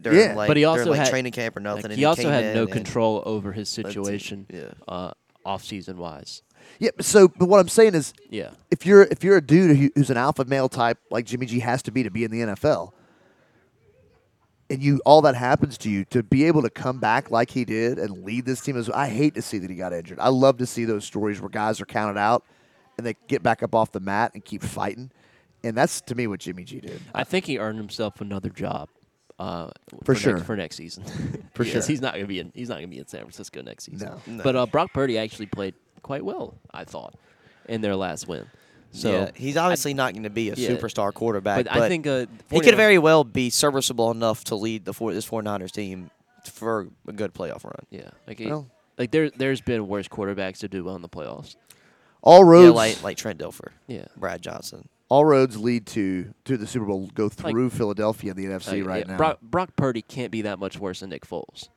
during Yeah. like but he also during, like had, training camp or nothing. like, and he also came had in no and- control over his That's it. situation uh, off season wise. Yeah. but So, but what I'm saying is, Yeah. if you're if you're a dude who, who's an alpha male type like Jimmy G has to be to be in the NFL, and you all that happens to you to be able to come back like he did and lead this team is I hate to see that he got injured. I love to see those stories where guys are counted out and they get back up off the mat and keep fighting, and that's to me what Jimmy G did. I think he earned himself another job. Uh, For next- sure. for next season, For Because sure. he's not gonna be in he's not gonna be in San Francisco next season. No. No. But uh, Brock Purdy actually played quite well, I thought, in their last win. So yeah, he's obviously not going to be a yeah. superstar quarterback, But I think, uh, he could 49ers very well be serviceable enough to lead the four, this 49ers team for a good playoff run. Yeah, like he- Well- like there there's been worse quarterbacks to do well in the playoffs. All roads yeah, like like Trent Dilfer, Yeah. Brad Johnson. all roads lead to to the Super Bowl go through Philadelphia and the Oh, NFC Like, right yeah, now. Brock, Brock Purdy can't be that much worse than Nick Foles.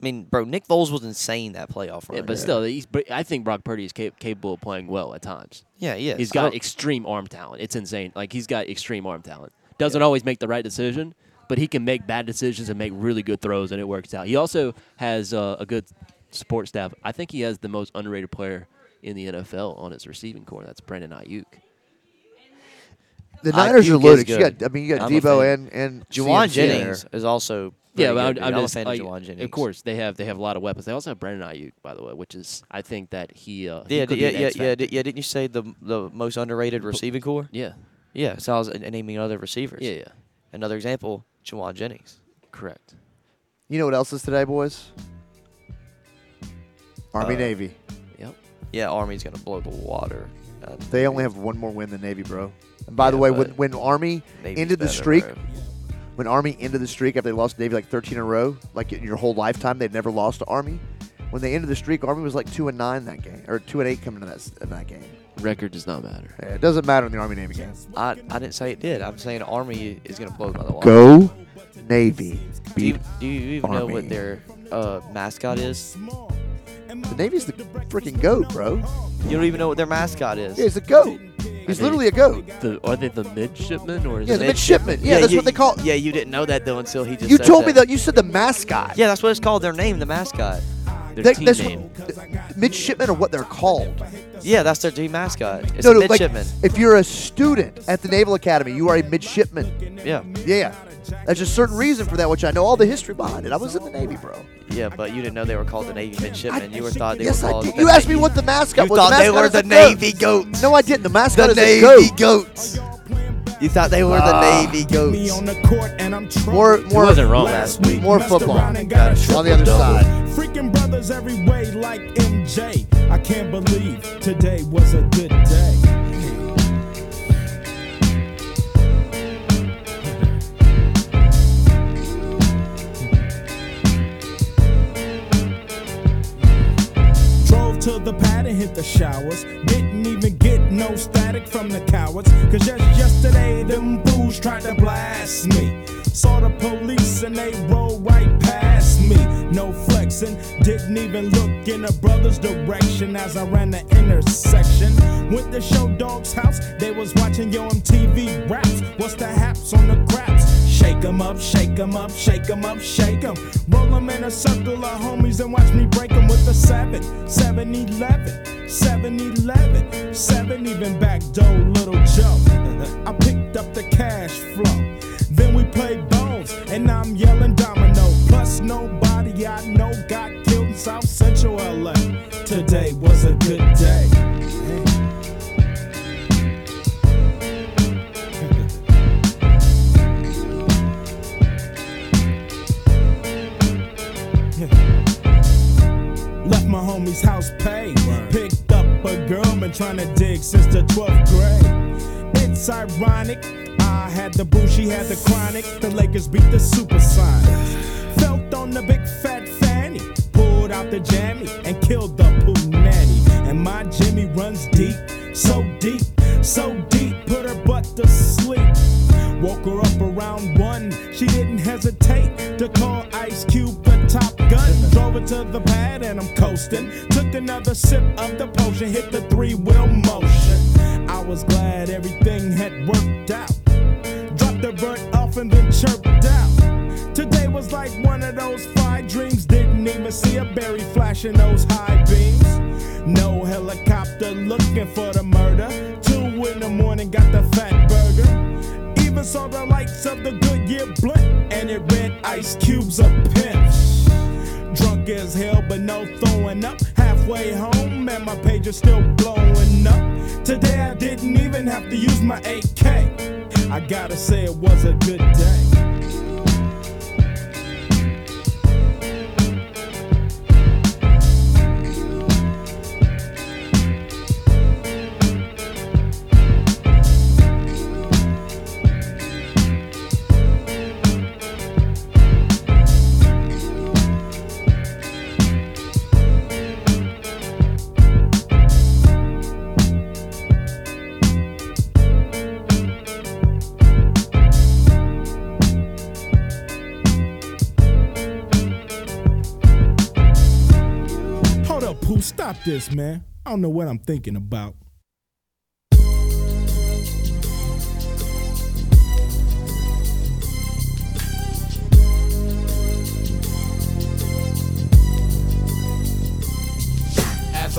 I mean, bro, Nick Foles was insane that playoff run. Yeah, but still, he's, but I think Brock Purdy is cap- capable of playing well at times. Yeah, he is. He's I got don't- extreme arm talent. It's insane. Like he's got extreme arm talent. Doesn't always make the right decision, but he can make bad decisions and make really good throws, and it works out. He also has uh, a good support staff. I think he has the most underrated player in the NFL on his receiving core. That's Brandon Ayuk. The I- Niners he are is loaded. You good. got, I mean, you got I'm a Debo fan. and and Juwan CMC Jennings there. is also Yeah, but pretty good, I'm, I'm dude. I'm a just fan like, of Juwan Jennings. of course they have they have a lot of weapons. They also have Brandon Ayuk, by the way, which is I think that he uh, he Yeah, could yeah, be an yeah, X yeah, factor. di- yeah. Didn't you say the the most underrated receiving core? yeah. Yeah. So I was naming other receivers. Yeah, yeah. Another example, Juwan Jennings. correct. You know what else is today, boys? Army Navy. Yep. Uh, Yeah, Army's gonna blow the water. Uh, They only have one more win than Navy, bro. And by the Yeah, way, when, but when Army Navy's ended the better, streak, bro. when Army ended the streak after they lost to Navy like 13 in a row, like in your whole lifetime, they'd never lost to Army. When they ended the streak, Army was like two and nine that game, or two and eight coming into that, s- in that game. Record does not matter. Yeah, it doesn't matter in the Army Navy game. I, I didn't say it did. I'm saying Army is gonna blow by the water. Go Navy. Do you, Beat do you even know Army. what their uh, mascot is? The Navy's the freaking goat, bro. You don't even know what their mascot is. Yeah, he's a goat. He's literally a goat. The, are they the midshipmen or is Yeah, it the midshipman. Yeah, that's you- what they call. Yeah, you didn't know that though until he just. You said told me that. You said the mascot. Yeah, that's what it's called. Their name, the mascot. their That- team that's name? what, th- midshipmen are what they're called. Yeah, that's their team mascot. It's a like, midshipman. if you're a student at the Naval Academy, you are a midshipman. yeah, Yeah, there's a certain reason for that, which I know all the history behind it. I was in the Navy, bro. yeah, but you didn't know they were called the Navy midshipmen. you were thought they yes, were I called. did. the You asked me Navy- what the mascot You was. thought the they mascot were is the a goat. Navy goats. No, I didn't. The mascot The is a Navy goat. Ah. goats. You thought they were the Navy goats. on the court and I'm troubled. More, more, wasn't wrong. Last week, more messed football around and got a on the other triple-double. side. Freaking brothers every way like MJ. I can't believe today was a good day. Drove to the pad and hit the showers. Didn't even get no static from the cowards. Cause just yesterday, them fools tried to blast me. Saw the police and they rolled right past me. No flexing, didn't even look in a brother's direction as I ran the intersection. Went to show dog's house, they was watching yo MTV raps. What's the haps on the craps? Shake 'em up, shake 'em up, shake 'em up, shake 'em. Roll 'em in a circle of homies and watch me break 'em with a 7, 7 11, 7 11, 7 even back door, little Joe. I picked up the cash flow. Then we played bones, and I'm yelling domino. Plus, nobody I know got killed in South Central LA. Today was a good day. Left my homie's house paid. Picked up a girl, been trying to dig since the 12th grade. It's ironic. I had the boo, she had the chronic. The Lakers beat the supersonics. Felt on the big fat fanny. Pulled out the jammy and killed the poo nanny. And my Jimmy runs deep, so deep, so deep. Put her butt to sleep. Woke her up around one. She didn't hesitate to call Ice Cube the top gun. Drove her to the pad and I'm coasting. Took another sip of the potion, hit the three wheel motion. I was glad everything had worked out. Dropped the bird off and then chirped out. feels like one of those fried dreams. Didn't even see a berry flashing those high beams. No helicopter looking for the murder. Two in the morning, got the fat burger. Even saw the lights of the Goodyear blimp, and it read ice cubes of pimps. Drunk as hell, but no throwing up. Halfway home, and my page is still blowing up. Today I didn't even have to use my AK. I gotta say, it was a good day. Hold up, Pooh, stop this, man. I don't know what I'm thinking about. As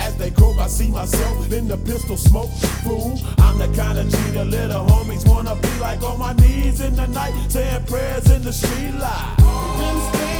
As they croak, I see myself in the pistol smoke. Fool, I'm the kind of G the little homies wanna be like on my knees in the night, saying prayers in the street light.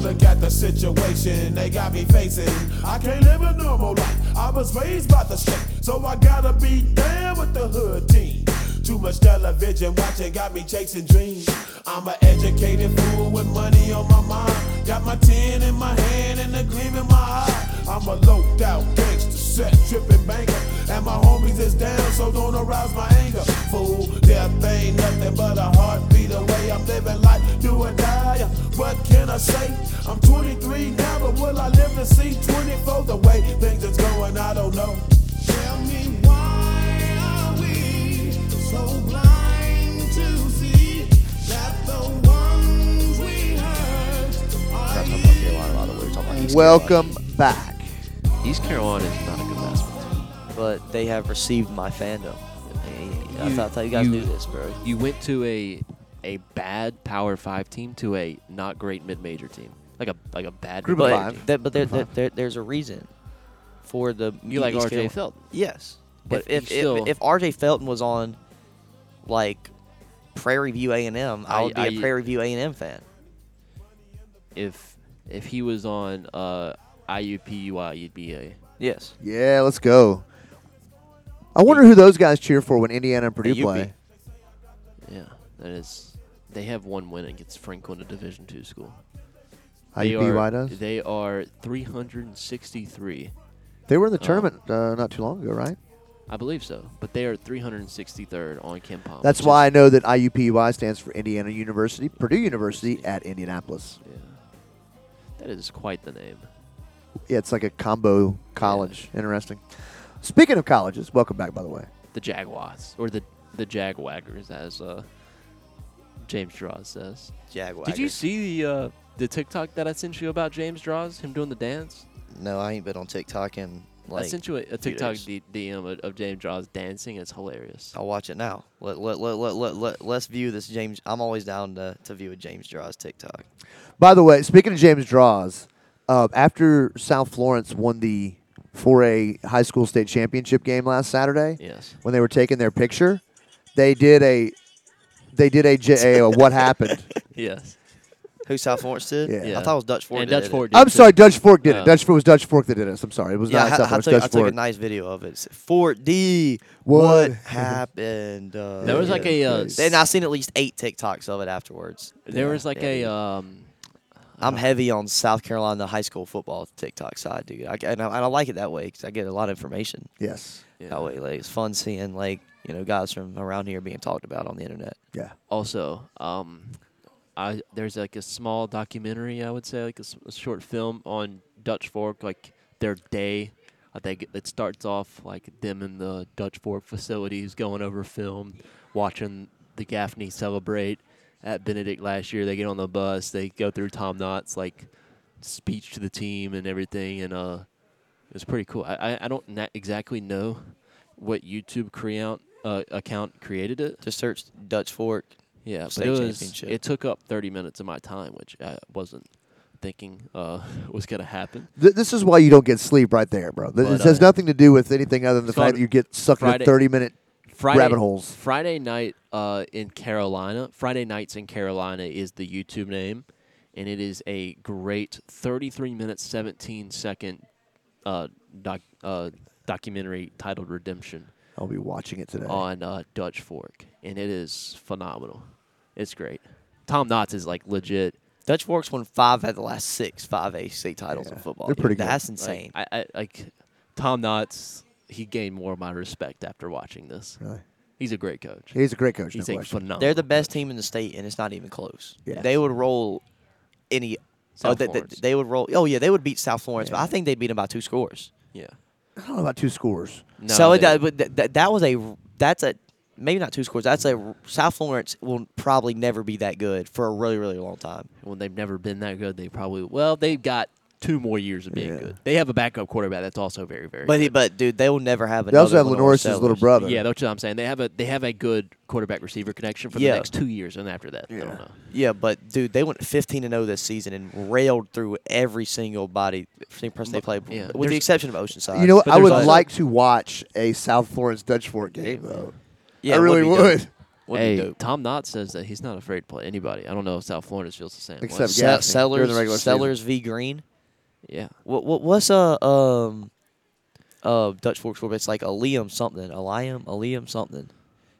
Look at the situation they got me facing. I can't live a normal life. I was raised by the street, so I gotta be down with the hood team. Too much television watching got me chasing dreams. I'm an educated fool with money on my mind. Got my tin in my hand and a gleam in my eye. I'm a loped out gangster, set tripping banker. And my homies is down, so don't arouse my anger. Fool, death ain't nothing but a heartbeat away. I'm living life, do or die. What can I say? I'm 23 now, but will I live to see 24? The way things is going, I don't know. Tell me why are we so blind to see that the ones we hurt That's not North Carolina, by the way. We're talking about East Welcome back. East Carolina is not a good basketball team. But they have received my fandom. I You- thought, I thought you guys knew this, bro. You went to a a bad Power Five team to a not great mid major team, like a like a bad but mid-major team. That, but there, Group of there, five. there, there's a reason for the. You like East R.J. Carolina- Felton? Yes. But If if if, you still- if, R.J. Felton was on, like, Prairie View A&M, I, I- would be a I- Prairie View A&M fan. if if he was on uh, IUPUI, you'd be a Yes. Yeah, let's go. I wonder who those guys cheer for when Indiana and Purdue you'd be- play. yeah. That is, they have one win against Franklin, a Division two school. They IUPUI are- does? They are 363. They were in the Um, tournament uh, not too long ago, right? I believe so, but they are 363rd on Ken Palm. That's which is- why I know that IUPUI stands for Indiana University, Purdue University at Indianapolis. that is quite the name. Yeah, it's like a combo college. Interesting. Speaking of colleges, welcome back, by the way. The Jaguars, or the the Jagwaggers, as uh, James Draws says. Jaguars. Did you see the uh, the TikTok that I sent you about James Draws, him doing the dance? No, I ain't been on TikTok in, like, I sent you a, few a TikTok days. D- DM of, of James Draws dancing. It's hilarious. I'll watch it now. Let, let, let, let, let, let, let's view this James. I'm always down to, to view a James Draws TikTok. By the way, speaking of James Draws, uh, after South Florence won the 4A high school state championship game last Saturday, Yes. when they were taking their picture, they did a they did a, J- a, a what happened Yes. Who South Orange did? Yeah. I thought it was Dutch Ford. And that Dutch did it. Ford did Oh. Uh, I'm sorry, Dutch Fork did Yeah. it. Dutch Fork was Dutch Fork that did it. I'm sorry, it was Yeah, not I, South I, Orange. took, I Dutch took a Fork. nice video of it. Fort D. What? What happened? Uh, There was like a, uh, s- and I seen at least eight TikToks of it afterwards. There was like a, Um, I'm heavy on South Carolina high school football TikTok side, dude. I, and, I, and I like it that way because I get a lot of information. Yes. That way, like it's fun seeing like you know guys from around here being talked about on the internet. Yeah. also um i there's like a small documentary i would say like a, s- a short film on dutch fork like their day i think it starts off like them in the dutch fork facilities going over film watching the gaffney celebrate at benedict last year they get on the bus they go through tom knott's like speech to the team and everything and uh it was pretty cool i i, I don't na- exactly know what youtube creant uh, account created it just search dutch fork yeah, but state it was, championship. it took up 30 minutes of my time, which I wasn't thinking uh, was going to happen. Th- this is why you don't get sleep right there, bro. Th- But, This has uh, nothing to do with anything other than the It's called fact that you get sucked Friday- in 30 minute Friday, rabbit holes. Friday night uh, in Carolina. Friday nights in Carolina is the YouTube name, and it is a great 33 minute 17 second uh, doc, uh, documentary titled Redemption I'll be watching it today. on uh, Dutch Fork, and it is phenomenal. It's great. Tom Knotts is like legit. Dutch Forks won five out of the last six five A state titles in football. they're dude. pretty good. That's insane. Like, I, I like Tom Knotts. He gained more of my respect after watching this. Really? He's a great coach. He's a great coach, He's no a question. phenomenal. They're the best team in the state, and it's not even close. Yeah. They would roll any. Oh, South they, they, Florence. they would roll. Oh yeah, they would beat South Florence, but I think they beat them by two scores. yeah. I don't know about two scores. No, so it, they- that, but th- th- that was a that's a maybe not two scores. That's a South Florence will probably never be that good for a really really long time. Well, they've never been that good. They probably well, they've got two more years of being Yeah. good. They have a backup quarterback that's also very very. But good. he, but dude, they will never have. They also another have Lenore Lenoris's little Sellers. brother. yeah, that's what I'm saying. They have a they have a good quarterback receiver connection for Yeah. the next two years, and after that, I don't know. Yeah, but dude, they went 15 and 0 this season and railed through every single body single person they played, yeah, with there's- the exception of Oceanside. You know, what? But I there's would also- like to watch a South Florence Dutch Fork game, though. Yeah, I it really be dope. would. Would be hey, dope. Tom Knott says that he's not afraid to play anybody. I don't know if South Florence feels the same. way. Except Se- Gaffney during the regular Sellers, season. Sellers v Green. yeah, What, what what's a um uh Dutch Fork score? It's like a Liam something, a Liam, a Liam something.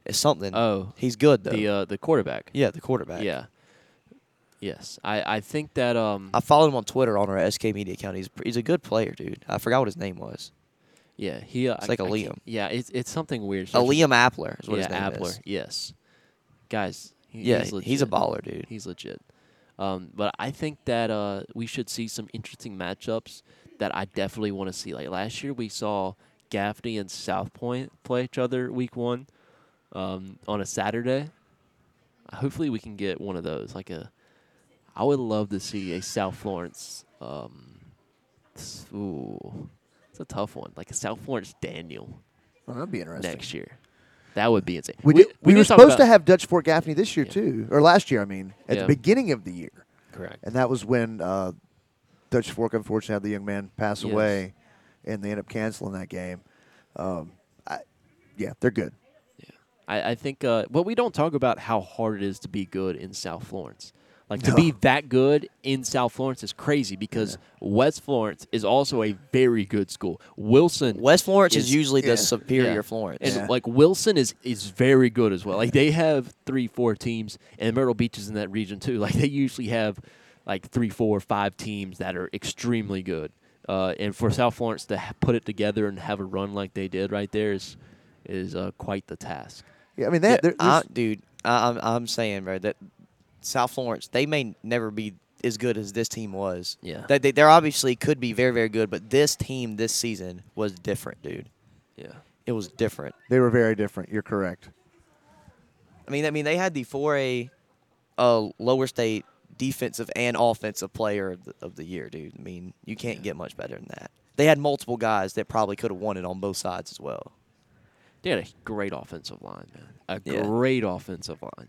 It's something. Oh, he's good though. the uh, the quarterback. yeah, the quarterback. Yeah. Yes, I, I think that um I followed him on Twitter on our SK Media account. He's pr- he's a good player, dude. I forgot what his name was. yeah he uh, It's I- like a I can't- Liam. yeah it's it's something weird A so it's- Liam Appler is what yeah his name Appler is. yes guys he- Yeah, he's, he's, legit. a baller, dude. he's legit um but I think that uh we should see some interesting matchups that I definitely want to see like last year we saw Gaffney and South Point play each other week one um on a Saturday hopefully we can get one of those like a I would love to see a South Florence um s- ooh it's a tough one like a South Florence Daniel Well, Oh, that'd be interesting. next year that would be insane We, did, we, were did talk about- supposed to have Dutch Fork Gaffney this year, too, or last year, I mean, at Yeah. the beginning of the year. correct And that was when uh, Dutch Fork unfortunately had the young man pass Yes. away, and they end up canceling that game. Um, I, yeah, they're good. I, I think uh well we don't talk about how hard it is to be good in South Florence like to be that good in South Florence is crazy because West Florence is also a very good school Wilson West Florence is, is- usually yeah. the superior Yeah. Florence. And Yeah. like Wilson is is very good as well. Like they have three, four teams, and Myrtle Beach is in that region too. Like they usually have like three, four, five teams that are extremely good. Uh, and for South Florence to ha- put it together and have a run like they did right there is is uh, quite the task. Yeah, I mean, they, Yeah, they're, I, dude, I, I'm I'm saying, bro, that South Florence they may never be as good as this team was. Yeah. they, they, they're obviously could be very very good, but this team this season was different, dude. Yeah. It was different. they were very different. You're correct. I mean, I mean they had the 4A, uh, lower state defensive and offensive player of the, of the year, dude. I mean, you can't get much better than that. They had multiple guys that probably could have won it on both sides as well. They had a great offensive line, man. A Yeah. great offensive line.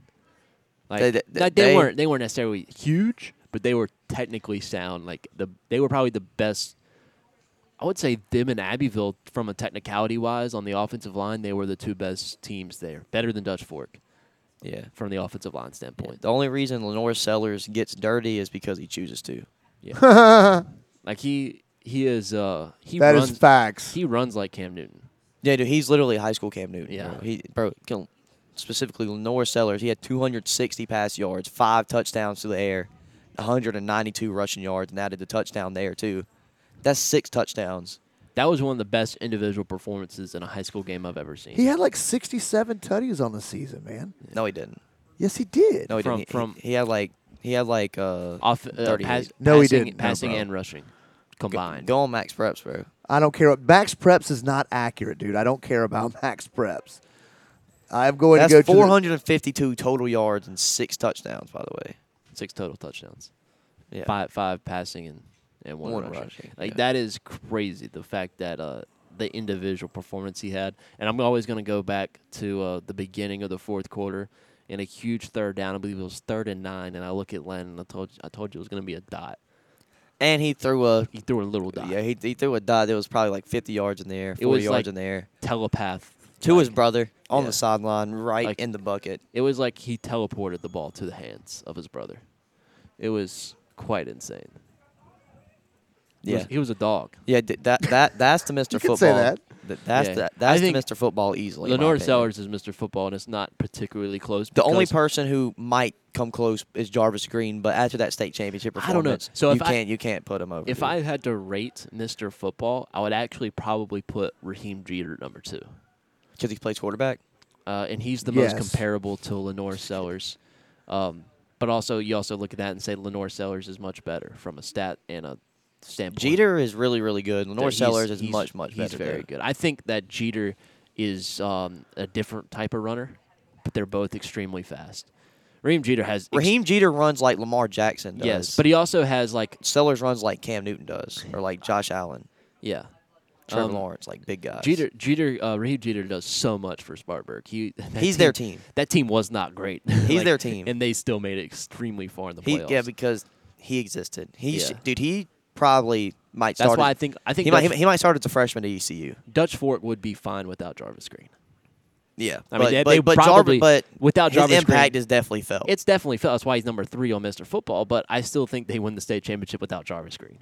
Like They- like, they- they, they- weren't they weren't necessarily huge, but they were technically sound. Like the they were probably the best. I would say them and Abbeville from a technicality wise on the offensive line, they were the two best teams there. Better than Dutch Fork. Yeah. From the offensive line standpoint. The only reason Lenore Sellers gets dirty is because he chooses to. Yeah. like he he is uh he That is runs, facts. He runs like Cam Newton. Yeah, dude, he's literally high school Cam Newton. Yeah. bro. he bro you know, specifically Lenore Sellers. He had 260 pass yards, five touchdowns to the air, 192 rushing yards, and added the touchdown there too. That's six touchdowns. That was one of the best individual performances in a high school game I've ever seen. He had like 67 tutties on the season, man. No, he didn't. Yes, he did. No, he didn't. He- he, he had like he had like uh, off, uh, 38. pass- No, he passing- didn't. No, Passing bro. and rushing combined. Go on Max Preps, bro. I don't care. what Max Preps is not accurate, dude. I don't care about Max Preps. I'm going That's to go to the- 452 total yards and six touchdowns, by the way. Six total touchdowns. Yeah. Five five passing and, and one, One rushing. rushing, Like yeah. that is crazy the fact that uh the individual performance he had. And I'm always gonna go back to uh, the beginning of the fourth quarter in a huge third down. I believe it was third and nine and I look at Len and I told I told you it was gonna be a dot. And he threw a he threw a little dot. Yeah, he, he threw a dot that was probably like 50 yards in the air, 40 It was yards like in the air. telepath. To his brother on the sideline, right in the bucket. It was like he teleported the ball to the hands of his brother. It was quite insane. He Yeah. was- he was a dog. Yeah, th- that that that's the Mr. You Football. could say that. Th- that's Yeah. the, I that's the think Mr. Football easily. in my Lenore opinion. Sellers is Mr. Football, and it's not particularly close. The only because person who might come close is Jarvis Green, but after that state championship I don't know. performance, So you if I- can't you can't put him over. if dude. I had to rate Mr. Football, I would actually probably put Raheem Jeter number two. Because he plays quarterback? Uh, and he's the Yes. most comparable to Lenore Sellers. Um, but also, you also look at that and say Lenore Sellers is much better from a stat and a standpoint. Jeter is really really good. Lenore that he's- Sellers is he's- much much better. He's very dude. good. I think that Jeter is um, a different type of runner, but they're both extremely fast. Raheem Jeter has ex- Raheem Jeter runs like Lamar Jackson does. Yes, but he also has like Sellers runs like Cam Newton does, or like Josh Allen, yeah, Trevor Um, Lawrence, like big guys. Jeter, Jeter, uh, Raheem Jeter does so much for Spartanburg. He, that He's their team. That team was not great. He's their team. and they still made it extremely far in the He- playoffs. yeah, because he existed. He, Yeah. sh dude, he probably might. That's start why as- I think- I think he might, that's- he, might start as a freshman at E ECU. Dutch Fork would be fine without Jarvis Green. Yeah, I mean, but, they, but, they but Jarvis- probably but without his Jarvis impact Green, is definitely felt. It's definitely felt. That's why he's number three on Mr. Football. But I still think they win the state championship without Jarvis Green.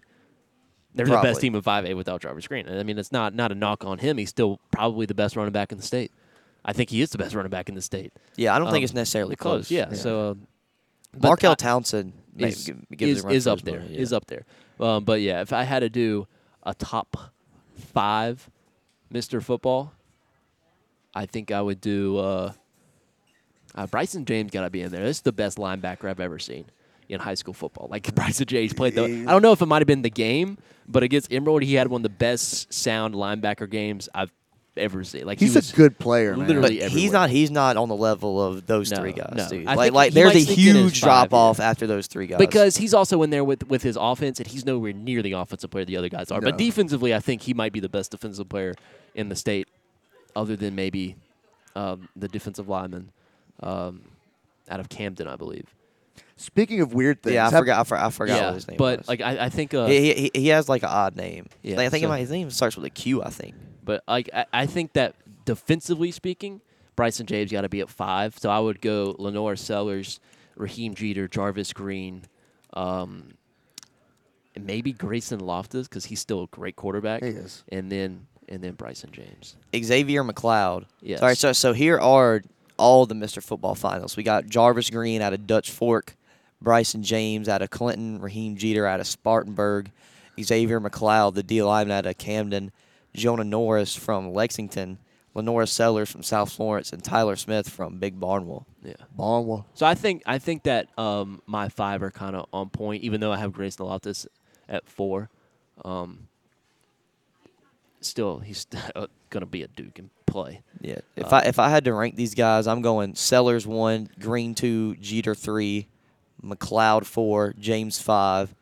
They're the best Probably. team in 5A without Jarvis Green. And I mean, it's not not a knock on him. He's still probably the best running back in the state. I think he is the best running back in the state. Yeah, I don't think Um, it's necessarily close. Yeah, Yeah. so um, but Markel I- Townsend may- is, give- gives is, a run is for up his there. money, Is yeah. up there. Um, but yeah, if I had to do a top five, Mr. Football, I think I would do. Uh, uh, Bryson James got to be in there. This is the best linebacker I've ever seen in high school football. Like Bryson James played the. I don't know if it might have been the game, but against Emerald, he had one of the best sound linebacker games I've ever seen. Like He's he a was good player, man. Literally, But everywhere. he's not. He's not on the level of those No, three guys, no. dude. I like, think like he there's might a sneak in as huge five, drop off yeah. after those three guys. Because he's also in there with, with his offense, and he's nowhere near the offensive player the other guys are. No. But defensively, I think he might be the best defensive player in the state, other than maybe um, the defensive lineman um, out of Camden, I believe. Speaking of weird things, yeah, I have- forgot. I, for, I forgot what his name but was. like I, I think uh, he, he, he has like an odd name. Yeah, Like, I think he so- might, his name starts with a Q. I think. But like I, I think that defensively speaking, Bryson James got to be at five. So I would go Lenore Sellers, Raheem Jeter, Jarvis Green, um, and maybe Grayson Loftus because he's still a great quarterback. He is. And then and then Bryson James. Xavier McLeod. Yes. All right, so so here are all the Mr. Football finals. We got Jarvis Green out of Dutch Fork, Bryson James out of Clinton, Raheem Jeter out of Spartanburg, Xavier McLeod, the D lineman out of Camden, Jonah Norris from Lexington, Lenora Sellers from South Florence, and Tyler Smith from Big Barnwell. Yeah. Barnwell. So I think I think that um, my five are kind of on point, even though I have Grayson Loftus at four. Um, still, he's uh, gonna be a Duke and play. Yeah. If Uh, I if I had to rank these guys, I'm going Sellers one, Green two, Jeter three, McLeod four, James five,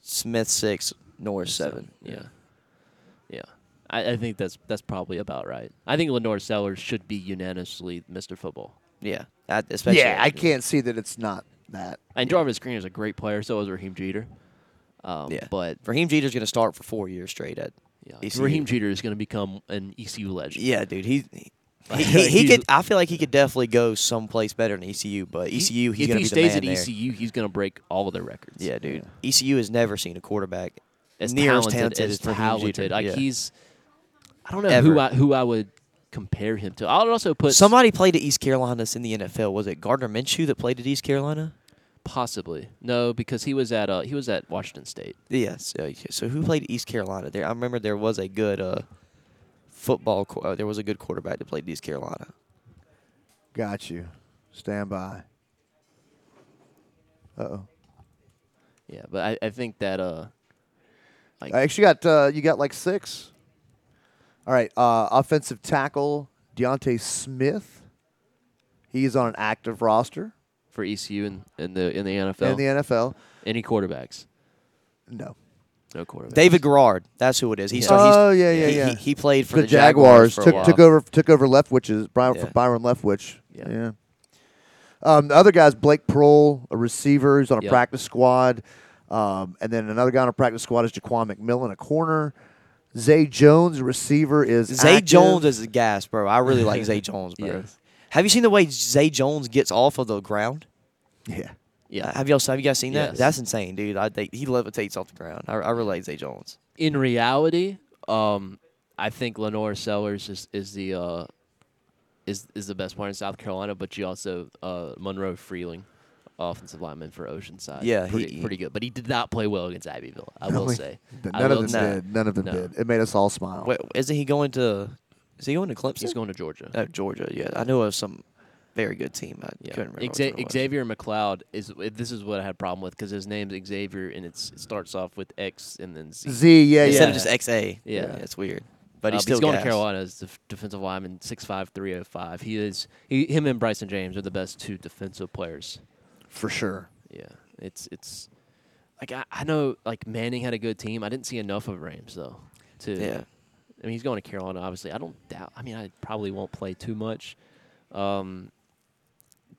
Smith six, Norris seven. Yeah. Yeah. I, I think that's that's probably about right. I think Lenore Sellers should be unanimously Mr. Football. Yeah. I, especially yeah, I can't see that it's not that. And Jarvis Green is a great player, so is Raheem Jeter. Um, Yeah. But Raheem Jeter's gonna start for four years straight at E yeah, ECU. um, Raheem Jeter is going to become an ECU E legend. Yeah, dude. He He, he, he He's- could. I feel like he could definitely go someplace better than ECU, but ECU, he's if gonna he be stays the at man there. ECU, he's going to break all of their records. Yeah, dude. ECU has never seen a quarterback As near talented, as talented as as Raheem talented. Jeter. Like Yeah. he's, I don't know Ever. who I who I would compare him to. I'll also put Somebody played at East Carolina that's in the NFL. Was it Gardner Minshew that played at East Carolina? possibly no because he was at uh he was at Washington State. Yes. uh, so who played at East Carolina? There, I remember there was a good uh, football. qu- Uh, there was a good quarterback that played at East Carolina. Got you. Stand by. Uh oh. Yeah, but I, I think that uh I actually got uh, you got like six. All right, uh, offensive tackle Deontay Smith. He's on an active roster for E ECU in, in the in the NFL in the NFL. any quarterbacks No. no quarterbacks. David Garrard. That's who it is. He's, so he's- oh yeah, yeah, he, yeah. He, he played for the, the, Jaguars. for a took while. took over took over Leftwich's Byron Yeah. Byron Leftwich. Yeah. Yeah. Um, the other guy's Blake Prohl, a receiver who's on a Yep. practice squad, um, and then another guy on a practice squad is Jaquan McMillan, a corner. Zay Jones, a receiver, is Zay active. Jones is a gas, bro. I really like Zay Jones, bro. Yes. Have you seen the way Zay Jones gets off of the ground? Yeah. Uh, Have y'all have you guys seen that? Yes. That's insane, dude. I think he levitates off the ground. I, I really like Zay Jones. in reality, um, I think Lenore Sellers is is the uh, is is the best player in South Carolina, but you also uh, Monroe Freeling, offensive lineman for Oceanside. Yeah, he- pretty, he- pretty good, but he did not play well against Abbeville. I will say But I none will of them say. did. None of them No. did. It made us all smile. Wait, isn't he going to? Is he going to Clemson? He's going to Georgia. Oh, Georgia. Yeah, I know of some very good team. I Yeah. couldn't remember. which Exa- one it was. Xavier McLeod is this is what I had a problem with because his name's Xavier and it's, it starts off with X and then Z. Z, yeah, Instead yeah. of just XA. Yeah. it's weird. But Uh, he's still going gas. to Carolina as the f- defensive lineman, 6'5", 305. He is he, him and Bryson James are the best two defensive players for sure. Yeah, it's it's like I, I know like Manning had a good team. I didn't see enough of Rams though. To Yeah. I mean he's going to Carolina obviously. I don't doubt. I mean I probably won't play too much. Um,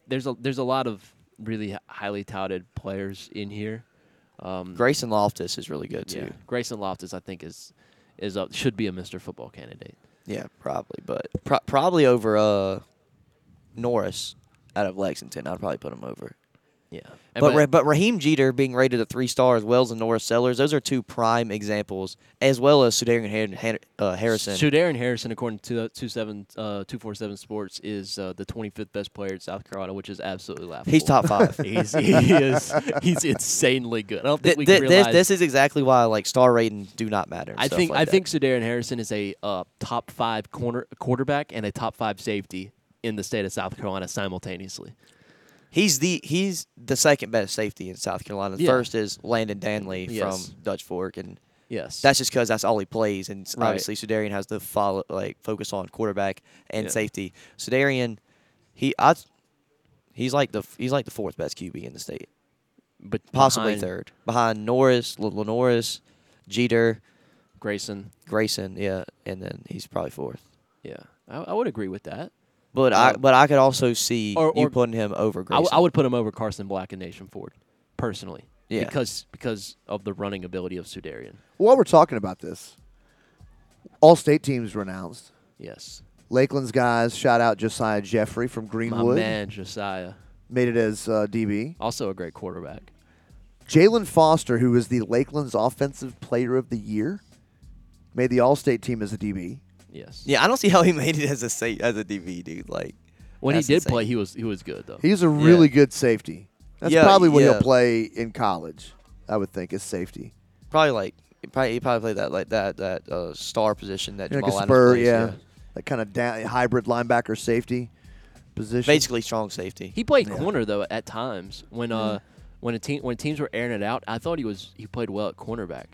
there's a there's a lot of really h- highly touted players in here. Um, Grayson Loftus is really good too. yeah, Grayson Loftus I think is is up should be a Mr. Football candidate. Yeah, probably. But pro- probably over uh, Norris out of Lexington. I'd probably put him over. Yeah, And But Ra- but Raheem Jeter being rated a three stars, Wells and Norris Sellers, those are two prime examples, as well as Sudarian Han- Han- uh, Harrison. Sudarin Harrison, according to two seven uh, two four seven Sports, is uh, the twenty fifth best player in South Carolina, which is absolutely laughable. He's top five. he's he is he's insanely good. I don't Th- think we th- can this, realize. this is exactly why like star ratings do not matter. and I stuff think like I that. think Sudarin Harrison is a uh, top five corner quarterback and a top five safety in the state of South Carolina simultaneously. he's the he's the second best safety in South Carolina. Yeah. First is Landon Danley Yes. from Dutch Fork, and Yes, that's just because that's all he plays. And s- Right. obviously, Sudarian has the follow like focus on quarterback and Yeah. safety. Sudarian, he I, he's like the f- he's like the fourth best QB in the state. but possibly behind third behind Norris, L- Lenoris, Jeter, Grayson. Grayson. Yeah, and then he's probably fourth. Yeah, I, I would agree with that. But I Um, but I could also see or- you or- putting him over I, w- Grayson. I would put him over Carson Black and Nation Ford, personally. Yeah. Because because of the running ability of Sudarian. While we're talking about this, all state teams were announced. Yes. Lakeland's guys, shout out Josiah Jeffrey from Greenwood, My man Josiah, made it as uh, DB. also a great quarterback. Jalen Foster, who is the Lakeland's Offensive Player of the Year, made the all state team as a DB. Yes. yeah, I don't see how he made it as a sa- as a DB dude. Like When that's he did insane. play, he was he was good though. He's a really good safety. That's Yeah, probably what yeah. he'll play in college, I would think, is safety. probably like he probably, he probably played that like that that uh, star position that Like Jamal a Adams spur, plays, yeah. That kind of down, hybrid linebacker safety position. Basically, strong safety. he played corner though at times when uh when a team when teams were airing it out. I thought he was he played well at cornerback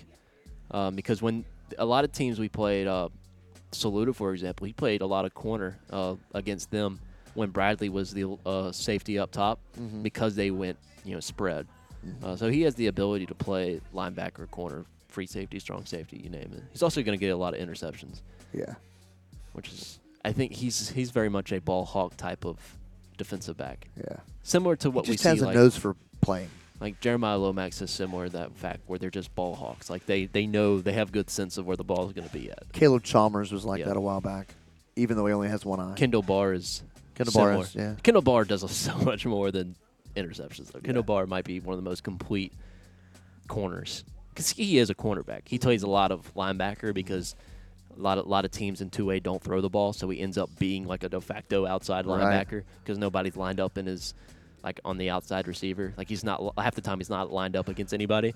um, because when a lot of teams we played uh, Saluda for example, he played a lot of corner uh, against them when Bradley was the uh, safety up top because they went you know spread. Uh, so he has the ability to play linebacker, corner, free safety, strong safety, you name it. He's also going to get a lot of interceptions. yeah. which is I think he's he's very much a ball hawk type of defensive back. Yeah. Similar to what He we just see has a like, nose for playing. like Jeremiah Lomax is similar to that fact where they're just ball hawks. Like they they know they have good sense of where the ball is going to be at. Caleb Chalmers was like Yeah. that a while back. even though he only has one eye. Kendall Barr is Kendall similar. Barr is, yeah. Kendall Barr does so much more than interceptions. Though. Kendall Barr might be one of the most complete corners because he is a cornerback. He plays a lot of linebacker because a lot of lot of teams in two A don't throw the ball, so he ends up being like a de facto outside Right. linebacker because nobody's lined up in his like on the outside receiver. Like he's not half the time he's not lined up against anybody.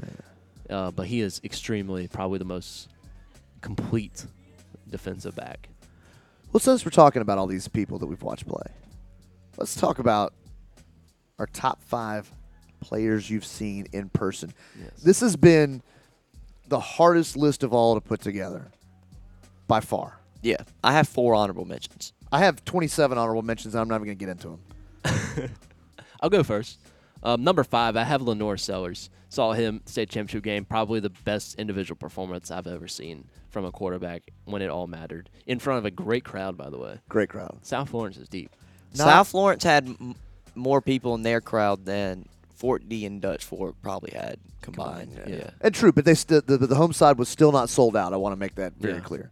Uh, but he is extremely probably the most complete defensive back. Well, since we're talking about all these people that we've watched play, let's talk about our top five players you've seen in person. This has been the hardest list of all to put together by far. Yeah, I have four honorable mentions. I have 27 honorable mentions, and I'm not even going to get into them. I'll go first. Um, number five, I have Lenore Sellers. Saw him state championship game. Probably the best individual performance I've ever seen from a quarterback when it all mattered. In front of a great crowd, by the way. Great crowd. South Florence is deep. South Florence had m- more people in their crowd than Fort D and Dutch Fort probably had combined. yeah. And true, but they still the, the home side was still not sold out. I want to make that very Yeah. clear.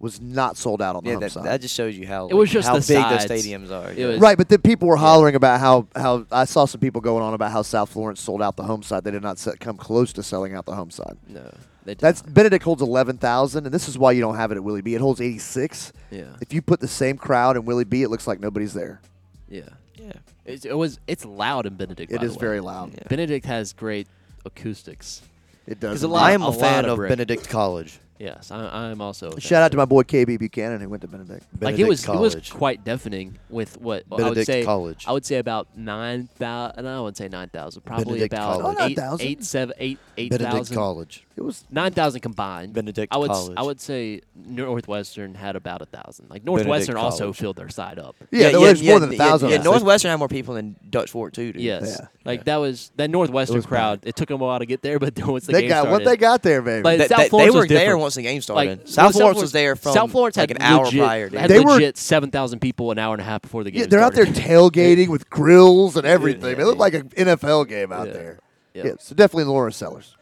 Was not sold out on the Yeah, home that, side. that just shows you how It was like, just how the big sides. those stadiums are. It was- Right, but then people were hollering about how, how I saw some people going on about how South Florence sold out the home side. They did not se- come close to selling out the home side. No, they did that's Benedict holds eleven thousand, and this is why you don't have it at Willie B. It holds eighty six. Yeah. If you put the same crowd in Willie B, it looks like nobody's there. Yeah. Yeah. It's, it was. It's loud in Benedict. It by the is way. very loud. Yeah. Benedict has great acoustics. It does 'Cause indeed. lot- I am a, lot fan of brick. Benedict College. Yes, I, I am also. a fan. Shout out to my boy KB Buchanan who went to Benedict. like it was it was quite deafening with what I would Benedict say College. I would say about nine thousand. I wouldn't say nine thousand. Probably Benedict about College. Oh, eight, 9,000. eight, seven, eight, eight Benedict thousand. College. It was nine thousand combined. Benedict I would s- College. I would say Northwestern had about a thousand. Like Benedict Northwestern also College. filled their side up. Yeah, there was more than a thousand Yeah, of us. Northwestern had more people than Dutch Fort too. Dude. Yes, like that was that Northwestern crowd. It took them a while to get there, but once the They game got what started, they got there, baby. Like They- South they- they Florence were was there different. once the game Like, started. well, South Florence was there from, South Florence like, had an hour legit- prior to Had They were- legit seven thousand people an hour and a half before the game. Yeah, they're out there started. tailgating with grills and everything. yeah, They look yeah. like an NFL game out Yeah. there. Yeah. Yeah, so definitely Laura Sellers.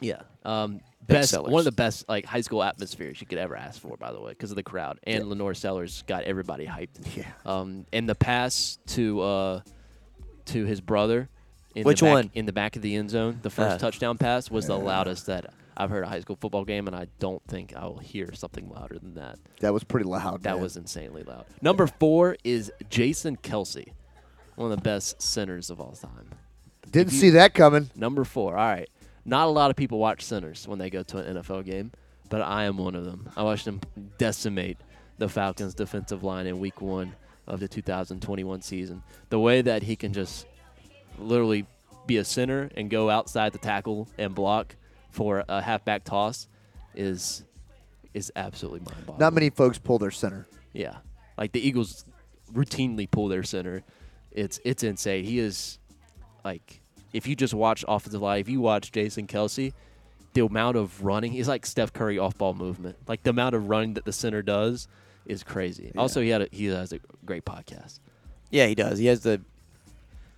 Yeah. Um, Big best sellers. one of the best like high school atmospheres you could ever ask for, by the way, because of the crowd. And Lenore Sellers got everybody hyped. Yeah. Um, and the pass to uh, to his brother. In Which the back, one? In the back of the end zone, the first Uh. touchdown pass was the loudest that I've heard a high school football game, and I don't think I will hear something louder than that. That was pretty loud. That man. was insanely loud. Number four is Jason Kelsey, one of the best centers of all time. Didn't see that coming. Number four. All right. Not a lot of people watch centers when they go to an NFL game, but I am one of them. I watched them decimate the Falcons' defensive line in week one of the 2021 season. The way that he can just literally be a center and go outside the tackle and block for a halfback toss is is absolutely mind boggling. Not many folks pull their center. Yeah, like the Eagles routinely pull their center. It's it's insane. He is like if you just watch offensive line, if you watch Jason Kelsey, the amount of running he's like Steph Curry off ball movement. Like the amount of running that the center does is crazy. Also, he had a, he has a great podcast. Yeah, he does. He has the.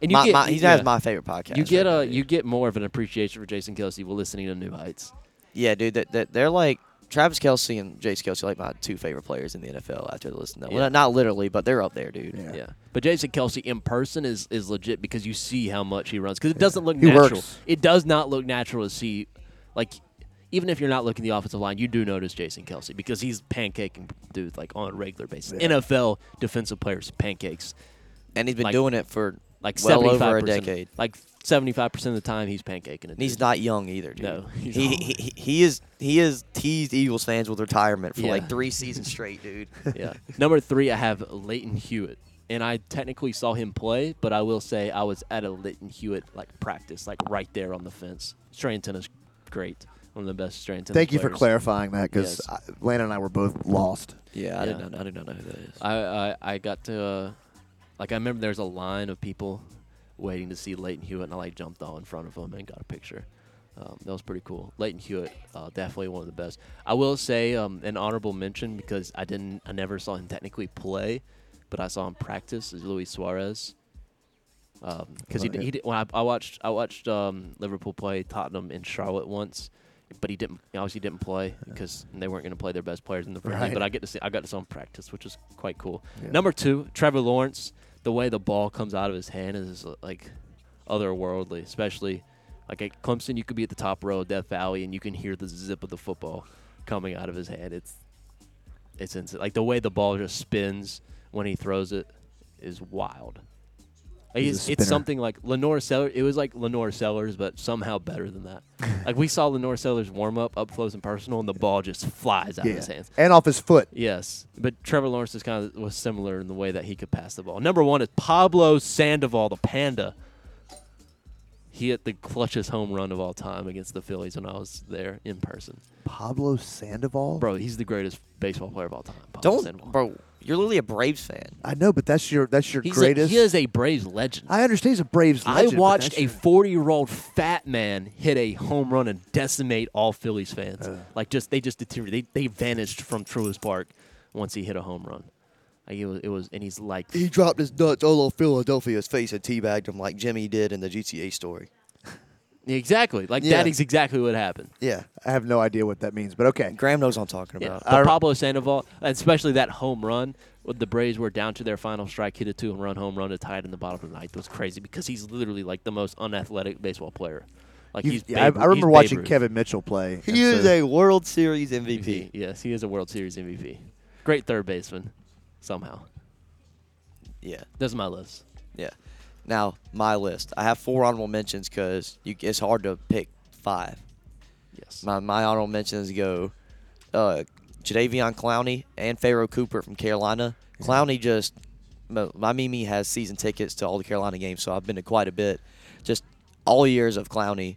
And my, my, he has yeah. my favorite podcast. You get right a there, dude. you get more of an appreciation for Jason Kelsey while listening to New Heights. Yeah, dude, that, that they're like Travis Kelsey and Jace Kelsey, like my two favorite players in the NFL. After listening to that, Yeah. well, not literally, but they're up there, dude. Yeah. Yeah. But Jason Kelsey in person is, is legit because you see how much he runs. Because it doesn't look He natural. works. It does not look natural to see, like, even if you're not looking at the offensive line, you do notice Jason Kelsey because he's pancaking dudes like on a regular basis. NFL defensive players pancakes and he's been Like- doing it for like well seventy five over a decade. Like seventy five percent of the time he's pancaking. A And he's dude. not young either, dude. No, he's he, not. he, he he is he is teased Eagles fans with retirement for Yeah. like three seasons straight, dude. yeah. Number three, I have Leighton Hewitt. And I technically saw him play, but I will say I was at a Leighton Hewitt like practice, like right there on the fence. Strand tennis, great, one of the best strand tennis. Thank you for players. clarifying that because Yes. Lana and I were both lost. yeah, I Yeah. did not, I did not know who that is. I, I I got to uh, like I remember there's a line of people waiting to see Leighton Hewitt, and I like jumped all in front of him and got a picture. Um, that was pretty cool. Leighton Hewitt, uh, definitely one of the best. I will say um, an honorable mention because I didn't, I never saw him technically play, but I saw him practice is Luis Suarez. um, Because he, d- he did, when I, I watched I watched um, Liverpool play Tottenham in Charlotte once, but he didn't. He obviously didn't play because they weren't going to play their best players in the friendly. Right. But I get to see. I got to see him practice, which is quite cool. Yeah. Number two, Trevor Lawrence. The way the ball comes out of his hand is uh, like otherworldly, especially like at Clemson. You could be at the top row of Death Valley and you can hear the zip of the football coming out of his hand. It's it's insane. Like the way the ball just spins when he throws it is wild. Like, He's it's, a it's spinner. something like Lenore Sellers. It was like Lenore Sellers, but somehow better than that. like we saw Lenore Sellers warm up, up close and personal, and the ball just flies out Yeah. of his hands And off his foot. Yes, but Trevor Lawrence is kind of was similar in the way that he could pass the ball. Number one is Pablo Sandoval, the Panda. He hit the clutchest home run of all time against the Phillies when I was there in person. Pablo Sandoval, bro, he's the greatest baseball player of all time. Pablo Don't, Sandoval. bro. You're literally a Braves fan. I know, but that's your that's your He's a- greatest. he is a Braves legend. I understand he's a Braves I legend. but watched that's a 40 year old fat man hit a home run and decimate all Phillies fans. like just they just deteriorated. They, they vanished from Truist Park once he hit a home run. Like it was, it was and he's like He dropped his nuts all over Philadelphia's face and teabagged him like Jimmy did in the GTA story. exactly like Yeah. that is exactly what happened. Yeah, I have no idea what that means, but okay. Graham knows what I'm talking Yeah, about. but Pablo Sandoval, especially that home run, when the Braves were down to their final strike, hit a two-run home run to tie it in the bottom of the ninth. was crazy because he's literally like the most unathletic baseball player. Like You- he's, yeah, I- Babe- I remember he's Babe watching Ruth. Kevin Mitchell play. and He is so- a World Series MVP. Yes, he is a World Series MVP. Great third baseman, somehow. Yeah. That's my list. Yeah. Now my list. I have four honorable mentions because it's hard to pick five. Yes. My my honorable mentions go, uh, Jadavion Clowney and Pharaoh Cooper from Carolina. Clowney just my, my Mimi has season tickets to all the Carolina games, so I've been to quite a bit. Just all years of Clowney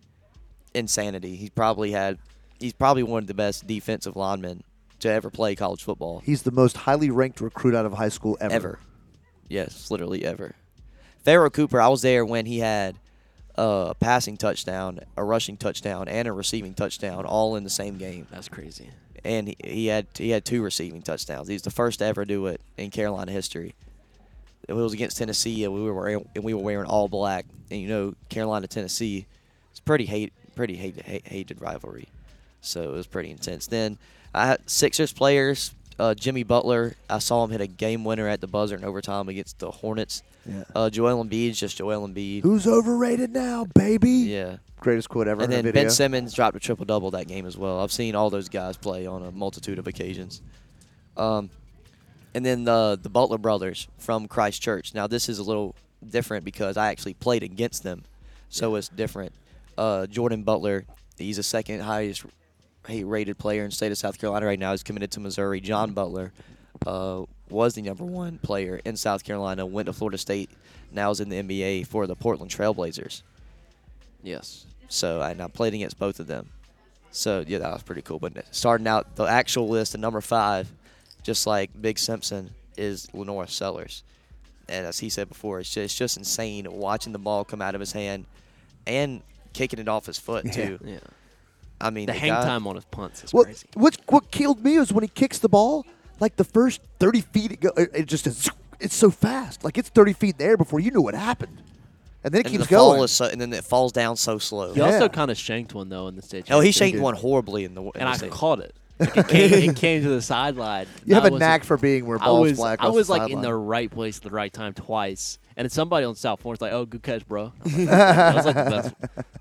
insanity. He probably had. He's probably one of the best defensive linemen to ever play college football. He's the most highly ranked recruit out of high school ever. Ever. Yes, literally ever. Pharaoh Cooper, I was there when he had uh, a passing touchdown, a rushing touchdown, and a receiving touchdown all in the same game. That's crazy. And he, he had he had two receiving touchdowns. He's the first to ever do it in Carolina history. It was against Tennessee, and we were wearing, and we were wearing all black. And you know, Carolina Tennessee, it's pretty hate pretty hated hate, hated rivalry. So it was pretty intense. Then I had Sixers players, uh, Jimmy Butler. I saw him hit a game winner at the buzzer in overtime against the Hornets. Yeah. Uh, Joel Embiid's just Joel Embiid. Who's overrated now, baby? Yeah. Greatest quote ever And in a then video. Ben Simmons dropped a triple double that game as well. I've seen all those guys play on a multitude of occasions. Um, and then the the Butler brothers from Christchurch. Now this is a little different because I actually played against them, so it's different. Uh, Jordan Butler, he's the second highest hey, rated player in the state of South Carolina right now. He's committed to Missouri. John Butler uh, was the number one player in South Carolina. Went to Florida State. Now is in the NBA for the Portland Trailblazers. Yes. So and I played against both of them. So yeah, that was pretty cool. But starting out the actual list, the number five, just like Big Simpson, is Lenora Sellers. And as he said before, it's just, it's just insane watching the ball come out of his hand and kicking it off his foot too. Yeah. I mean The hang guy- time on his punts is What, crazy. what what killed me was when he kicks the ball, like the first thirty feet, it, go, it, it just is, it's so fast, like it's thirty feet in the air before you knew what happened, and then it and keeps the fall going. is so, and then it falls down so slow. He also kind of shanked one though in the state. Oh, he championship. shanked one horribly in the. In and the I state. caught it. Like, it, came, it came to the sideline. You have a a knack for being where I balls was, fly I across the was like in sideline. the right place at the right time twice, and somebody on South Florida's like, "Oh, good catch, bro." I'm like, "That was like the best-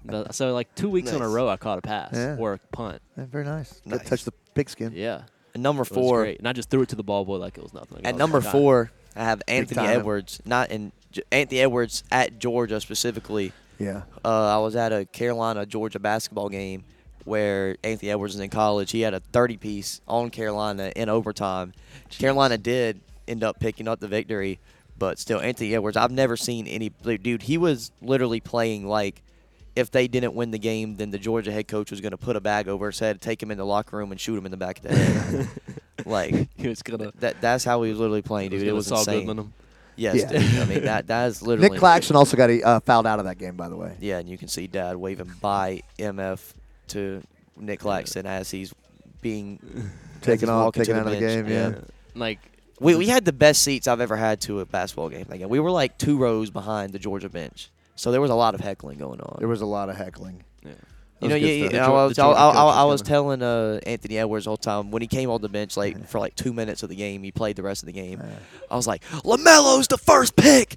the- So like two weeks in a Nice. row, I caught a pass Yeah. or a punt. Yeah, very nice. Got Nice. to touch the pigskin. Yeah. And number It was four, great. and I just threw it to the ball boy like it was nothing. Like, I At was number like, "God." four, I have Anthony time. Edwards, not in J- Anthony Edwards at Georgia specifically. Yeah. Uh, I was at a Carolina Georgia basketball game where Anthony Edwards is in college. He had a 30 piece on Carolina in overtime. Carolina did end up picking up the victory, but still, Anthony Edwards, I've never seen any. Dude, he was literally playing like if they didn't win the game, then the Georgia head coach was going to put a bag over his head, take him in the locker room, and shoot him in the back of the head. like, He was gonna. that that's how he was literally playing, He was dude. It gonna was Saul insane. Goodman him. Yes, Yeah. dude. I mean that that is literally Nick Claxton also got uh, fouled out of that game, by the way. Yeah, and you can see Dad waving by MF to Nick Claxton as he's being as Taken he's off- walking to taken out of the bench. game, yeah. Like We we had the best seats I've ever had to a basketball game. Like we were like two rows behind the Georgia bench, so there was a lot of heckling going on. There was a lot of heckling. Yeah. You know, yeah, yeah, The I Jor- was, the I, Jordan I, coach is I was coming. telling uh, Anthony Edwards the whole time when he came on the bench, like for like two minutes of the game, he played the rest of the game. I was like, Lamelo's the first pick.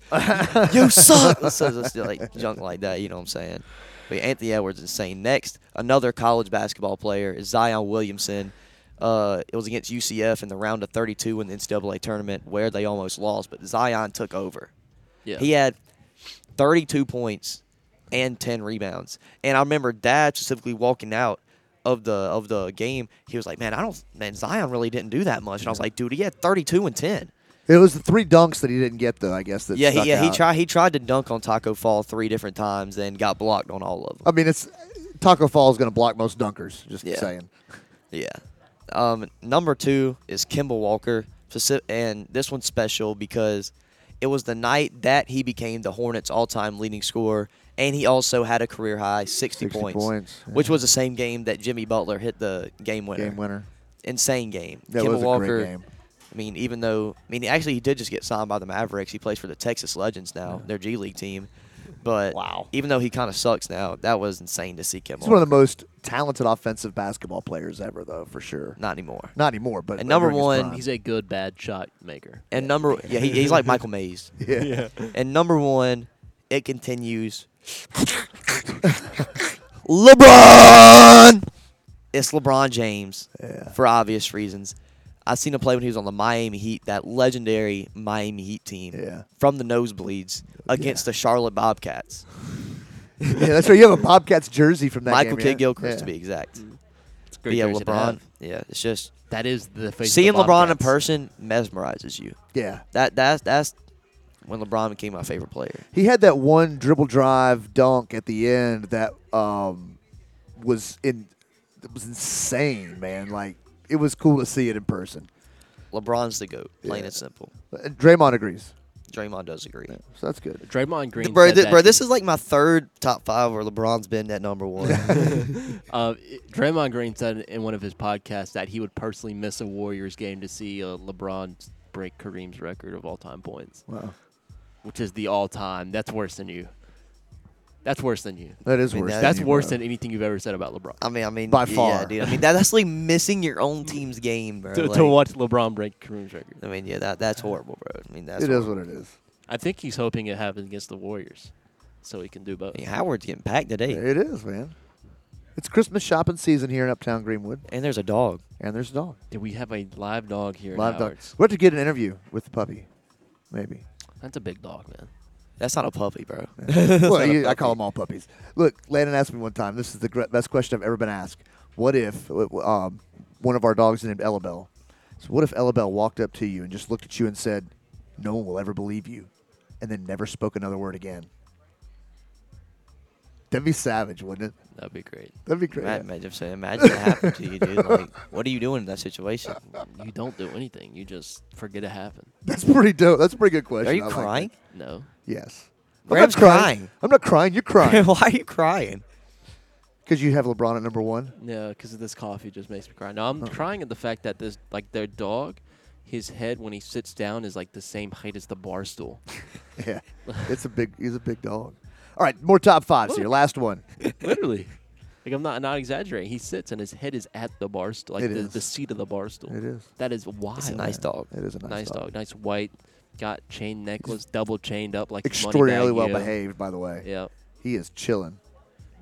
you suck. so, so, so, like junk like that. You know what I'm saying? But Anthony Edwards is insane. Next, another college basketball player is Zion Williamson. Uh, it was against UCF in the round of 32 in the NCAA tournament where they almost lost, but Zion took over. Yeah. He had 32 points and 10 rebounds. And I remember Dad specifically walking out of the of the game. He was like, "Man, I don't. Man, Zion really didn't do that much." And I was like, "Dude, he had 32 and 10." It was the three dunks that he didn't get though. I guess that yeah, stuck he, yeah. He out. tried. He tried to dunk on Taco Fall three different times and got blocked on all of them. I mean, it's Taco Fall is going to block most dunkers. Just Yeah. saying. Yeah. Um, number two is Kimball Walker, speci- and this one's special because it was the night that he became the Hornets' all-time leading scorer, and he also had a career high 60, 60 points, points, which was the same game that Jimmy Butler hit the game winner. Game winner. Insane game. That Kimball was a great Walker. game. I mean, even though I mean, actually, he did just get signed by the Mavericks. He plays for the Texas Legends now, their G League team. But wow. even though he kind of sucks now, that was insane to see Kimball. He's one of the most talented offensive basketball players ever, though, for sure. Not anymore. Not anymore. But And number during his one, prime. He's a good bad shot maker. And number yeah, he, he's like Michael Mays. Yeah. Yeah. And number one, it continues. LeBron. It's LeBron James for obvious reasons. I seen him play when he was on the Miami Heat, that legendary Miami Heat team from the nosebleeds against the Charlotte Bobcats. yeah, that's right. You have a Bobcats jersey from that Michael game, Kidd yeah? Gilchrist to Yeah. be exact. Mm. It's a But great yeah, jersey to LeBron. have. Yeah, it's just That is the face. of seeing the LeBron in Bobcats. person mesmerizes you. Yeah. that that's that's when LeBron became my favorite player. He had that one dribble drive dunk at the end that um, was in that was insane, man. Like it was cool to see it in person. LeBron's the goat, plain Yeah. Uh, and simple. And Draymond agrees, Draymond does agree. so that's good. Draymond Green. bro, said thi- that bro, to this is like my third top five where LeBron's been at number one. Uh, it- Draymond Green said in one of his podcasts that he would personally miss a Warriors game to see uh, LeBron break Kareem's record of all-time points. Wow. Which is the all-time. That's worse than you. That's worse than you. That is I mean, worse. that- That's than you, worse bro. than anything you've ever said about LeBron. I mean, I mean, By yeah, far. dude. I mean, that, that's like missing your own team's game, bro. To, like, to watch LeBron break Kareem's record. I mean, yeah, that that's horrible, bro. I mean, that's It is horrible. what it is. I think he's hoping it happens against the Warriors, so he can do both. I mean, Howard's getting packed today, It is, man. It's Christmas shopping season here in Uptown Greenwood, and there's a dog. and there's a dog. Did we have a live dog here? at Live dog. Howard's? We have to get an interview with the puppy, maybe. That's a big dog, man. That's not a puppy, bro. well, you, I call them all puppies. Look, Landon asked me one time. This is the gre- best question I've ever been asked. What if um, one of our dogs is named Ellabelle? So what if Ellabelle walked up to you and just looked at you and said, "No one will ever believe you," and then never spoke another word again? That'd be savage, wouldn't it? That'd be great. That'd be great. Ma- Imagine, so imagine that happened to you, dude. Like, what are you doing in that situation? You don't do anything. You just forget it happened. That's pretty dope. That's a pretty good question. Are you I like that. crying? No. yes. Graham's I'm not crying. I'm not crying. You're crying Why are you crying? because you have LeBron at number one. No, because of this coffee just makes me cry. No, I'm crying at the fact that this, like, their dog, his head when he sits down is like the same height as the bar stool. Yeah, it's a big. He's a big dog. All right, more top fives here. Last one. Literally. Like I'm not not exaggerating. He sits and his head is at the bar stool, like It the, the is. seat of the bar stool. It is. That is wild. It's a nice dog. It is a nice, Nice dog. Nice white. Got chain necklace, double chained up like Extraordinarily well Moneybagg Yo. behaved, by the way. Yeah. He is chilling.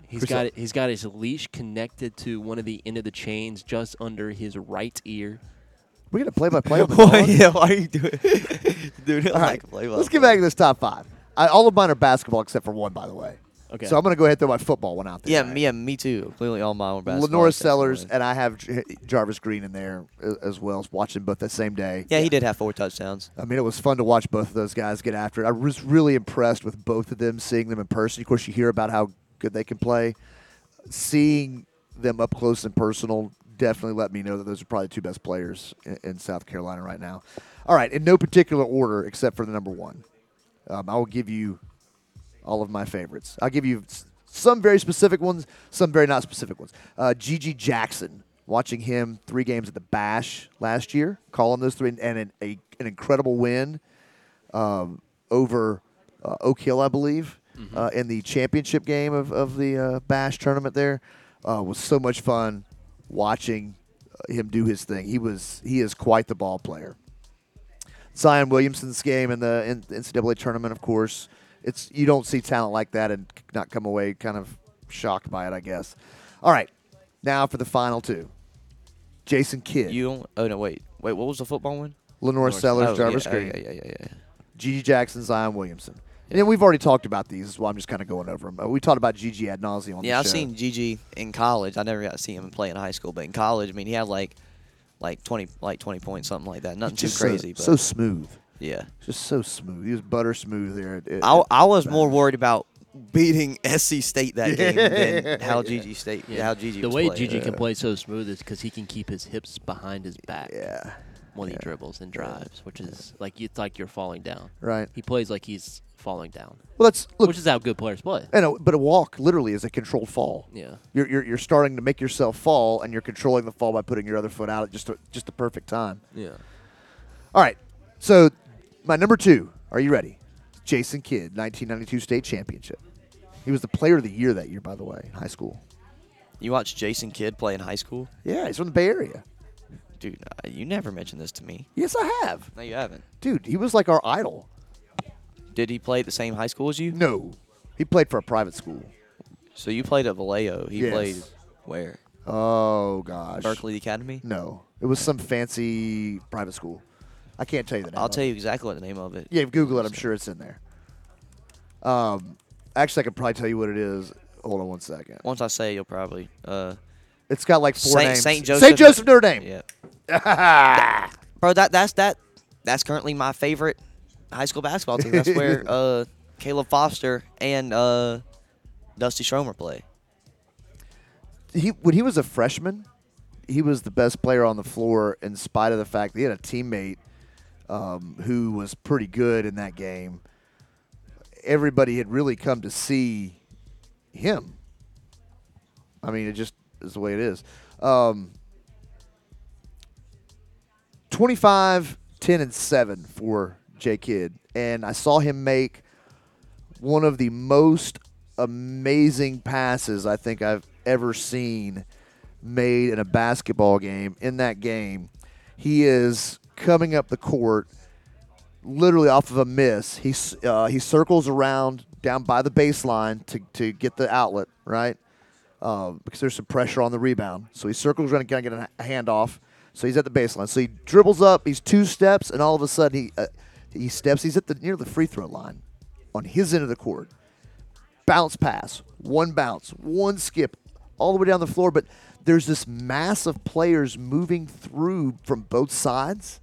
He's Chris- got it, he's got his leash connected to one of the end of the chains just under his right ear. We get a play-by-play on the Why, dog. yeah, why are you doing, dude? All right, let's get back to this top five. I, all of mine are basketball except for one, by the way. Okay. So I'm going to go ahead and throw my football one out there. Yeah, all right? me, yeah, me too. Completely on my own basketball. Lenora except for Sellers Lynn. and I have J- Jarvis Green in there a- as well. as watching both that same day. Yeah, he did have four touchdowns. I mean, it was fun to watch both of those guys get after it. I was really impressed with both of them, seeing them in person. Of course, you hear about how good they can play. Seeing them up close and personal definitely let me know that those are probably the two best players in, in South Carolina right now. All right, in no particular order except for the number one. Um, I will give you all of my favorites. I'll give you s- some very specific ones, some very not specific ones. Uh, Gigi Jackson, watching him three games at the Bash last year, calling those three, and, and an, a, an incredible win um, over uh, Oak Hill, I believe, uh, in the championship game of, of the uh, Bash tournament there. uh, was so much fun watching uh, him do his thing. He was he is quite the ball player. Zion Williamson's game in the in- NCAA tournament, of course, it's you don't see talent like that and c- not come away kind of shocked by it. I guess. All right, now for the final two. Jason Kidd, You don't. Oh no, wait, wait. What was the football one? Lenore Sellers, Oh, Jarvis yeah, Green, Yeah, yeah, yeah, yeah. Gigi Jackson, Zion Williamson. And then we've already talked about these, so I'm just kind of going over them. We talked about Gigi ad nauseum on Yeah, the I've show. seen Gigi in college. I never got to see him play in high school, but in college, I mean, he had like, like twenty, like twenty points, something like that. Nothing He's too just so- crazy. but So, smooth. Yeah. Just so smooth. He was butter smooth there. at- at- I, at I was Baton more worried about beating SC State that game Yeah. than how Gigi State, how Gigi. the was way playing. Gigi can play so smooth is because he can keep his hips behind his back. Yeah. When he dribbles and drives, which is like it's like you're falling down. Right. He plays like he's falling down. Well, that's look, which is how good players play. I know, but a walk literally is a controlled fall. Yeah. You're, you're, you're starting to make yourself fall, and you're controlling the fall by putting your other foot out at just a, just the perfect time. Yeah. All right. So, my number two. Are you ready? Jason Kidd, 1992 state championship. He was the player of the year that year, by the way, in high school. You watched Jason Kidd play in high school, Yeah, he's from the Bay Area. dude. uh, You never mentioned this to me. Yes, I have. No, you haven't. Dude, he was like our idol. Did he play at the same high school as you? No, he played for a private school. So you played at Vallejo. He Yes. played where? Oh gosh. Berkeley Academy. No, it was some fancy private school. I can't tell you the name. I'll of tell it. you exactly what the name of it. Yeah, Google it. I'm sure it's in there. Um, actually, I could probably tell you what it is. Hold on one second. Once I say, you'll probably. Uh, It's got like four Saint, names. Saint Joseph. Saint Joseph Notre Dame. Yeah. Yeah. Bro, that that's that that's currently my favorite high school basketball team. That's where uh, Caleb Foster and uh, Dusty Schromer play. he when he was a freshman, he was the best player on the floor in spite of the fact that he had a teammate um, who was pretty good in that game. Everybody had really come to see him. I mean, it just is the way it is. Um, 25, 10, and 7 for J Kidd. And I saw him make one of the most amazing passes I think I've ever seen made in a basketball game. In that game, he is coming up the court literally off of a miss. He, s- uh, he circles around down by the baseline to, to get the outlet, right? uh, because there's some pressure on the rebound. So he circles around and kind of get a handoff. So he's at the baseline. So he dribbles up. He's two steps, and all of a sudden he uh, he steps. He's at the near the free throw line, on his end of the court. Bounce pass, one bounce, one skip, all the way down the floor. But there's this mass of players moving through from both sides,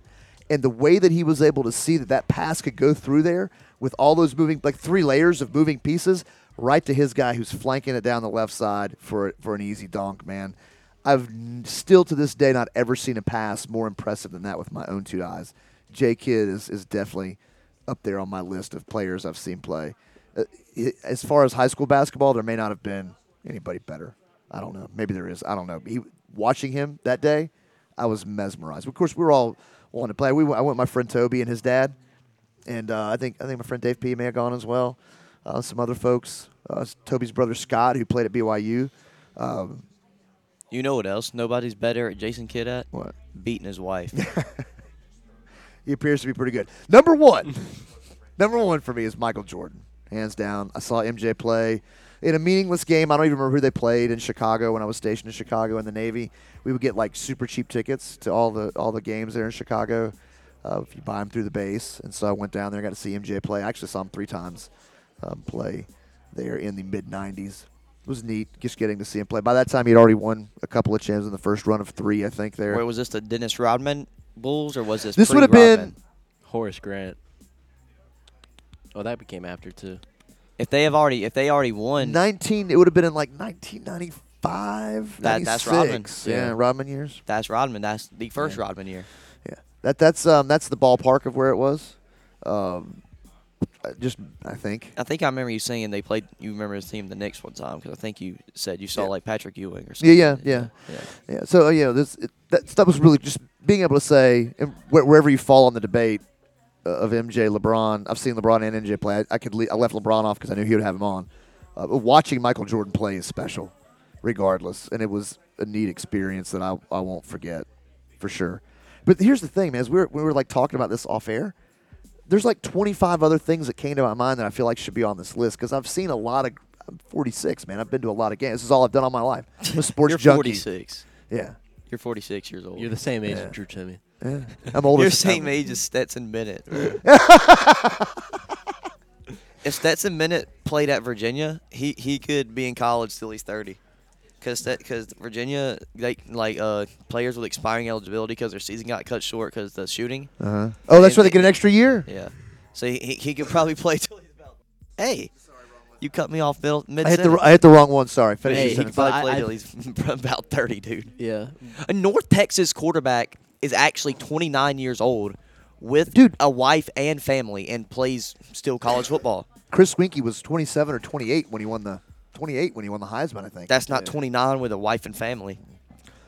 and the way that he was able to see that that pass could go through there with all those moving like three layers of moving pieces right to his guy who's flanking it down the left side for for an easy donk, man. I've n- still to this day not ever seen a pass more impressive than that with my own two eyes. J Kidd is, is definitely up there on my list of players I've seen play. Uh, i- As far as high school basketball, there may not have been anybody better. I don't know. Maybe there is. I don't know. He, watching him that day, I was mesmerized. Of course, we were all wanting to play. We went, I went with my friend Toby and his dad, and uh, I think I think my friend Dave P may have gone as well. Uh, some other folks, uh, Toby's brother Scott, who played at BYU. Um, You know what else? Nobody's better at Jason Kidd at What? beating his wife. he appears to be pretty good. Number one, number one for me is Michael Jordan, hands down. I saw MJ play in a meaningless game. I don't even remember who they played in Chicago when I was stationed in Chicago in the Navy. We would get like super cheap tickets to all the all the games there in Chicago uh, if you buy them through the base. And so I went down there, and got to see MJ play. I actually saw him three times um, play there in the mid '90s. It was neat just getting to see him play. By that time, he'd already won a couple of champs in the first run of three, I think. There, Where was this the Dennis Rodman Bulls or was this? This would have been- pre-Rodman? Horace Grant. Oh, that became after too. If they have already, if they already won, 19 it would have been in like 1995 That- that's 96. Rodman. yeah, Yeah. rodman years that's Rodman. That's the first Rodman year. yeah that that's um that's the ballpark of where it was um uh, just i think I think I remember you saying they played. You remember his team the Knicks one time because I think you said you saw like Patrick Ewing or yeah something. yeah yeah yeah so uh, you know this it, that stuff was really just being able to say and wh- wherever you fall on the debate uh, of mj lebron i've seen lebron and mj play i, I could le- i left lebron off because i knew he would have him on uh, but watching michael jordan play is special regardless. And it was a neat experience that I, I won't forget for sure. But here's the thing, man, as we were, we were like talking about this off air, there's like 25 other things that came to my mind that I feel like should be on this list because I've seen a lot of. I'm 46, man. I've been to a lot of games. This is all I've done all my life. I'm a sports You're junkie. 46. Yeah. You're 46 years old. You're the same age as Drew Timmy. Yeah. I'm older You're than- same age as Stetson Bennett. bro. if Stetson Bennett played at Virginia, he, he could be in college till he's 30. Because because Virginia, they, like uh, players with expiring eligibility because their season got cut short because the shooting. Uh-huh. Oh, that's where they get an extra year? Yeah. So he, he, he could probably play till he's about. Hey, you cut me off mid. I hit the I hit the wrong one. Sorry, finish Hey, your he could sentence. probably play till he's about 30, dude. Yeah. A North Texas quarterback is actually 29 years old with dude. a wife and family and plays still college football. Chris Winkie was 27 or 28 when he won the 28 when he won the Heisman, I think. That's not 29 with a wife and family.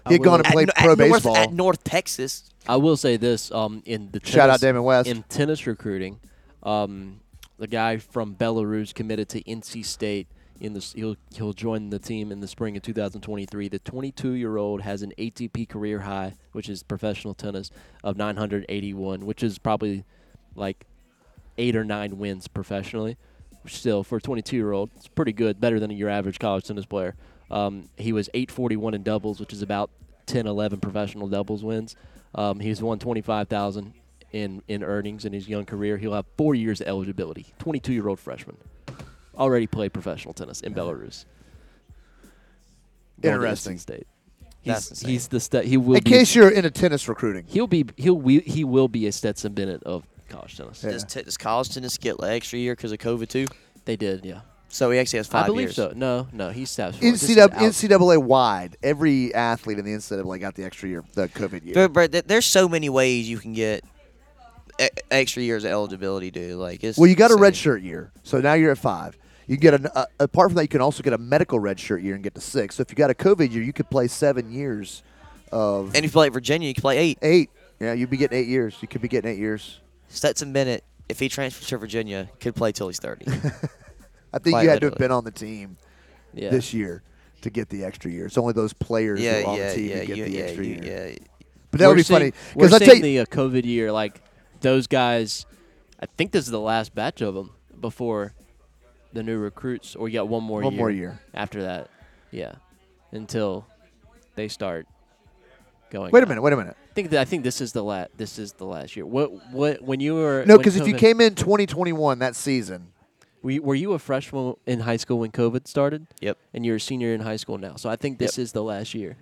He had gone and At played no- pro at North- baseball. at North Texas. I will say this: um, in the Shout out tennis- Damon West. in tennis recruiting, um, the guy from Belarus committed to NC State. In this, he'll he'll join the team in the spring of 2023. The 22-year-old has an ATP career high, which is professional tennis, of 981, which is probably like eight or nine wins professionally. Still, for a 22-year-old, it's pretty good, better than your average college tennis player. Um, he was 841 in doubles, which is about 10, 11 professional doubles wins. Um, he's won 25,000 in in earnings in his young career. He'll have four years of eligibility. 22-year-old freshman, already played professional tennis in Belarus. Going to NC Interesting. State. That's He's, insane. he's the sta he will in be- case you're into tennis recruiting. he'll be he'll we, he will be a Stetson Bennett of college tennis. Does, te- does college tennis get an extra year because of COVID too? They did, yeah. So he actually has five I believe years. so. No, no, he stops. for it. This is NCAA, out- NCAA wide, every athlete in the NCAA got the extra year, the COVID year. But, but th- there's so many ways you can get e- extra years of eligibility, dude. Like it's Well, you got a insane. red shirt year, so now you're at five. You get an uh, apart from that, you can also get a medical red shirt year and get to six. So if you got a COVID year, you could play seven years of And if you play at Virginia, you can play eight. eight. Yeah, you'd be getting eight years. You could be getting eight years. Stetson Bennett, if he transfers to Virginia, could play till he's 30. I think Quite you had to have literally. been on the team Yeah. this year to get the extra year. It's only those players yeah, who are on yeah, the team yeah, who get you- the yeah, extra you- year. yeah. But that would We're be seeing- funny We're because I seeing tell you, the uh, COVID year, like those guys. I think this is the last batch of them before the new recruits, or you got one more One year more year. after that. Yeah, until they start going. Wait a out. minute, wait a minute. I think that I think this is the last. This is the last year. What what when you were no, when because if you COVID came in 2021 that season, Were you, were you a freshman in high school when COVID started? Yep. And you're a senior in high school now. So I think this is the last year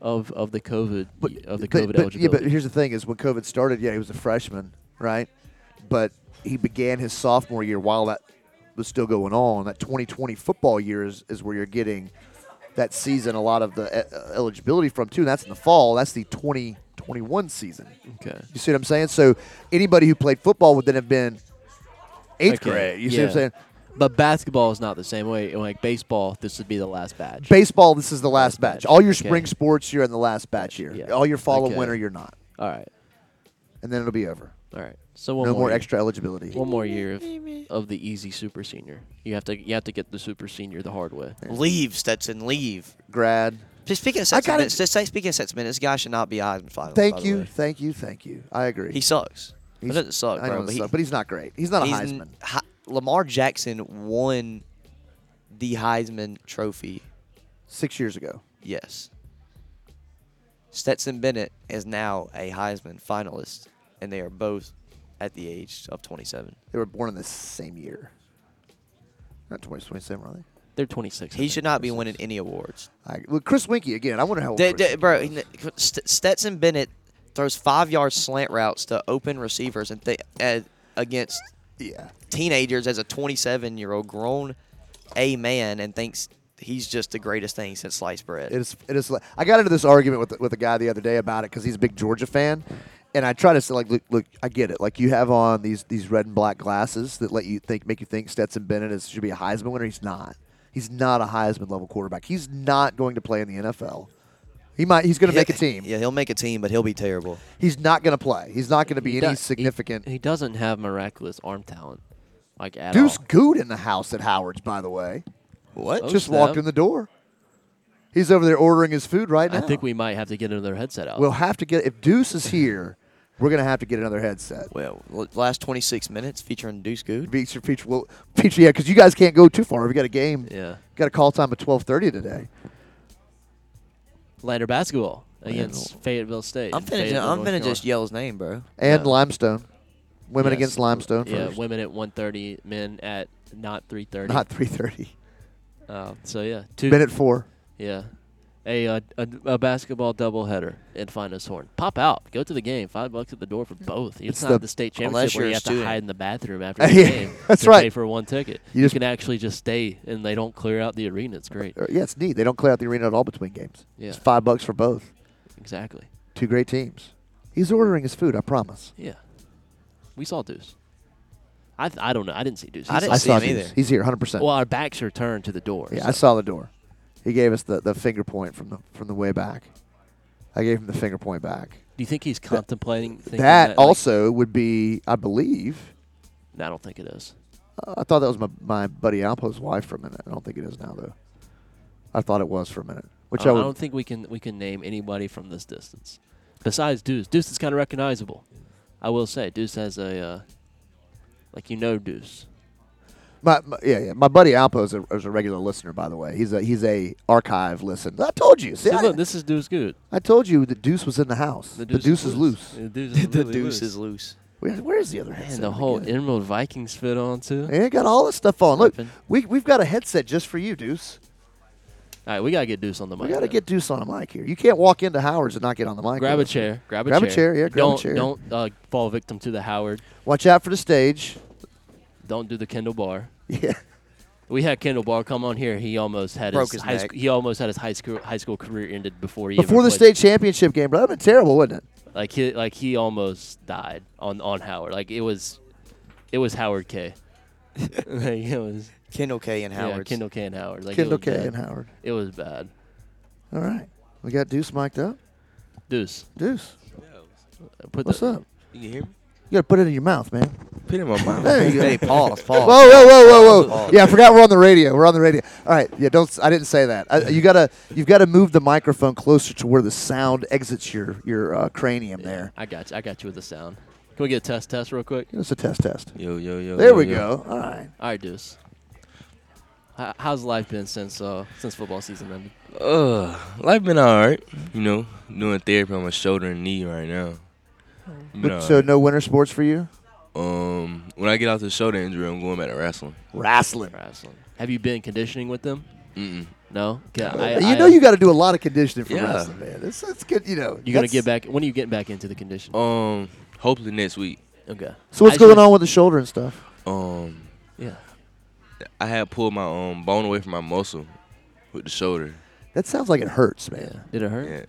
of of the COVID of the COVID but, but, yeah, eligibility. but here's the thing: is when COVID started, yeah, he was a freshman, right? But he began his sophomore year while that was still going on. That 2020 football year is, is where you're getting that season a lot of the e- uh, eligibility from too. And that's in the fall. That's the 2021 season. Okay. You see what I'm saying? So anybody who played football would then have been eighth Okay, grade. You see what I'm yeah. saying? But basketball is not the same way. Like baseball, this would be the last batch. Baseball, this is the last, batch. batch, All your okay. spring sports, you're in the last batch year. Yeah, All your fall okay. and winter, you're not. All right. And then it'll be over. All right. So one no more, more, year. extra eligibility. One more year of, of the easy super senior. You have to you have to get the super senior the hard way. Leave, Stetson, leave. Grad. Just speaking of I Stetson gotta- Bennett, just say- speaking of Stetson Bennett, this guy should not be Heisman finalist. by Thank the you, way. thank you, thank you. I agree. He sucks. He He's- doesn't suck, I know bro. it But, he, sucks, but he's not great. He's not a he's Heisman. n- Hi- Lamar Jackson won the Heisman Trophy. Six years ago. Yes. Stetson Bennett is now a Heisman finalist, and they are both at the age of 27. They were born in the same year. Not 2027, are they? They're 26. I He think. should not be winning any awards. I, well, Chris Winkie again. I wonder how. old D- Chris d- bro, Winkie was. n- St- Stetson Bennett throws five yard slant routes to open receivers and th- a- against yeah, teenagers as a 27 year old grown a man and thinks he's just the greatest thing since sliced bread. it is. It is. like- I got into this argument with with a guy the other day about it because he's a big Georgia fan, and I try to say like, look, look, I get it. Like you have on these these red and black glasses that let you think, make you think Stetson Bennett is, should be a Heisman winner. He's not. He's not a Heisman level quarterback. He's not going to play in the NFL. He might. He's going to He'll- make a team. Yeah, he'll make a team, but he'll be terrible. He's not going to play. He's not going to He be do- any he- significant. He, doesn't have miraculous arm talent, like at Deuce all. Good in the house at Howard's, by the way. What? Oh, Just snap. walked in the door. He's over there ordering his food right now. I think we might have to get another headset out. We'll have to get if Deuce is here, we're gonna have to get another headset. Well, l- last 26 minutes featuring Deuce Good. Feature, feature, well, feature, yeah, because you guys can't go too far. We got a game. Yeah. Got a call time at 12:30 today. Lander basketball against Fayetteville State. I'm in finna, ju- Fayetteville, I'm North finna just Carolina. yell his name, bro. And Yeah. Limestone, women Yes. against Limestone Yeah, first, women at 1:30, men at not 3:30. not 3:30. Uh, so yeah, Been at four. Yeah, a, uh, a a basketball doubleheader in Finest Horn. Pop out, go to the game. Five bucks at the door for both. It's, It's not the- the, state championship Unless where you're you a have to student. hide in the bathroom after the Yeah, game. that's to Pay right. for one ticket. You You, just- can actually just stay, and they don't clear out the arena. It's great. Uh, Yeah, it's neat. They don't clear out the arena at all between games. Yeah. It's five bucks for both. Exactly. Two great teams. He's ordering his food. I promise. Yeah, we saw Deuce. I th- I don't know. I didn't see Deuce. I He didn't saw- see saw him Deuce. either. He's here, 100. percent Well, our backs are turned to the door. Yeah, so- I saw the door. He gave us the, the finger point from the from the way back. I gave him the finger point back. Do you think he's contemplating thinking that, like- also would be, I believe. No, I don't think it is. Uh, I thought that was my, my buddy Alpo's wife for a minute. I don't think it is now though. I thought it was for a minute, which Oh, Uh, I, don't- I, I would. don't think we can we can name anybody from this distance. Besides Deuce, Deuce is kind of recognizable. I will say Deuce has a uh, like you know Deuce. My, my, yeah, yeah. My buddy Alpo is a, is a regular listener, by the way. He's a he's a archive listener. I told you. See, See, I, look, this is Deuce good. I told you the Deuce was in the house. The Deuce, is loose. The Deuce is, The really Deuce loose. is loose. Where, where's the other headset? Man, the when I whole get it? Emerald Vikings fit on too. And it got all this stuff on. Look, Flippin'. we we've got a headset just for you, Deuce. All right, we gotta get Deuce on the mic. We got to then. get Deuce on a mic here. You can't walk into Howard's and not get on the mic. grab a with us. chair. Grab a Grab a chair. chair, yeah, grab a don't chair. don't uh, fall victim to the Howard. Watch out for the stage. Don't do the Kendall Bar. Yeah. We had Kendall Bar come on here. He almost had Broke his high neck. sc- he almost had his high school high school career ended before he Before the ever state played. championship game, bro, that'd been terrible, wouldn't it? Like he like he almost died on on Howard. Like it was it was Howard K. like it was Kendall K and Howard. Howard. Yeah, Kendall K and Howard. Like Kendall it K was bad. and Howard. It was bad. All right, we got Deuce mic'd up. Deuce. Deuce, Put what's the, up? You can hear me? You gotta put it in your mouth, man. Put it in my mouth. There you go. Hey, pause, Whoa, whoa, pause. whoa, whoa, whoa! Pause. Yeah, I forgot we're on the radio. We're on the radio. All right, yeah, don't. s- I didn't say that. I, you gotta, you've got to move the microphone closer to where the sound exits your your uh, cranium. There, I got you. I got you with the sound. Can we get a test test real quick? give us a test test. Yo, yo, yo. There yo, we yo. go. All right. All right, Deuce. H- how's life been since uh since football season ended? Uh, life been all right. You know, doing therapy on my shoulder and knee right now. Been But- all so right. no winter sports for you? Um, when I get out the shoulder injury, I'm going back to wrestling. Wrestling. Wrestling. Have you been conditioning with them? Mm-mm. No. Yeah, Uh, you know you got to do a lot of conditioning for Yeah. wrestling, man. It's, it's good, you know. You gonna that's- get back? When are you getting back into the condition? Um, hopefully next week. Okay. So what's I going just- on with the shoulder and stuff? Um, Yeah. I had pulled my um bone away from my muscle with the shoulder. That sounds like it hurts, man. Yeah. Did it hurt? Yeah.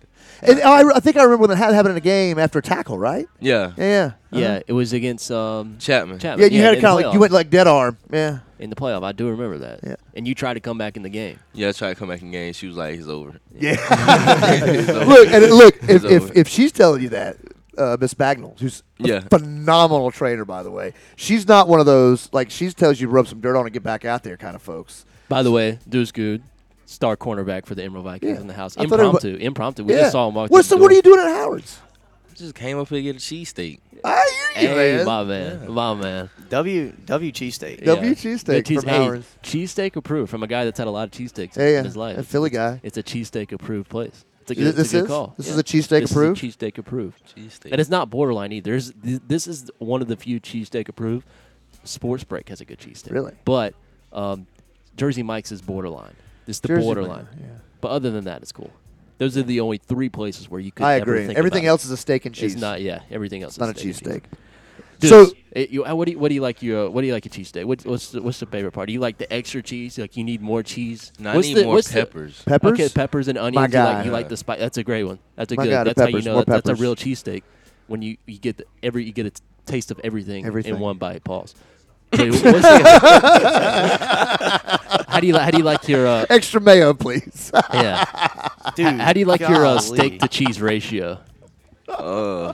And I, I think I remember when it had happened in a game after a tackle, right? Yeah. Yeah, yeah. Uh-huh. Yeah, it was against um, Chapman. Chapman. Yeah, you had in it the kind of like you playoff. went like dead arm. Yeah. in the playoff. I do remember that. Yeah. And you tried to come back in the game. Yeah, I tried to come back in game. She was like, "It's over." Yeah. It's over. look, and it, look, if, It's if over. if she's telling you that, uh, Miss Bagnall, who's a Yeah. phenomenal trainer, by the way, she's not one of those like she tells you rub some dirt on and get back out there kind of folks. By the way, Deuce Good, star cornerback for the Emerald Vikings Yeah. in the house. I thought everybo- Impromptu, impromptu. We just saw him walk. What, through so the what are you door. doing at Howard's? Just came up here to get a cheesesteak. I hear Ah, you, Hey, man. my man, my man. W W cheesesteak. Yeah. W Yeah. cheesesteak Good cheese- from hey, Howard's. Cheesesteak approved from a guy that's had a lot of cheesesteaks Yeah, yeah. in his life. A Philly guy. It's a cheesesteak approved place. It's a Is good, it- it's a this good is? call. This is a cheesesteak This is a approved? cheesesteak approved. Cheesesteak. And it's not borderline either. There's, th- this is one of the few cheesesteak approved. Sports Break has a good cheesesteak. Really? But um, Jersey Mike's is borderline. It's the Jersey borderline. Mike's, yeah. But other than that, it's cool. Those are the only three places where you could I ever agree. think Everything about else it. is a steak and It's cheese. not, yeah. Everything else It's not a is steak and cheesesteak. cheese. So Dude, it- you, uh, what do you what do you like your uh, what do you like your cheesesteak? What, what's the, what's the favorite part? Do you like the extra cheese? Like you need more cheese? No, I what's need the, more what's the- peppers. peppers. Okay, peppers and onions. You God. like, you like the spice. That's a great one. That's a My good. God, the that's peppers, how you know more that, that's a peppers. real cheesesteak when you you get the, every you get a t- taste of everything, Everything. in one bite. Pause. Dude, what's the, how do you li- how do you like your uh, Extra mayo, please. yeah? Dude, How do you like your uh, golly. steak to cheese ratio? Uh,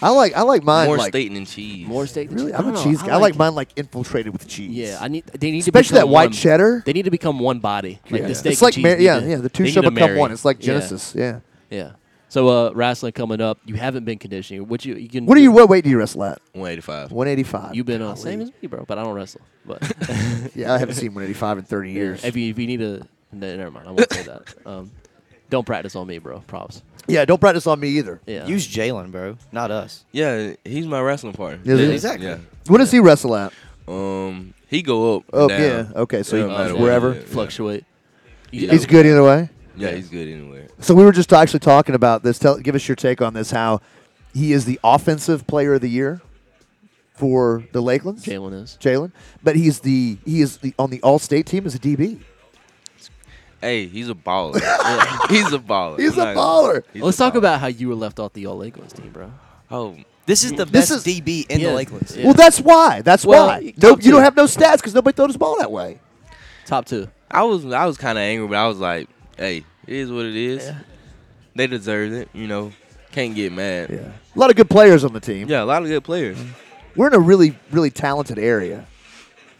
I like I like mine More like, steak than cheese. More steak than Really, cheese? I'm I a don't know. cheese I guy. I like like- mine like infiltrated with cheese. Yeah, I need. They need to Especially that become white one- cheddar. They need to become one body. Like Yeah. the steak It's like and cheese mar- need yeah, to- yeah, the two they need shall to become marry. one. It's like Genesis, yeah. Yeah. So uh, wrestling coming up. You haven't been conditioning. What you you can. What do you what weight do you wrestle at? 185. 185. You've been on same as me, bro. But I don't wrestle. But Yeah, I haven't seen 185 in 30 Yeah, years. If you if you need to, no, never mind. I won't say that. Um, don't practice on me, bro. Props. Yeah, don't practice on me either. Yeah. Use Jalen, bro, not us. Yeah, he's my wrestling partner. Is he? Yeah, Exactly. Yeah. What does he wrestle at? Um, he go up. Oh, down. yeah, okay, so It he- don't matter what wherever. he do, yeah. Fluctuate. Yeah. He's good either way. Yeah, he's good anywhere. So we were just actually talking about this. Tell, give us your take on this. How he is the offensive player of the year for the Lakelands. Jalen is Jalen, but he's the he is the, on the All State team as a DB. Hey, he's a baller. He's a baller. He's I'm a not- baller. he's Let's a talk baller. about how you were left off the All Lakelands team, bro. Oh, This is the This best DB in Yeah. the Lakelands. Yeah. Well, that's why. That's Well, why. y- No, top you don't two. have no stats because nobody throws the ball that way. Top two. I was I was kind of angry, but I was like, hey, it is what it is. They deserve it, you know. Can't get mad. Yeah. A lot of good players on the team. Yeah, a lot of good players. We're in a really really talented area.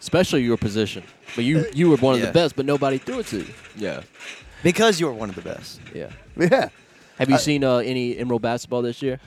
Especially your position. But you you were one of Yeah. the best, but nobody threw it to you. Yeah. Because you were one of the best. Yeah. Yeah. Have you seen uh, any Emerald basketball this year?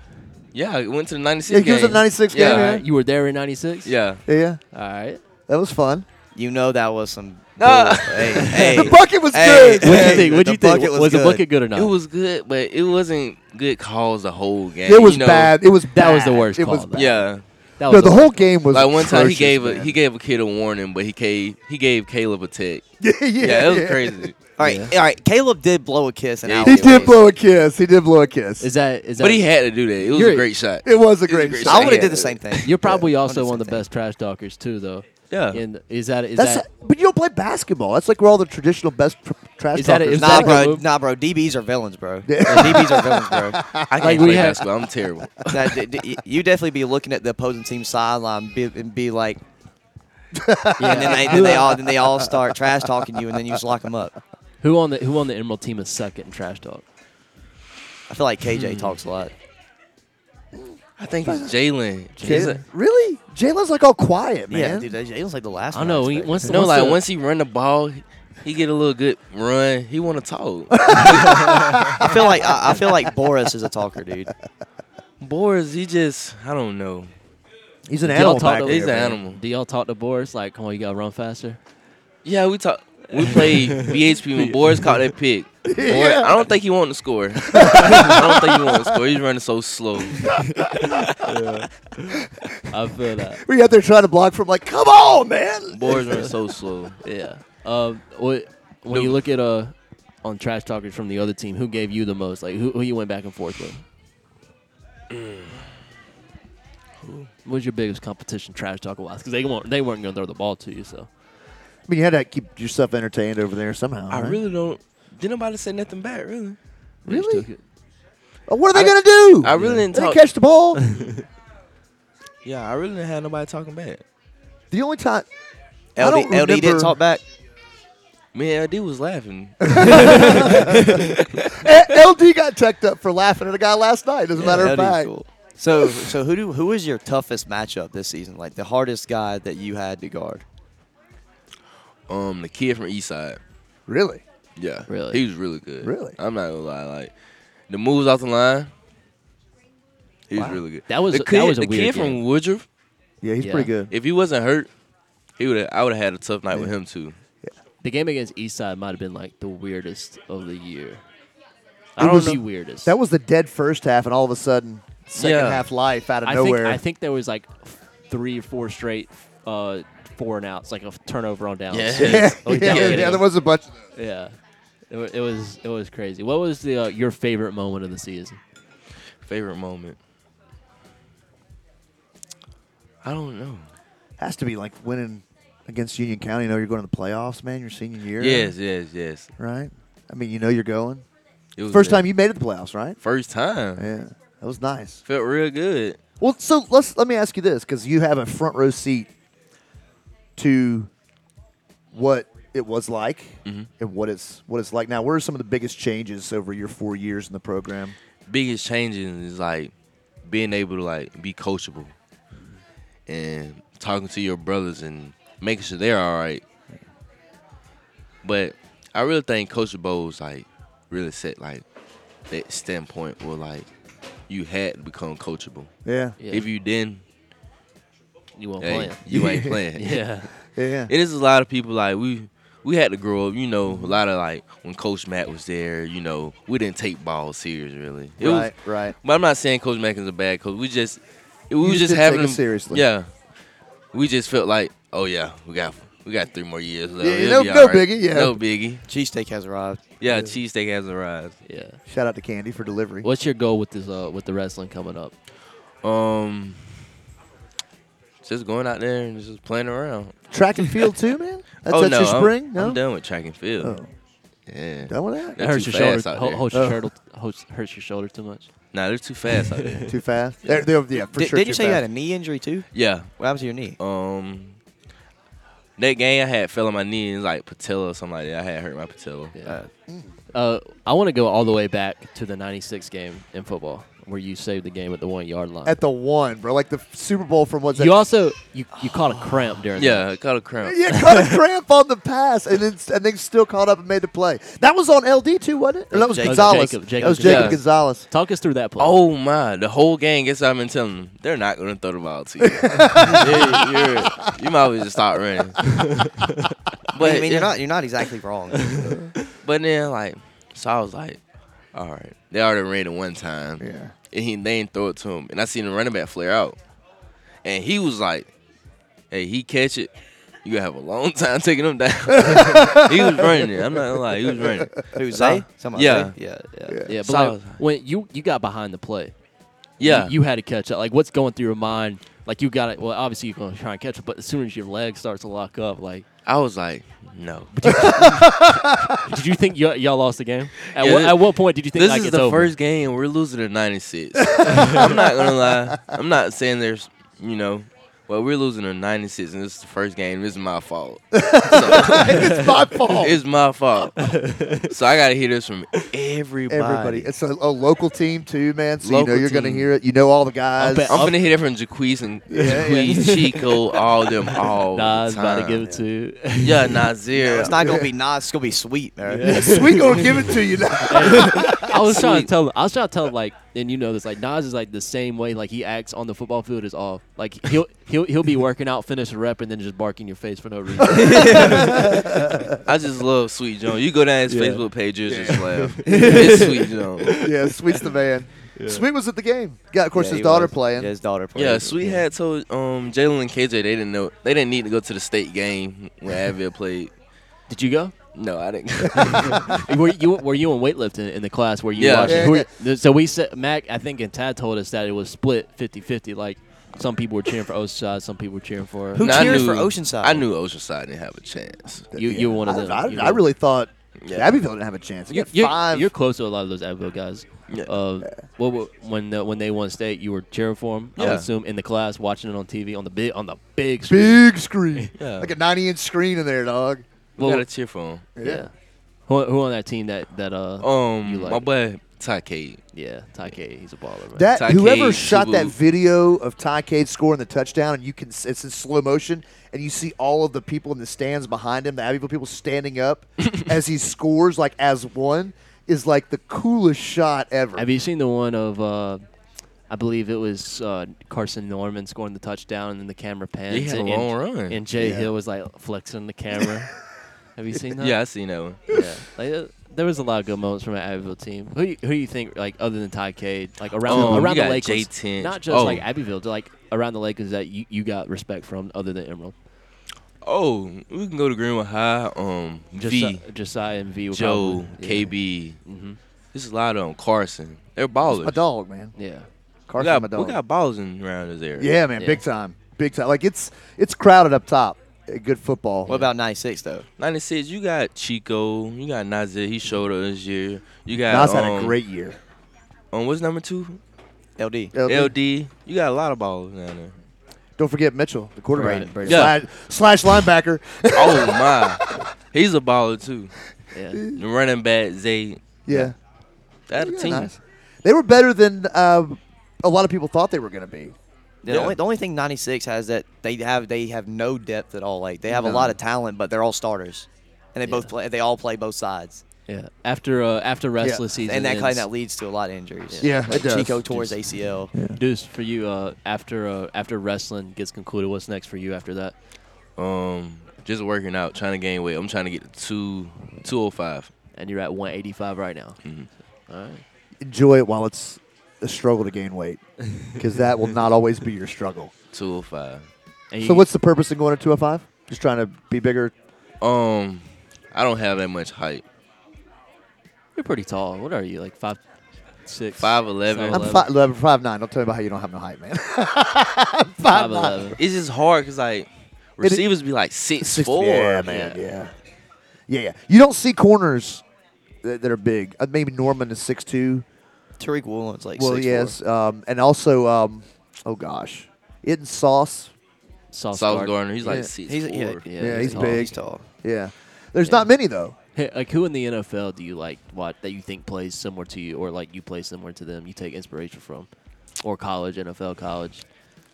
Yeah, I went to the 96 Yeah, he was game. at 96 game, Yeah. yeah. You were there in '96. Yeah. Yeah, yeah. All right. That was fun. You know that was some. Ah. bull- hey, hey. The bucket was Hey, good. What do hey, you think? What do the you think? bucket Was, Was, the bucket good or not? It was good, but it wasn't good calls the whole game. It was you know? bad. It was That was the bad. worst It call, was though. bad. Yeah. That No, was the a- whole game was Like one time he atrocious, gave a man. he gave a kid a warning, but he gave he gave Caleb a tech. yeah, yeah, Yeah, that was crazy. All right, all right. Caleb did blow a kiss, and Yeah, yeah, He did blow a kiss. He did blow a kiss. Is that is that? But he had to do that. It was You're- a great shot. it was a great, great shot. I would have Yeah. did the same thing. You're probably also Understand one of the that. best trash talkers too, though. Yeah. And is that is That's that but you don't play basketball. That's like where all the traditional best tr- trash Is that a- talkers is Nah, that play. a bro. good move? Nah, bro. DBs are villains, bro. DBs are villains, bro. I can't Like, we play had- basketball. I'm terrible. Nah, d- d- you definitely be looking at the opposing team sideline be- and be like, and then they, then they all then they all start trash talking you, and then you just lock them up. who on the who on the Emerald team is second in trash talk? Hmm. I feel like KJ talks a lot. I think it's Jalen. He's Jalen- a- really? Jalen's like all quiet, man. Yeah, dude, that- Jalen's like the last. I one know. He, expected. once No, once like the- once he run the ball, he get a little good run. He want to talk. I feel like I, I feel like Boris is a talker, dude. Boris, he just I don't know. He's an do animal. y'all Back talk there, to He's an man. animal. do y'all talk to Boris like, come on, you gotta run faster? Yeah, we talk. We played BHP when Boris caught that pick. Boris- I don't think he wanted to score. I don't think he wanted to score. He's running so slow. I feel that. We out there trying to block from like, come on, man. Boris running so slow. Yeah. Um. What, when you look at uh on trash talkers from the other team, who gave you the most? Like who who you went back and forth with? Mm. What was your biggest competition trash talker wise? Because they weren't they weren't gonna throw the ball to you, so I mean, you had to keep yourself entertained over there somehow. I right? really don't. Didn't nobody say nothing back really. they just Really? took it. Oh, what are they I- gonna do? I really didn't They talk. catch the ball. Yeah, I really didn't have nobody talking back. the only time I don't LD, LD didn't remember- talk back. Me and LD was laughing. A- LD got checked up for laughing at a guy last night. As a matter Yeah, of that is fact, cool. So, so who do who is your toughest matchup this season? Like the hardest guy that you had to guard? Um, the kid from Eastside. really, Yeah. Really? He was really good. Really? I'm not gonna lie, like the moves off the line. He was really good. That was- the that kid, was a the weird kid game. from Woodruff. yeah, he's Yeah. pretty good. If he wasn't hurt, he would I would have had a tough night with him too. The game against Eastside might have been like the weirdest of the year. It I don't was- know the weirdest. That was the dead first half, and all of a sudden, second Yeah. half life out of I nowhere. think I think there was like f- three or four straight uh four and outs, like a f- turnover on downs. Yeah. yeah, Oh, yeah, yeah. yeah, there was a bunch. Of those. Yeah. It, wa- it was it was crazy. What was the uh, your favorite moment of the season? Favorite moment. I don't know. Has to be like winning against Union County. You know, you're going to the playoffs, man. Your senior year. Yes, yes, yes. Right. I mean, you know, you're going. It was First good. time you made it to the playoffs, right? First time. Yeah, that was nice. Felt real good. Well, so let's let me ask you this because you have a front row seat to what it was like Mm-hmm. and what it's what it's like now. What are some of the biggest changes over your four years in the program? Biggest changes is like being able to like be coachable and talking to your brothers and making sure they're all right. But I really think Coach Bowles like really set like that standpoint where like you had to become coachable. Yeah. Yeah. If you didn't, you won't hey, play. You ain't playing. yeah. Yeah. It is a lot of people like we we had to grow up, you know, a lot of like when Coach Matt was there, you know, we didn't take balls serious really. It Right, was, right. But I'm not saying Coach Mack is a bad coach. We just we You was just just didn't take having it him seriously. Yeah. We just felt like, oh yeah, we got we got three more years left. Yeah, It'll no- be all no right. biggie, yeah. No biggie. Cheesesteak has arrived. Yeah, cheesesteak has arrived. Yeah. Shout out to Candy for delivery. What's your goal with this uh, with the wrestling coming up? Um, just going out there and just playing around. Track and field too, man. That's, oh that's no, your spring. I'm, no, Oh. I'm done with track and field. Yeah, Done with that? Oh. They're hurts too your fast shoulder. out Ho- there. hurts your shoulder. Hurts, hurts your shoulder too much. Nah, they're too fast out there. Too fast? They're- they're- yeah, for Did, sure did you too say you had a fast. knee injury too? Yeah. What happened to your knee? Um, that game I had fell on my knee and like patella or something like that. I had hurt my patella. Yeah. Uh, I want to go all the way back to the '96 game in football where you saved the game at the one yard Uh, line. At the one, bro. Like the Super Bowl from what's that? you also you, you caught a cramp during. Yeah, that. I caught a cramp. Oh. yeah, caught a cramp on the pass, and then and then still caught up and made the play. That was on LD too, wasn't it? Or that was Jacob- Gonzalez. Jacob- that was Jacob Jacob Gonzalez. Gonzalez. Talk us through that play. Oh my! The whole gang. Guess what I've been telling them they're not gonna throw the ball to you. You're- you're- you might as well just stop running. But I mean, yeah. you're not you're not exactly wrong. But then like, so I was like, all right, they already ran it one time. Yeah. And he, they didn't throw it to him, and I seen the running back flare out, and he was like, hey, he catch it. You gonna have a long time taking him down. he was running it. I'm not gonna lie, he was running. Who, So I- Zay? Somebody, yeah. Zay? Yeah, yeah. yeah, but So I like, was- when you you got behind the play, Yeah. you, you had to catch up. Like, what's going through your mind? Like, you got it. Well, obviously you're going to try and catch up, but as soon as your leg starts to lock up, like, I was like, no. did you think y- y'all lost the game? At, Yeah, what, thi- at what point did you think this like is it's the over? first game we're losing to 96? I'm not gonna lie. I'm not saying there's, you know, well we're losing to 96 and this is the first game. This is my fault. it's my fault. it's my fault. so I gotta hear this from everybody. Everybody. It's a, a local team too, man. So you Local know you're gonna team. hear it. You know all the guys. I'm gonna hear that from Jaquez and Yeah, yeah. Jaquez, Chico, all them all Nas the about time. to give it to. yeah, Nazir. It's not gonna be Nas. It's gonna be sweet, man. Sweet gonna give it to you now. I was trying to tell him. I was trying to tell him like, and you know this, like Nas is like the same way. Like he acts on the football field is off. Like he'll he'll he'll be working out, finish a rep, and then just bark in your face for no reason. I just love Sweet John. You go down his Yeah. Facebook page, you just laugh. it's Sweet John. yeah, Sweet's the man. Sweet was at the game. Yeah, of course Yeah, his he daughter was. playing. Yeah, his daughter playing. Yeah, Sweet had told um Jalen and KJ they didn't know they didn't need to go to the state game when Advil played. Did you go? No, I didn't. were you were you in weightlifting in the class where you Yeah. watched? Yeah. who were- so we said Mac, I think, and Tad told us that it was split 50-50. Like some people were cheering for Oceanside, some people were cheering for Who No, I cheers knew- for Oceanside? I knew Oceanside didn't have a chance. you. You're one of I, them. I, You I were- really thought Yeah. Abbeville didn't have a chance. They You're, got you're, 5 you're close to a lot of those Advil guys. Yeah. Uh, what, were- when uh, when they won state, you were cheering for them. I Yeah. would assume in the class, watching it on TV on the big on the big screen. big screen. Yeah. Like a 90 inch screen in there, dog. We Well, gotta cheer for him. Yeah. Who, who on that team that that uh you Um, like? my boy Ty Cade. yeah, Tyke, he's a baller. Man. That Ty whoever Cade, shot that Shubu. video of Ty Cade scoring the touchdown, and you can it's in slow motion, and you see all of the people in the stands behind him, the Abbeville people standing up as he scores, like as one, is like the coolest shot ever. Have you seen the one of uh I believe it was uh, Carson Norman scoring the touchdown, and then the camera pans. had a and, long run. And Jay Hill was like flexing the camera. Have you seen that? Yeah, I seen that one. yeah. Like, uh, there was a lot of good moments from an Abbeville team. Who you, who you think like other than Ty Cade, like around Um, around you the got Lakers, Jay Tinch. not just Oh. like Abbeville, like around the Lakers that you, you got respect from other than Emerald. Oh, we can go to Greenwood High. Um, Josiah, V, Josiah and V. were Joe, probably- yeah. Mm-hmm. KB. This is a lot on Carson. They're ballers. my dog, man. Yeah. we Carson, got, my we dog. got ballers in around this area. yeah, man, Yeah. big time, big time. Like it's it's crowded up top. Uh, Good football. What about '96 though? 96, you got Chico. You got Nazir. He showed up this year. You got. Nas um, had a great year. Um, what's number two? LD. LD. LD. You got a lot of ballers down there. Don't forget Mitchell, the quarterback, Braden, Braden. Yeah. slash, slash linebacker. Oh, my. He's a baller, too. Yeah. The running back, Zay. yeah. That a Yeah, team. nice. They were better than uh, a lot of people thought they were going to be. The, only, the only thing 96 has that they have they have no depth at all. Like they have a No. lot of talent, but they're all starters, and they both play. They all play both sides. Yeah. After uh, after restless season, and that ends, kind of leads to a lot of injuries. Yeah, like it does. Chico tore his ACL. Deuce, for you, uh, after uh, after wrestling gets concluded, what's next for you after that? Um, just working out, trying to gain weight. I'm trying to get to two, Mm-hmm. 205. And you're at 185 right now. All right. Enjoy it while it's a struggle to gain weight, because that will not always be your struggle. 205. So what's the purpose of going to 205? Just trying to be bigger. Um, I don't have that much height. You're pretty tall. What are you like five, six, five eleven? I'm five, eleven, five nine. Don't tell me about how you don't have no height, man. Five Five eleven. eleven. It's just hard because like It is- receivers be like six, Six- four. yeah, man, yeah. yeah, yeah. You don't see corners that, that are big. Uh, maybe Norman is six two. Tariq Woolen's like well, 6'4". yes, um, and also, um, oh gosh, isn't Sauce? Sauce, Sauce Gardner. Gardner, he's like six He's- yeah, four. Yeah, he's, tall. big. He's tall. Yeah, there's not many though. Hey, like who in the NFL do you like what that you think plays similar to you, or like you play similar to them? You take inspiration from, or college, NFL, college.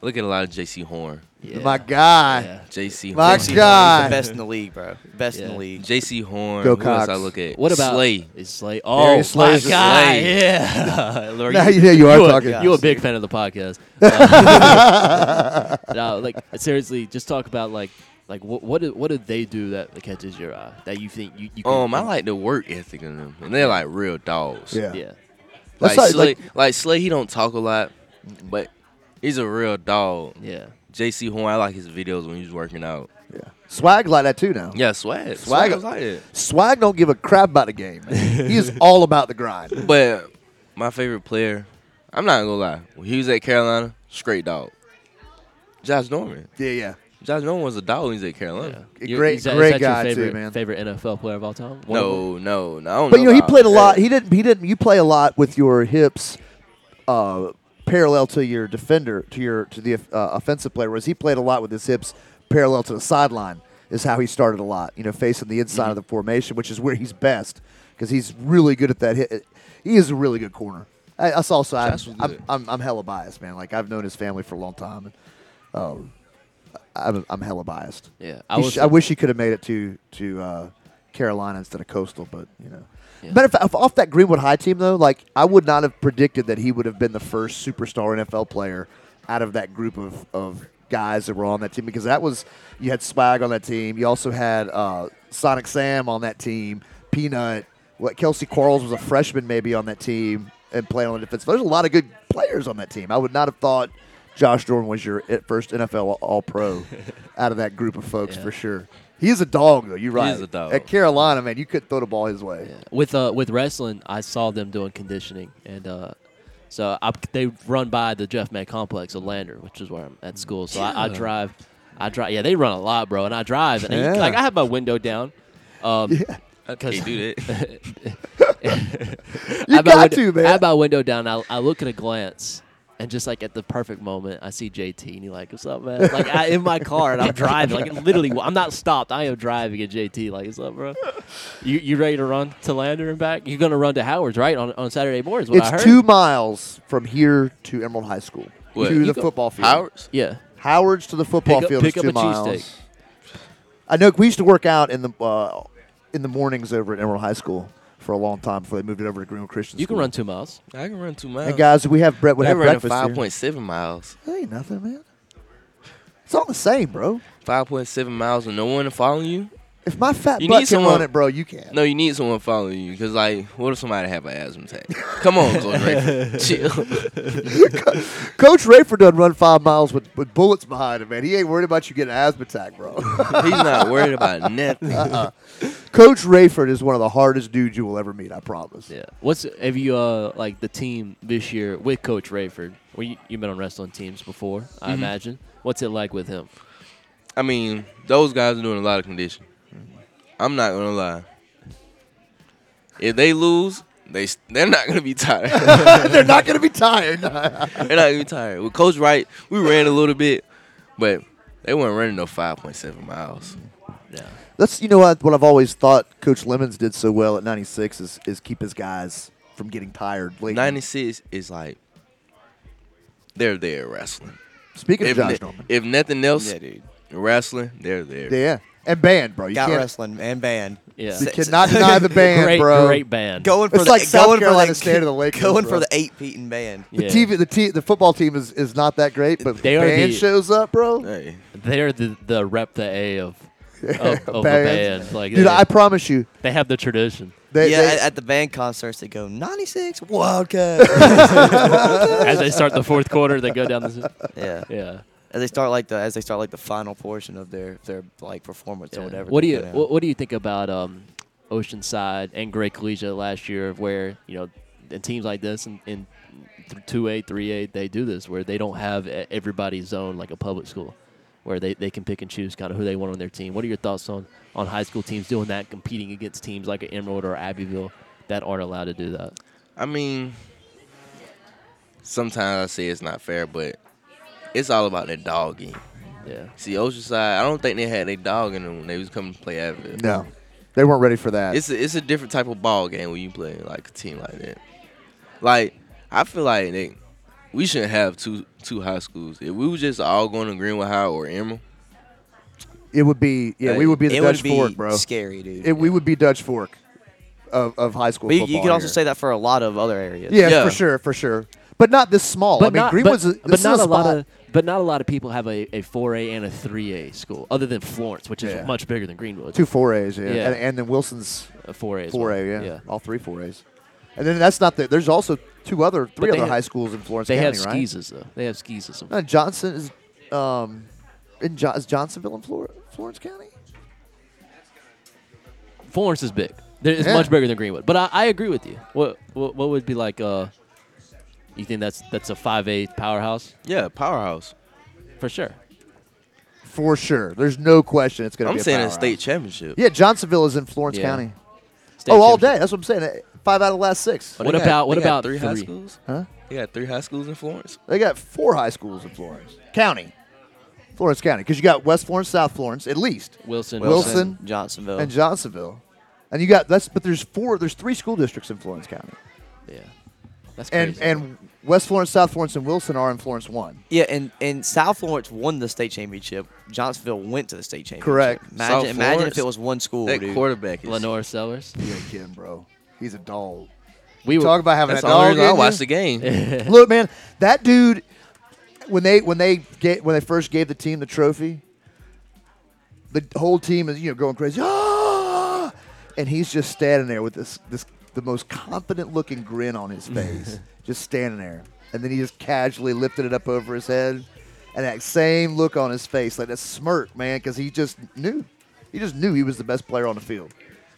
Look at a lot of J.C. Horn. Yeah. My guy. J.C. My Horn. J.C. Horn, God. he's the best in the league, bro. Best in Yeah. the league. J.C. Horn. Go Who else Cox. I look at? What about Slay? Is Slay? Oh, Darius Slay my is a- guy, Slay. yeah. Lord, Now you- yeah, you are a- talking. You a big fan of the podcast? Uh, no, like seriously, just talk about like like what what do, what do they do that catches your eye that you think you, you can Um, I like the work ethic in them, and they're like real dogs. Yeah. yeah. Like, That's not- Slay, like, like- Slay, he don't talk a lot, but he's a real dog. Yeah. J.C. Horn, I like his videos when he was working out. Swag like that too now. Yeah, swag. Swag, Swag- was like that. Swag don't give a crap about the game. Man. he is all about the grind. But my favorite player, I'm not gonna lie, when he was at Carolina, straight dog. Josh Norman. Yeah, yeah. Josh Norman was a dog when he was at Carolina. You- great, is that- is great that your guy favorite, too, man. Favorite NFL player of all time? One of them? No, no, no. I don't But you know, he about- played a lot. He didn't. He didn't. You play a lot with your hips, uh, parallel to your defender, to your to the uh, offensive player. Whereas he played a lot with his hips parallel to the sideline. Is how he started a lot. You know, facing the inside Mm-hmm. of the formation, which is where he's best because he's really good at that hit. He is a really good corner. I, I saw. So I'm, Josh was I'm, good. I'm, I'm hella biased, man. Like I've known his family for a long time, and um, I'm, I'm hella biased. Yeah, I, I wish was- I wish he could have made it to to uh, Carolina instead of Coastal, but you know. Matter of fact, off- off that Greenwood High team though, like I would not have predicted that he would have been the first superstar NFL player out of that group of, of guys that were on that team because that was you had Swag on that team, you also had uh, Sonic Sam on that team, Peanut, what Kelsey Quarles was a freshman maybe on that team and playing on the defense. There's a lot of good players on that team. I would not have thought Josh Jordan was your i- first NFL All Pro out of that group of folks for sure. He is a dog though. You're He right. is a dog. At Carolina, man, you couldn't throw the ball his way. with uh with wrestling, I saw them doing conditioning, and uh, so I, they run by the Jeff May complex of Lander, which is where I'm at school. So I, I drive, I drive. Yeah, they run a lot, bro, and I drive, and Yeah. like I have my window down. Um, I can't do that. You I had my got window- to, man. I had my window down. I, I look at a glance, and just like at the perfect moment, I see JT, and he's like, "What's up, man?" Like I in my car, and I'm driving. Like literally, I'm not stopped. I am driving at JT. Like, "What's up, bro? You you ready to run to Lander and back? You're gonna run to Howard's right on, on Saturday mornings? What I heard. it's two miles from here to Emerald High School What? to You the go- football field. Howard's? Yeah, Howard's to the football pick up, field pick is up two a miles. cheesesteak. I know we used to work out in the uh, in the mornings over at Emerald High School for a long time before they moved it over to Greenwood Christian. You can School. run two miles. I can run two miles. And guys, we have Brett would they have running breakfast five here. point seven miles. That ain't nothing, man. It's all the same, bro. Five point seven miles, and no one following you. If my fat You need butt can someone- run it, bro, you can. No, you need someone following you because, like, what if somebody have an asthma attack? Come on, Coach Ray. Chill. Coach Rayford doesn't run five miles with, with bullets behind him, man. He ain't worried about you getting an asthma attack, bro. Uh-uh. He's not worried about nothing. Coach Rayford is one of the hardest dudes you will ever meet. I promise. Yeah. What's have you uh like the team this year with Coach Rayford? Well, you, you've been on wrestling teams before, I Mm-hmm. imagine. What's it like with him? I mean, those guys are doing a lot of conditioning. I'm not gonna lie. If they lose, they s- they're not gonna be tired. they're They're not going to be tired. not gonna be tired. With Coach Wright, we ran a little bit, but they weren't running no 5.7 miles. That's you know what what I've always thought Coach Lemons did so well at '96 is is keep his guys from getting tired. Late. 96 is like they're there wrestling. Speaking of if Josh ne- Norman. if nothing else, Yeah, dude. wrestling, they're there. Yeah, and banned, bro. You Got can't. wrestling and band. Yeah. You cannot deny the band, Great- bro. great band. Going for It's the, like South going for Carolina like, State of the Lakers, Going bro. for the eight beaten band. The TV, the te- the football team is, is not that great, but They are band the- shows up, bro. Hey. They're the, the rep the A of of, of the Bands. band. Like Dude, they- I promise you, they have the tradition. They- yeah, they- at, at the band concerts they go ninety six Wildcat. Wildcat. As they start the fourth quarter, they go down the. yeah, Yeah. as they start like the as they start like the final portion of their their like performance or whatever. What do they you go down. what, what do you think about um, Oceanside and Great Collegiate last year, of where you know and teams like this in, in two A, three A, they do this where they don't have e- everybody zoned like a public school, where they, they can pick and choose kind of who they want on their team. What are your thoughts on on high school teams doing that, competing against teams like Emerald or Abbeville that aren't allowed to do that? I mean, sometimes I say it's not fair, but it's all about their dog game. Yeah. See, Oceanside, I don't think they had their dog in them when they was coming to play Advil. no, they weren't ready for that. It's a, it's a different type of ball game when you play like a team like that. Like I feel like they, we shouldn't have two two high schools. If we were just all going to Greenwood High or Emerald, it would be yeah, Hey, we would be the Uh, it would Dutch Fork, be bro. scary, dude. It, We would be Dutch Fork of, of high school But you, football. you could also here. say that for a lot of other areas. yeah, for sure, for sure, but not this small. Oh, I mean, Greenwood's a, but this is not a, spot. lot of but not a lot of people have a, a 4A and a 3A school other than Florence, which is Yeah. much bigger than Greenwood. Two four A's, yeah. Yeah. And, and then Wilson's A 4A. as four A, well. yeah. yeah. All three four A's. And then that's not the there's also two other three they other have- high schools in Florence They have County, right? skeezes though. They have skeezes. Uh, Johnson is um in jo- is Johnsonville in Flor- Florence County? Florence is big. There- It's Yeah. much bigger than Greenwood. But I, I agree with you. What, what what would be like? Uh, you think that's that's a 5A powerhouse yeah, powerhouse. for sure? For sure. There's no question it's going to I'm be a saying a powerhouse. state championship. Yeah, Johnsonville is in Florence Yeah. County. State oh, all day. championship. That's what I'm saying. Eh, Five out of the last six. But What they got- about- what they got about three high three? schools? Huh? They got three high schools in Florence. They got four high schools in Florence County. Florence County, because you got West Florence, South Florence, at least, Wilson. Wilson, Johnsonville. and Johnsonville, and you got that's. But there's four. There's three school districts in Florence County, Yeah. That's and crazy. and West Florence, South Florence, and Wilson are in Florence one. yeah, and, and South Florence won the state championship. Johnsonville went to the state championship. Correct. Imagine, South imagine Florence, if it was one school, That dude. quarterback is. Lenore Sellers. You ain't kidding, bro. He's a dog. We Talk about having That's a the dog. only reason I in you. watched the game. Look, man, that dude when they when they get when they first gave the team the trophy, the whole team is you know going crazy, ah! and he's just standing there with this this the most confident looking grin on his face, just standing there, and then he just casually lifted it up over his head, and that same look on his face, like that smirk, man, because he just knew, he just knew he was the best player on the field,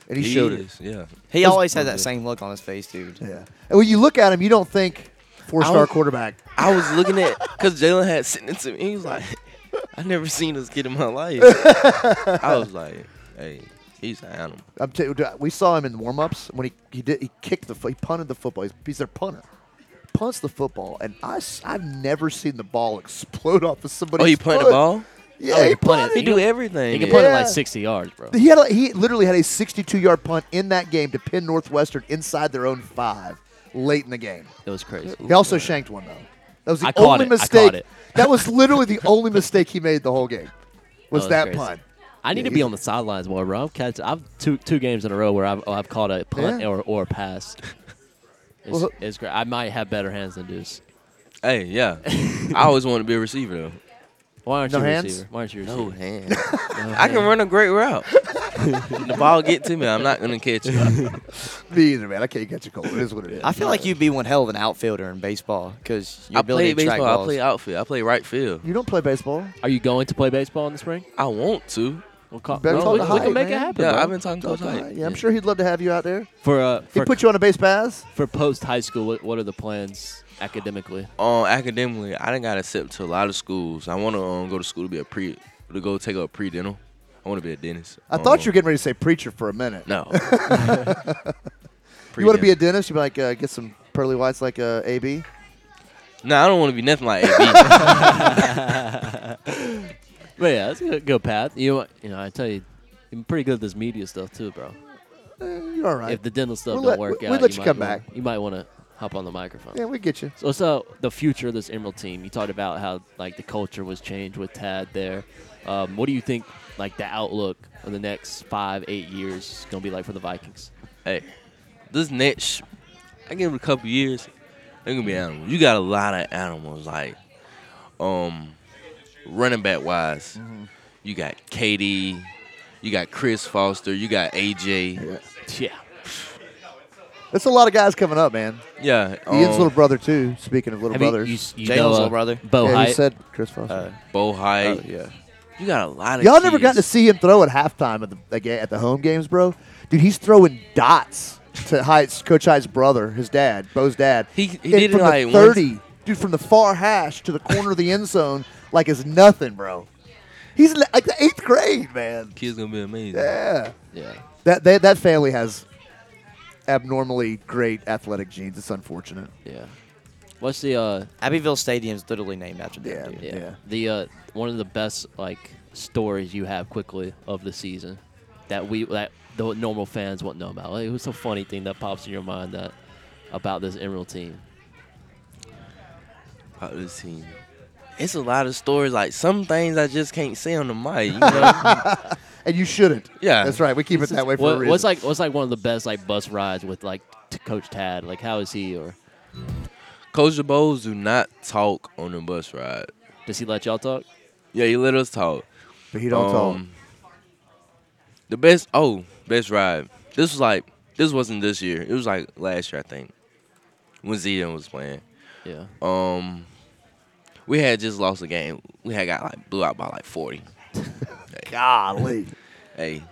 and he, showed it. is, Yeah. He always has that same look on his face, dude. Yeah, and when you look at him, you don't think four I star was- quarterback. I was looking at because Jalen had sent it to me. He was like, "I never seen this kid in my life." I was like, "Hey, he's an animal." I'm t- we saw him in warm ups when he, he did he kicked the fo- he punted the football. He's, he's their punter. Punts the football, and I have never seen the ball explode off of somebody. Oh, he punted the ball. Yeah, Oh, he, he punted. punted. He You do know- everything. He can yeah. put it Yeah. like 60 yards, bro. He had a, he literally had a 62 yard punt in that game to pin Northwestern inside their own five late in the game. It was crazy. He also shanked one though. That was the I caught only it. I caught mistake. it. that was literally the only mistake he made the whole game. Oh, Was was that crazy. punt? I need Yeah, to be he's- on the sidelines more, bro. I've catch, I've two two games in a row where I've, oh, I've caught a punt Yeah. or or a pass. It's, Well, it's great. I might have better hands than Deuce. Hey, yeah. I always wanted to be a receiver though. Why aren't No you a hands? receiver? Why aren't you a receiver? No hand. I can run a great route. the ball get to me. I'm not gonna catch it. Me either, man. I can't catch a cold. It is what it is. I feel like you'd be one hell of an outfielder in baseball because your I play ability to track baseball. I balls. play outfield. I play right field. you don't play baseball. Are you going to play baseball in the spring? I want to. We'll call, Better we- talk we, to we Hype, can make man. it happen. Yeah, bro. I've been talking to Coach Hyde. Yeah, I'm sure he'd love to have you out there. for uh, He for put you on a base pass. for post high school. What, what are the plans academically? Um, academically, I done got accepted to a lot of schools. I want to um, go to school to be a pre, to go take a pre dental. I want to be a dentist. I thought Oh. Um, you were getting ready to say preacher for a minute. No. you want to be a dentist? You'd be like, uh, get some pearly whites like uh, AB. No, I don't want to be nothing like AB. But yeah, that's a good, good path. You know, what- you know, I tell you, you're pretty good at this media stuff too, bro. Eh, you're all right. If the dental stuff We'll don't let- work we- out, we'll let you might come wanna- back. You might want to hop on the microphone. Yeah, we get you. So, so the future of this Emerald team, you talked about how like the culture was changed with Tad there. Um, what do you think like the outlook of the next five, eight years is gonna be like for the Vikings? Hey, this niche, I give it a couple years, they're gonna be animals. You got a lot of animals, like um, running back wise. Mm-hmm. You got KD, you got Chris Foster, you got AJ. Yeah, That's a lot of guys coming up, man. Yeah, Ian's um, oh. little brother too. Speaking of little have you- brothers, you s- you Jalen's know, uh, little brother? Bo yeah, you Hyatt. said Chris Foster. Oh, Bo Height. yeah, you got a lot of. Y'all never got kids. to see him throw at halftime at the at ga- at the home games, bro. Dude, he's throwing dots to Hyatt's, Coach Hyatt's brother, his dad, Bo's dad. He, And did it from like the once- thirty, dude, from the far hash to the corner of the end zone, like it's nothing, bro. He's in the- like the eighth grade, man. Kids gonna be amazing. Yeah. Yeah. That that, that family has abnormally great athletic genes. It's unfortunate. Yeah. What's the uh Abbeville Stadium's literally named after them. dude. yeah. The uh one of the best like stories you have quickly of the season that we that the normal fans won't know about. Like, what's a funny thing that pops in your mind that about this Emerald team? about this team. It's a lot of stories. Like some things I just can't say on the mic. You know? and you shouldn't. Yeah, That's right. We keep it that way for What- a reason. What's like what's like one of the best like bus rides with like t- Coach Tad? Like how is he or Coach Jabos do not talk on the bus ride. Does he let y'all talk? Yeah, he let us talk. Um, But he don't talk. The best oh, best ride. This was like this wasn't this year. It was like last year I think. When Zidane was playing. Yeah. Um we had just lost a game. We had got like blew out by like forty. Golly. hey.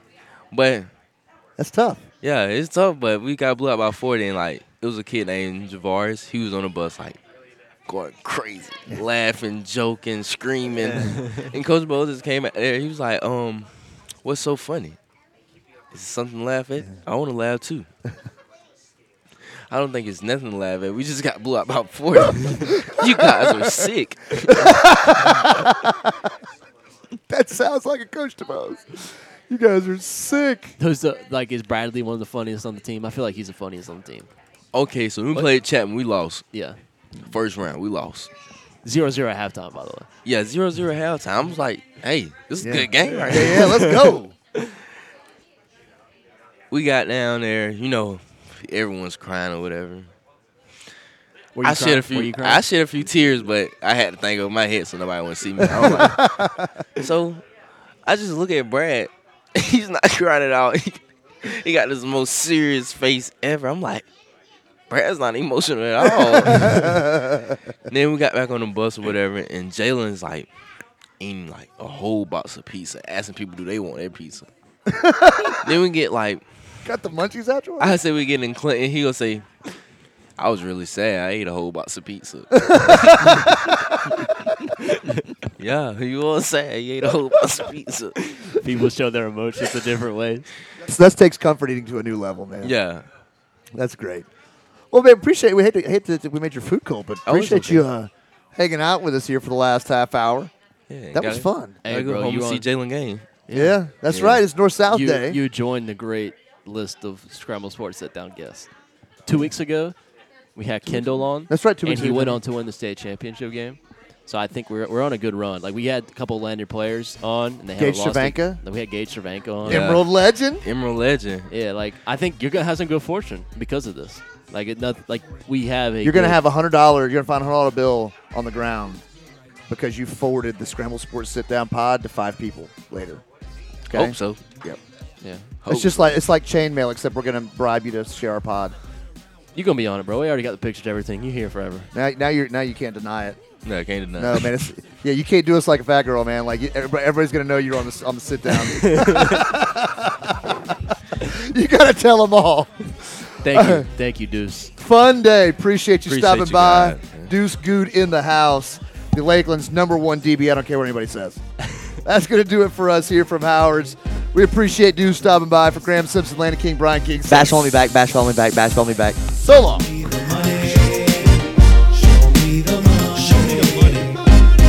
But That's tough. Yeah, it's tough, but we got blew out by 40, and like it was a kid named Javaris. He was on the bus, like going crazy, laughing, joking, screaming. and Coach Bo just came out there. He was like, "Um, what's so funny? Is it something to laugh at? I want to laugh too." I don't think it's nothing to laugh at. We just got blew out by 40. you guys are sick. that sounds like a Coach DeBose. You guys are sick. Those the, like is Bradley one of the funniest on the team? I feel like he's the funniest on the team. Okay, so we played Chapman. We lost. Yeah. First round, we lost. Zero zero at halftime, by the way. Yeah, zero zero halftime. I was like, hey, this is Yeah. a good game right Yeah, here. yeah, let's go. we got down there, you know, everyone's crying or whatever. Were you I shed crying? a Were few you crying? I shed a few tears, but I had to think of my head so nobody wouldn't see me. I was like- so I just look at Brad. He's not crying at all. He, he got this most serious face ever. I'm like, Brad's not emotional at all. then we got back on the bus or whatever, and Jalen's like eating like a whole box of pizza, asking people do they want their pizza. then we get like Got the munchies out your I say we get in Clinton. He gonna say, "I was really sad. I ate a whole box of pizza." yeah, you was sad. You ate a whole box of pizza. People show their emotions a different way. So that takes comfort eating to a new level, man. Yeah. That's great. Well, man, appreciate we hate to hate that we made your food cold, but Oh, it's appreciate okay. you uh, hanging out with us here for the last half hour. Yeah, that gotta- was fun. Hey, gotta go bro, home you and see on- Jalen Game. Yeah, that's right. It's North South you, Day. You joined the great list of Scramble Sports Sit Down guests. Two weeks ago, we had Kendall on. That's right, two and weeks he ago. went on to win the state championship game. So I think we're, we're on a good run. Like we had a couple landed players on, and they Gage haven't lost a- Cervenka? We had Gage Cervenka on. Emerald Legend. Emerald Legend. Yeah, like I think you're gonna have some good fortune because of this. Like it, not, like we have a. You're gonna good- have a hundred dollar. You're gonna find a hundred dollar bill on the ground because you forwarded the Scramble Sports Sit Down Pod to five people later. Okay? Hope so. Yep. Yeah. it's just like it's like chainmail, except we're gonna bribe you to share our pod. You're gonna be on it, bro. We already got the pictures, everything. You here forever. Now, now you're now you can't deny it. No, I can't deny. No, man, it's, yeah, you can't do us like a fat girl, man. Like you- everybody, everybody's gonna know you're on the s- on the sit down. you gotta tell them all. Thank you, thank you, Deuce. Fun day. Appreciate you Appreciate stopping you by. guys, Deuce Good in the house. The Lakeland's number one DB. I don't care what anybody says. That's gonna do it for us here from Howard's. We appreciate Deuce stopping by for Graham Simpson, Landon King, Brian King. Bash on me back, bash on me back, bash on me back. So long. Show me the money.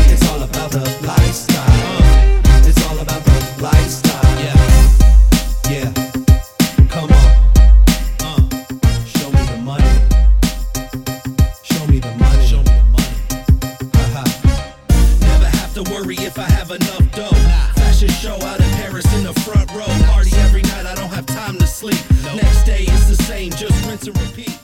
It's all about the lifestyle. It's all about the lifestyle. Yeah. Yeah. Come on. Uh. Show me the money. Uh-huh. if I have enough dough. Fashion show out in Paris in the front row. Party every night, I don't have time to sleep. Next day it's the same, just rinse and repeat.